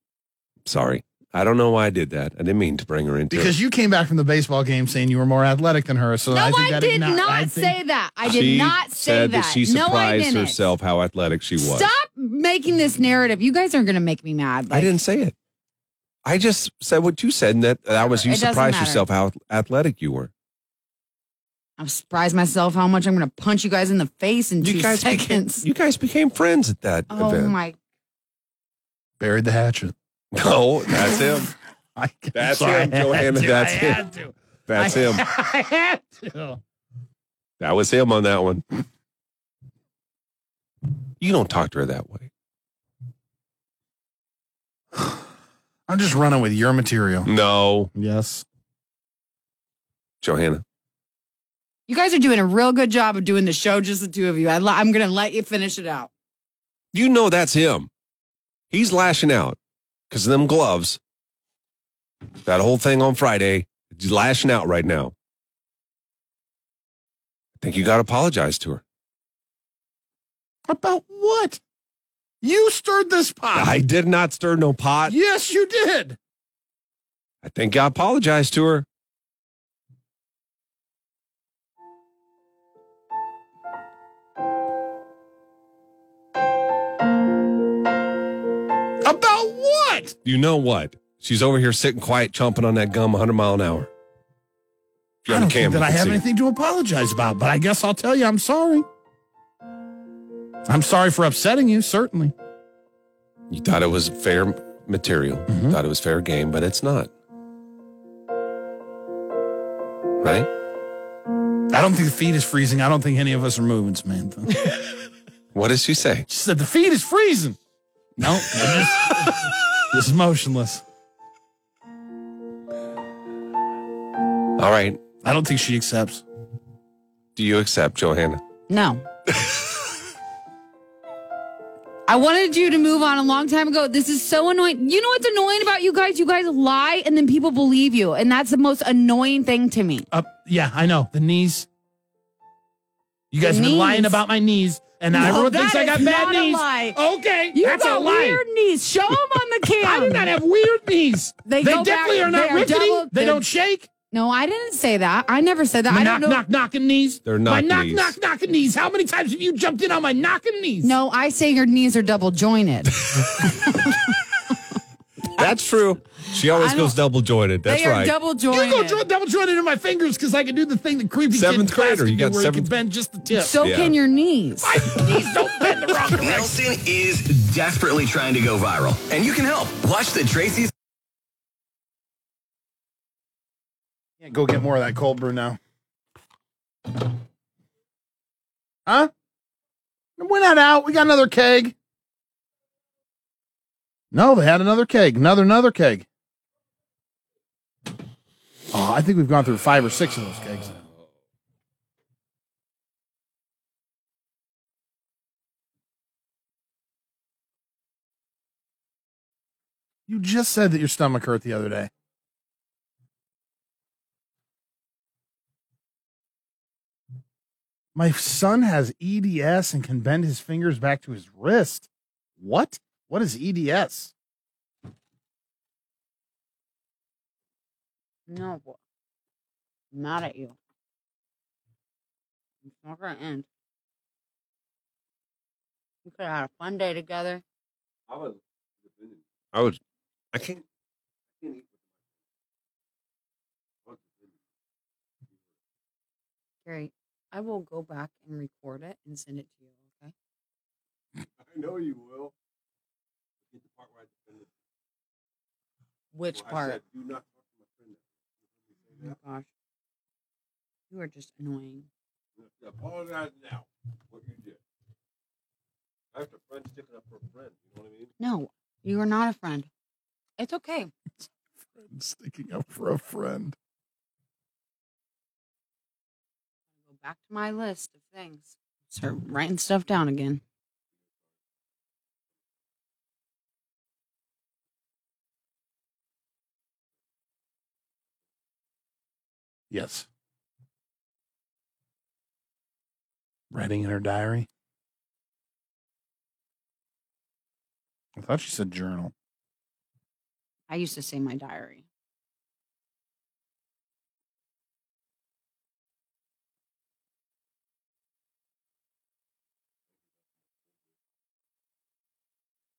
S1: Sorry, I don't know why I did that. I didn't mean to bring her into it.
S3: Because you came back from the baseball game saying you were more athletic than her. So
S2: no,
S3: I, think
S2: I,
S3: that
S2: did not,
S3: I think-
S2: say that. I did
S1: She
S2: not say
S1: said
S2: that.
S1: she
S2: no, I
S1: surprised
S2: didn't.
S1: herself how athletic she was.
S2: Stop making this narrative. You guys are going to make me mad.
S1: I didn't say it. I just said what you said, and that that was you
S2: It doesn't
S1: surprised
S2: matter.
S1: yourself how athletic you were.
S2: I'm surprised myself how much I'm going to punch you guys in the face in two
S1: You guys, became,
S2: seconds.
S1: you guys became friends at that
S2: oh
S1: event.
S2: my!
S3: buried the hatchet.
S1: No, that's him.
S3: I,
S1: That's
S3: so I
S1: him,
S3: had
S1: Johanna,
S3: to,
S1: that's
S3: I
S1: him.
S3: Had to.
S1: That's
S3: I,
S1: him.
S3: I had to.
S1: That was him on that one. You don't talk to her that way.
S3: I'm just running with your
S1: Mm.
S3: material.
S1: No,
S3: Yes.
S1: Johanna.
S2: You guys are doing a real good job of doing the show, just the two of you. I li- I'm going to let you finish it out.
S1: You know that's him. He's lashing out because of them gloves. That whole thing on Friday, he's lashing out right now. I think you got to apologize to her.
S3: About what? You stirred this pot.
S1: I did not stir no pot.
S3: yes, you did.
S1: I think I apologized to her.
S3: About what?
S1: You know what? She's over here sitting quiet, chomping on that gum 100 mile an hour. If you're
S3: I
S1: on
S3: don't
S1: camera,
S3: think that I
S1: you can
S3: have
S1: see it.
S3: anything to apologize about, but I guess I'll tell you I'm sorry. I'm sorry for upsetting you, certainly.
S1: You thought it was fair material,
S3: Mhm.
S1: thought it was fair game, but it's not. Right?
S3: I don't think the feed is freezing. I don't think any of us are moving, Samantha.
S1: What does she say?
S3: She said the feed is freezing. No, nope, just, just motionless.
S1: All right.
S3: I don't think she accepts.
S1: Do you accept, Johanna?
S2: No. I wanted you to move on a long time ago. This is so annoying. You know what's annoying about you guys? You guys lie and then people believe you. And that's the most annoying thing to me.
S3: Up, Uh, yeah, I know the knees. You guys
S2: The
S3: have been lying
S2: knees.
S3: about my knees, and now
S2: No,
S3: everyone
S2: that
S3: thinks I
S2: is
S3: got bad
S2: not a
S3: knees.
S2: lie.
S3: Okay,
S2: You
S3: that's
S2: got
S3: a lie.
S2: weird knees. Show them on the cam.
S3: I do not have weird knees.
S2: They go back-
S3: definitely
S2: they
S3: are not
S2: are
S3: rickety.
S2: double-
S3: they
S2: they're-
S3: don't shake.
S2: No, I didn't say that. I never said that.
S3: My
S2: I
S3: knock,
S2: don't know.
S3: knock, knocking knees.
S1: They're
S3: my
S1: knock
S3: knock,
S1: knees.
S3: knock, knocking knees. How many times have you jumped in on my knocking knees?
S2: No, I say your knees are double jointed.
S1: That's true. She always
S2: I
S1: goes
S2: don't-
S1: double jointed. That's
S2: they are
S1: right.
S2: double
S3: You
S2: jointed.
S3: go dr- double jointed into my fingers because I can do the thing that creepy kid in
S1: Seventh
S3: class
S1: grader,
S3: can
S1: you
S3: do
S1: got
S3: where he
S1: seventh-
S3: can bend just the tip.
S2: so
S1: Yeah.
S2: can your knees.
S3: My knees don't bend the wrong direction.
S4: Nelson is desperately trying to go viral, and you can help. Watch the Tracy's.
S3: Go get more of that cold brew now. Huh? We're not out. We got another keg. No, they had another keg. Another, another keg. Oh, I think we've gone through five or six of those kegs. now. You just said that your stomach hurt the other day. My son has EDS and can bend his fingers back to his wrist. What? What is E EDS?
S2: No, boy. I'm mad at you. It's not gonna end. We could have had a fun day together.
S9: I was.
S1: I would. I can't.
S2: Gary, I will go back and record it and send it to you. Okay.
S9: I know you will. Get the part where I defended.
S2: Which
S9: where I
S2: part?
S9: said, Do not talk to my friend.
S2: Oh my gosh, you are just annoying.
S9: You Apologize now. What you did. That's a friend sticking up for a friend. You know what I mean?
S2: No, you are not a friend. It's okay.
S3: Friend sticking up for a friend.
S2: Go back to my list of things. Start writing stuff down again.
S3: Yes. Writing in her diary. I thought she said journal.
S2: I used to say my diary.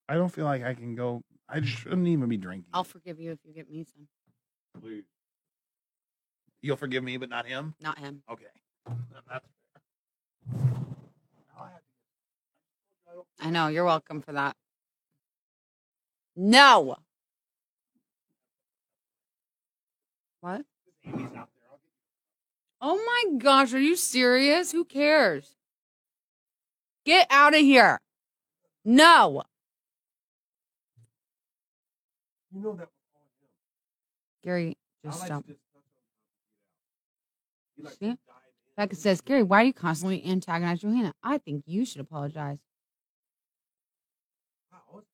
S3: I don't feel like I can go. I shouldn't even be drinking.
S2: I'll forgive you if you get me some.
S9: Please.
S3: You'll forgive me, but not him.
S2: Not him.
S3: Okay. That's
S2: I know. You're welcome for that. No. What? Oh my gosh, are you serious? Who cares? Get out of here. No.
S9: You know that.
S2: Gary, just
S9: I like
S2: stop.
S9: to just touch on He likes to
S2: See?
S9: dive in.
S2: Becca says, Gary, why are you constantly antagonizing Johanna? I think you should apologize.
S9: Wow, I was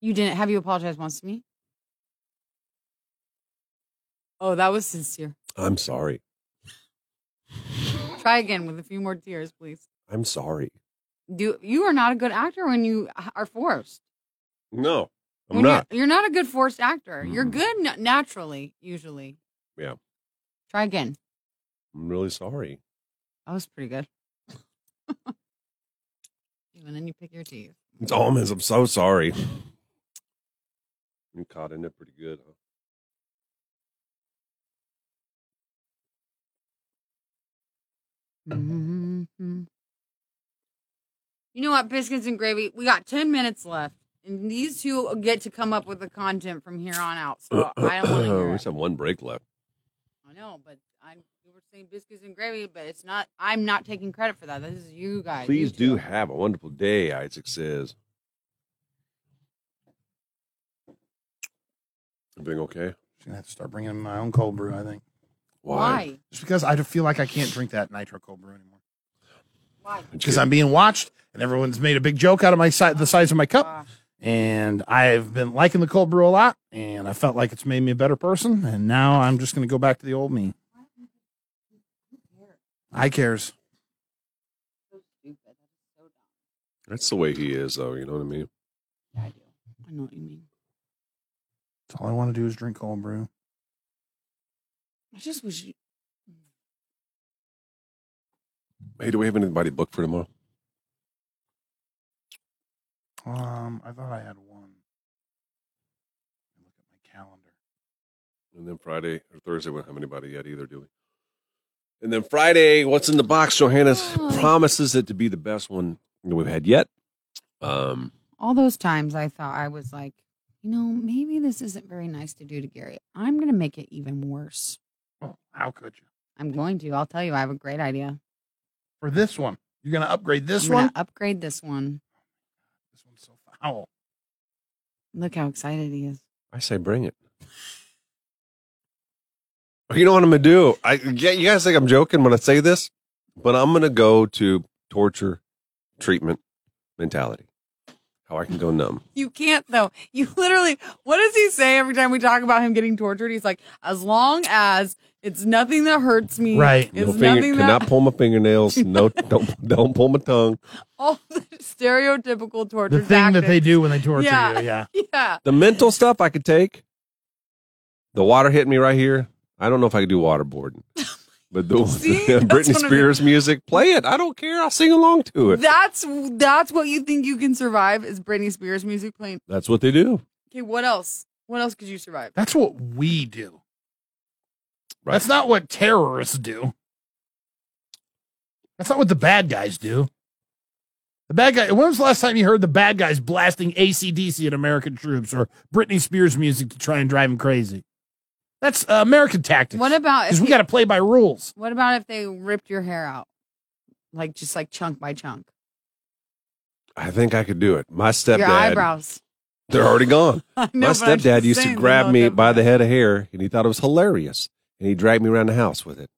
S2: You didn't. Have you apologized once to me? Oh, that was sincere.
S1: I'm sorry.
S2: Try again with a few more tears, please.
S1: I'm sorry.
S2: Do you are not a good actor when you are forced.
S1: No, I'm
S2: When
S1: not. Mm-hmm.
S2: You're, you're not a good forced actor. You're good na- naturally, usually.
S1: Yeah.
S2: Try again.
S1: I'm really sorry.
S2: That was pretty good. and then you pick your teeth.
S1: It's almost. I'm so sorry. You caught in it pretty good, huh?
S2: Mm-hmm. You know what, biscuits and gravy. We got ten minutes left, and these two get to come up with the content from here on out. So I don't want to
S1: we
S2: hear.
S1: just
S2: it.
S1: have one break left.
S2: I know, but I you were saying biscuits and gravy, but it's not. I'm not taking credit for that. This is you guys.
S1: Please
S2: you
S1: do
S2: two.
S1: have a wonderful day, Isaac says. Everything okay?
S3: I'm gonna have to start bringing in my own cold brew. I think
S2: Why?
S3: just because I feel like I can't drink that nitro cold brew anymore
S2: Why?
S3: because I'm being watched, and everyone's made a big joke out of my si- the size of my cup.
S2: Gosh.
S3: And I've been liking the cold brew a lot, and I felt like it's made me a better person. And now I'm just gonna go back to the old me. I cares.
S2: So stupid. That is so dumb.
S1: That's the way he is, though. You know what I mean?
S2: Yeah, I do. I know what you mean.
S3: That's all I want to do is drink cold brew.
S2: I just wish you.
S1: Hey, do we have anybody booked for tomorrow?
S3: Um, I thought I had one. Let me Look at my calendar.
S1: And then Friday or Thursday, we don't have anybody yet either, do we? And then Friday, what's in the box? Johannes
S2: Oh.
S1: promises it to be the best one that we've had yet. Um,
S2: all those times I thought I was like, you know, maybe this isn't very nice to do to Gary. I'm going to make it even worse.
S3: Oh, how could you?
S2: I'm going to. I'll tell you, I have a great idea.
S3: for this one. You're gonna upgrade this
S2: I'm
S3: one.
S2: gonna upgrade this one.
S3: This one's so foul.
S2: Look how excited he is.
S1: I say bring it. You know what I'm gonna do? I yeah, you guys think I'm joking when I say this, but I'm gonna go to torture treatment mentality. How I can go numb.
S2: You can't though. You literally. What does he say every time we talk about him getting tortured? He's like, as long as it's nothing that hurts me,
S3: Right.
S2: It's
S1: no finger,
S2: nothing that
S1: cannot pull my fingernails. No, don't don't pull my tongue.
S2: all the stereotypical torture.
S3: The thing that they do when they torture
S2: Yeah.
S3: you. Yeah.
S2: tactics. Yeah.
S1: The mental stuff I could take. The water hit me right here. I don't know if I could do waterboarding, but the
S2: See? That's
S1: Britney
S2: what I mean.
S1: Spears music, play it. I don't care. I'll sing along to it.
S2: That's that's what you think you can survive is Britney Spears music playing.
S1: That's what they do.
S2: Okay, what else? What else could you survive?
S3: That's what we do.
S1: Right.
S3: That's not what terrorists do. That's not what the bad guys do. The bad guy. When was the last time you heard the bad guys blasting ACDC at American troops or Britney Spears music to try and drive them crazy? That's uh, American tactics.
S2: What about
S3: Because
S2: if
S3: we
S2: he-
S3: got to play by rules.
S2: what about if they ripped your hair out, like just like chunk by chunk,
S1: I think I could do it. My stepdad.
S2: your eyebrows?
S1: They're already gone.
S2: I
S1: My
S2: know, but I'm
S1: stepdad
S2: just
S1: used to
S2: saying,
S1: grab
S2: though,
S1: me
S2: that-
S1: by the head of hair, and he thought it was hilarious, and he dragged me around the house with it,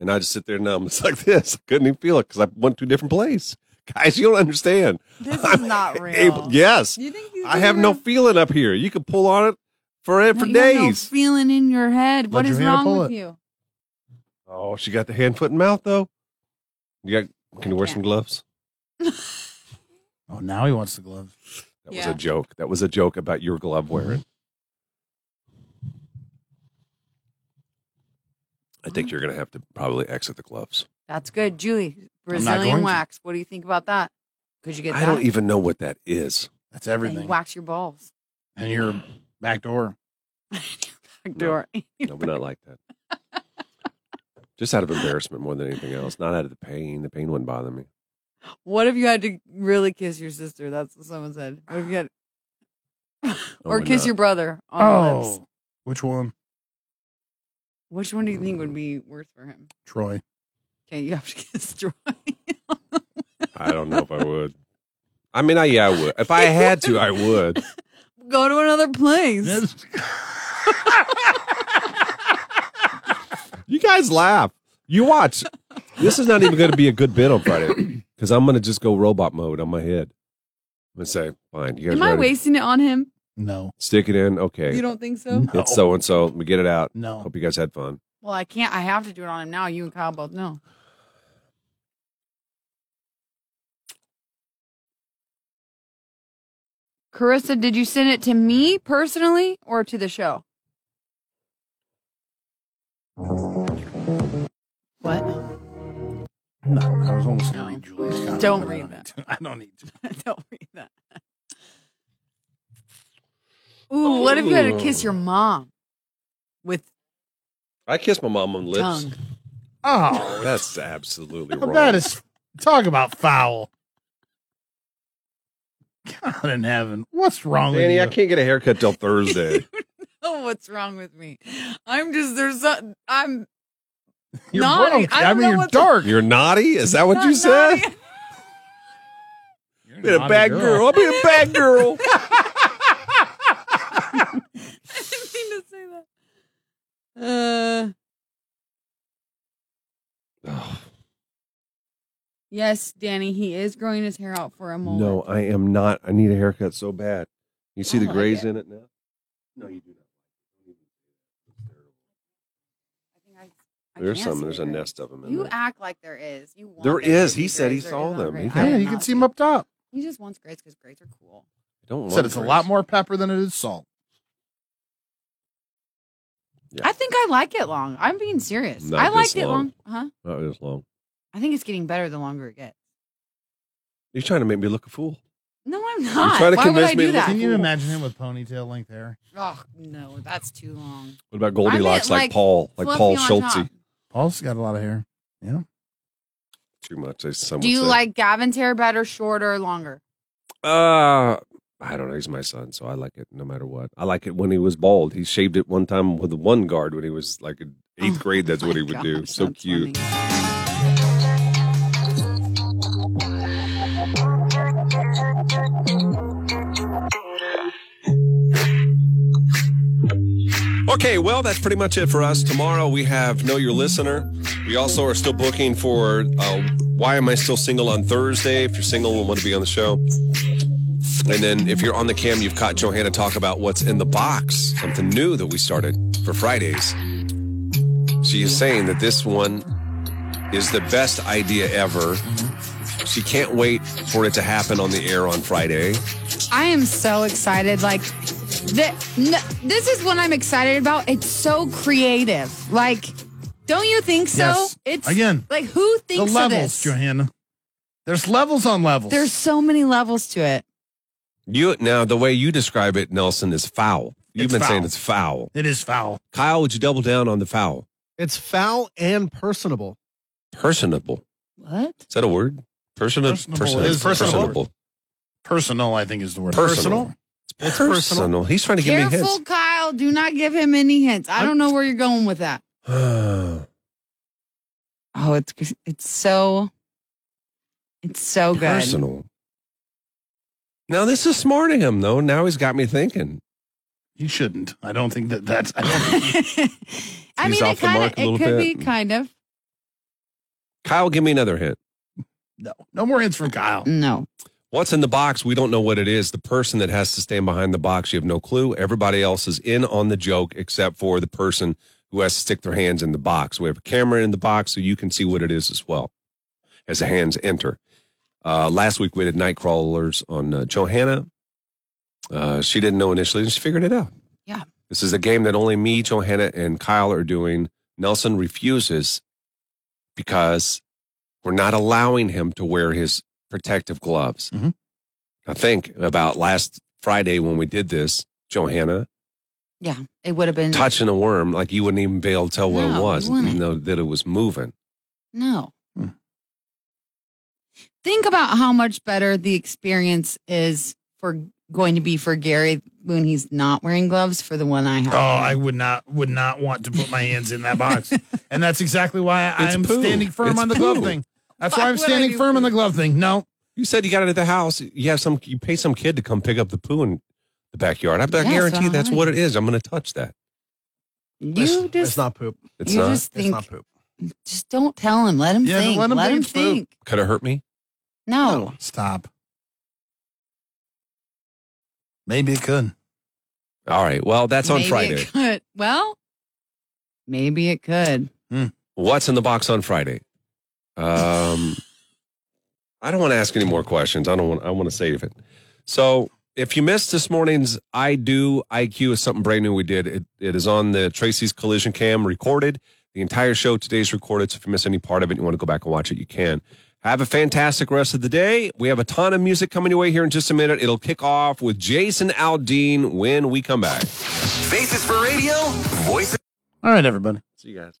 S1: and I just sit there numb. It's like this. I couldn't even feel it because I went to a different place. Guys, you don't understand.
S2: This is
S1: I'm
S2: not real.
S1: able- yes,
S2: You think you
S1: I have no feeling up here. You can pull on it for it for days.
S2: feeling in your head.
S3: Let
S2: what is
S3: Johanna
S2: wrong
S3: pull
S2: with
S3: it.
S2: you?
S1: oh, she got the hand, foot, and mouth though. You got? Can you wear some gloves?
S3: Oh, now he wants the glove.
S1: That
S2: Yeah.
S1: was a joke. That was a joke about your glove wearing. I think you're going to have to probably exit the gloves.
S2: That's good, Julie.
S3: not
S2: Brazilian
S3: going to.
S2: wax. What do you think about that? Could you get
S1: I
S2: that?
S1: don't even know what that is.
S3: That's
S2: Yeah, you
S3: everything.
S2: wax your balls.
S3: And your back door.
S2: Door.
S1: No, we're not like that. Just out of embarrassment more than anything else, not out of the pain. The pain wouldn't bother me.
S2: What if you had to really kiss your sister? That's what someone said. What if you had, or
S1: why
S2: kiss
S1: not?
S2: your brother on the lips?
S1: Oh.
S3: Oh. which one?
S2: Which one do you think would be worse for him?
S3: Troy.
S2: Okay, you have to kiss Troy.
S1: I don't know if I would. I mean, I, yeah, I would. If I had to, I would.
S2: Go to another place.
S1: You guys laugh. You watch. This is not even going to be a good bit on Friday because I'm going to just go robot mode on my head. I'm going to say, fine, you guys
S2: Am I
S1: ready?
S2: wasting it on him?
S3: no.
S1: Stick it in. Okay.
S2: You don't think so?
S1: It's so and so. We get it out.
S3: No.
S1: Hope you guys had fun.
S2: Well, I can't. I have to do it on him now. You and Kyle both know. Carissa, did you send it to me personally or to the show? What?
S3: No, I was almost going to read Julie's comment.
S2: Don't
S3: but I
S2: read
S3: need to. I don't need to.
S2: Don't read that. Ooh, what if you had to kiss your mom with
S1: I kissed my mom on the lips.
S2: tongue?
S3: Oh,
S1: That's absolutely
S3: Well,
S1: wrong.
S3: That is talk about foul. God in heaven, what's wrong
S1: Danny, I
S3: with you?
S1: can't get a haircut till Thursday.
S2: Oh, what's wrong with me? I'm just there's so, I'm
S3: You're
S2: Naughty.
S3: broke.
S2: I
S3: I,
S2: don't know
S3: mean, you're
S2: what to-
S3: dark.
S1: You're naughty? Is that what
S2: not
S1: you said?
S2: naughty.
S3: You're
S1: Be a
S3: naughty
S1: bad girl. I'll be a bad girl.
S2: I didn't mean to say that. Uh, yes, Danny, he is growing his hair out for a moment.
S1: no, I am not. I need a haircut so bad. You see
S2: I
S1: the
S2: like
S1: grays
S2: it.
S1: in it now? No, you do not.
S2: I think I- I
S1: There's
S2: can't
S1: some.
S2: see
S1: There's
S2: the
S1: a
S2: gray.
S1: nest of them in
S2: You
S1: there.
S2: act like there is. You want
S1: There
S2: there
S1: is.
S2: to
S1: He
S2: be
S1: said he
S2: grays. There
S1: saw
S2: is not
S1: them.
S2: gray.
S1: He
S2: I
S1: got-
S2: did
S3: Yeah, you
S2: not
S3: can
S2: see
S3: see him up top.
S2: He just wants grays because grays are cool.
S1: I don't
S3: Said
S1: love
S3: it's a
S1: grays.
S3: lot more pepper than it is salt.
S1: Yeah.
S2: I think I like it long. I'm being serious.
S1: Not
S2: I
S1: this
S2: liked it long.
S1: long.
S2: Huh?
S1: Not as Oh, long.
S2: I think it's getting better the longer it gets.
S1: You're trying to make me look a fool.
S2: No, I'm not.
S1: trying to
S2: Why would
S1: convince
S2: I
S1: me
S2: do
S1: to look
S2: that?
S1: at
S3: Can you imagine him with ponytail length hair?
S2: Oh no, that's too long.
S1: What about Goldilocks,
S2: I meant,
S1: like,
S2: like,
S1: Paul, like
S2: Fluffy
S1: Paul
S2: on
S1: Schultze?
S2: top.
S3: Paul's got a lot of hair.
S1: Too much. as some
S2: Do
S1: would
S2: you
S1: say.
S2: like Gavin's hair better, shorter, or longer?
S1: Uh, I don't know. He's my son, so I like it no matter what. I like it when he was bald. He shaved it one time with one guard when he was like in eighth grade. That's what he would do. So cute. Okay, well, that's pretty much it for us. Tomorrow we have Know Your Listener. We also are still booking for uh, Why Am I Still Single on Thursday if you're single and want to be on the show. And then if you're on the cam, you've caught Johanna talk about what's in the box, something new that we started for Fridays. She is saying that this one is the best idea ever. She can't wait for it to happen on the air on Friday.
S2: I am so excited. Like, th- n- this is what I'm excited about. It's so creative. Like, don't you think so?
S3: Yes.
S2: It's
S3: Again,
S2: like who
S3: The
S2: thinks of
S3: levels,
S2: this?
S3: Johanna. There's levels on levels.
S2: There's so many levels to it.
S1: You now the way you describe it, Nelson, is foul. You've
S3: It's
S1: been
S3: foul.
S1: saying it's foul.
S3: it is foul.
S1: Kyle, would you double down on the foul?
S6: It's foul and personable.
S1: Personable.
S2: What?
S1: Is that a word? Persona-
S3: Personable
S1: person-
S3: is-
S1: personable.
S3: Personal, I think, is the word.
S1: Personal.
S6: It's
S1: Personal.
S6: personal.
S1: He's trying to give me
S2: Careful,
S1: hints.
S2: Kyle. Do not give him any hints. I don't know where you're going with that. Oh, it's it's so it's so good.
S1: personal. Now this is smart of him, though. Now he's got me thinking.
S3: You shouldn't. I don't think that that's. I don't,
S2: I
S1: He's
S2: mean,
S1: off
S2: it
S1: the
S2: kind
S1: mark
S2: of
S1: a little
S2: it could
S1: bit.
S2: be kind of
S1: Kyle, give me another hint.
S3: no, no more hints from Kyle.
S2: no.
S1: What's in the box? We don't know what it is. The person that has to stand behind the box, you have no clue. Everybody else is in on the joke except for the person who has to stick their hands in the box. We have a camera in the box so you can see what it is as well as the hands enter. Uh, last week we did night crawlers on uh, Johanna. Uh, she didn't know initially, and she figured it out.
S2: Yeah.
S1: This is a game that only me, Johanna, and Kyle are doing. Nelson refuses because we're not allowing him to wear his protective gloves.
S3: Mhm.
S1: I think about last Friday when we did this, Johanna,
S2: Yeah, it would have been
S1: touching a worm, like you wouldn't even be able to tell what it
S2: Mm. No,
S1: was,
S2: you wouldn't.
S1: even though that it was moving.
S2: no.
S3: Hmm.
S2: Think about how much better the experience is for going to be for Gary when he's not wearing gloves for the one I have.
S3: Oh, I would not would not want to put my hands in that box, and that's exactly why I
S1: It's
S3: am
S1: poo.
S3: standing firm
S1: It's
S3: on the
S1: poo.
S3: glove thing. That's why
S2: Why
S3: I'm
S2: would I
S3: standing
S2: do
S3: firm on
S2: poo?
S3: the glove thing. No,
S1: You said you got it at the house. You have some, you pay some kid to come pick up the poo in the backyard. I, bet
S2: Yeah,
S1: guarantee
S2: so
S1: that's
S2: I-
S1: what it is. I'm going to touch that.
S2: you
S6: it's,
S2: just
S6: it's not poop.
S1: It's uh,
S2: you
S1: not.
S2: just
S6: It's
S2: think
S6: not poop.
S2: just don't tell him. Let him
S3: Yeah, don't
S2: think.
S3: let
S2: Let
S3: him
S2: him,
S3: think it's poop.
S2: think.
S1: Could it hurt me?
S2: No.
S3: stop. Maybe it could.
S1: All right. Well, that's on
S2: Maybe
S1: Friday.
S2: It could. Well, maybe it could.
S1: What's in the box on Friday? Um, I don't want to ask any more questions. I don't want. I want to save it. So, if you missed this morning's I Do IQ is something brand new we did. It, it is on the Tracy's Collision Cam recorded. The entire show today's recorded. So, if you miss any part of it, and you want to go back and watch it, you can. Have a fantastic rest of the day. We have a ton of music coming your way here in just a minute. It'll kick off with Jason Aldean when we come back.
S4: Faces for radio, voices.
S3: All right, everybody.
S1: See you guys.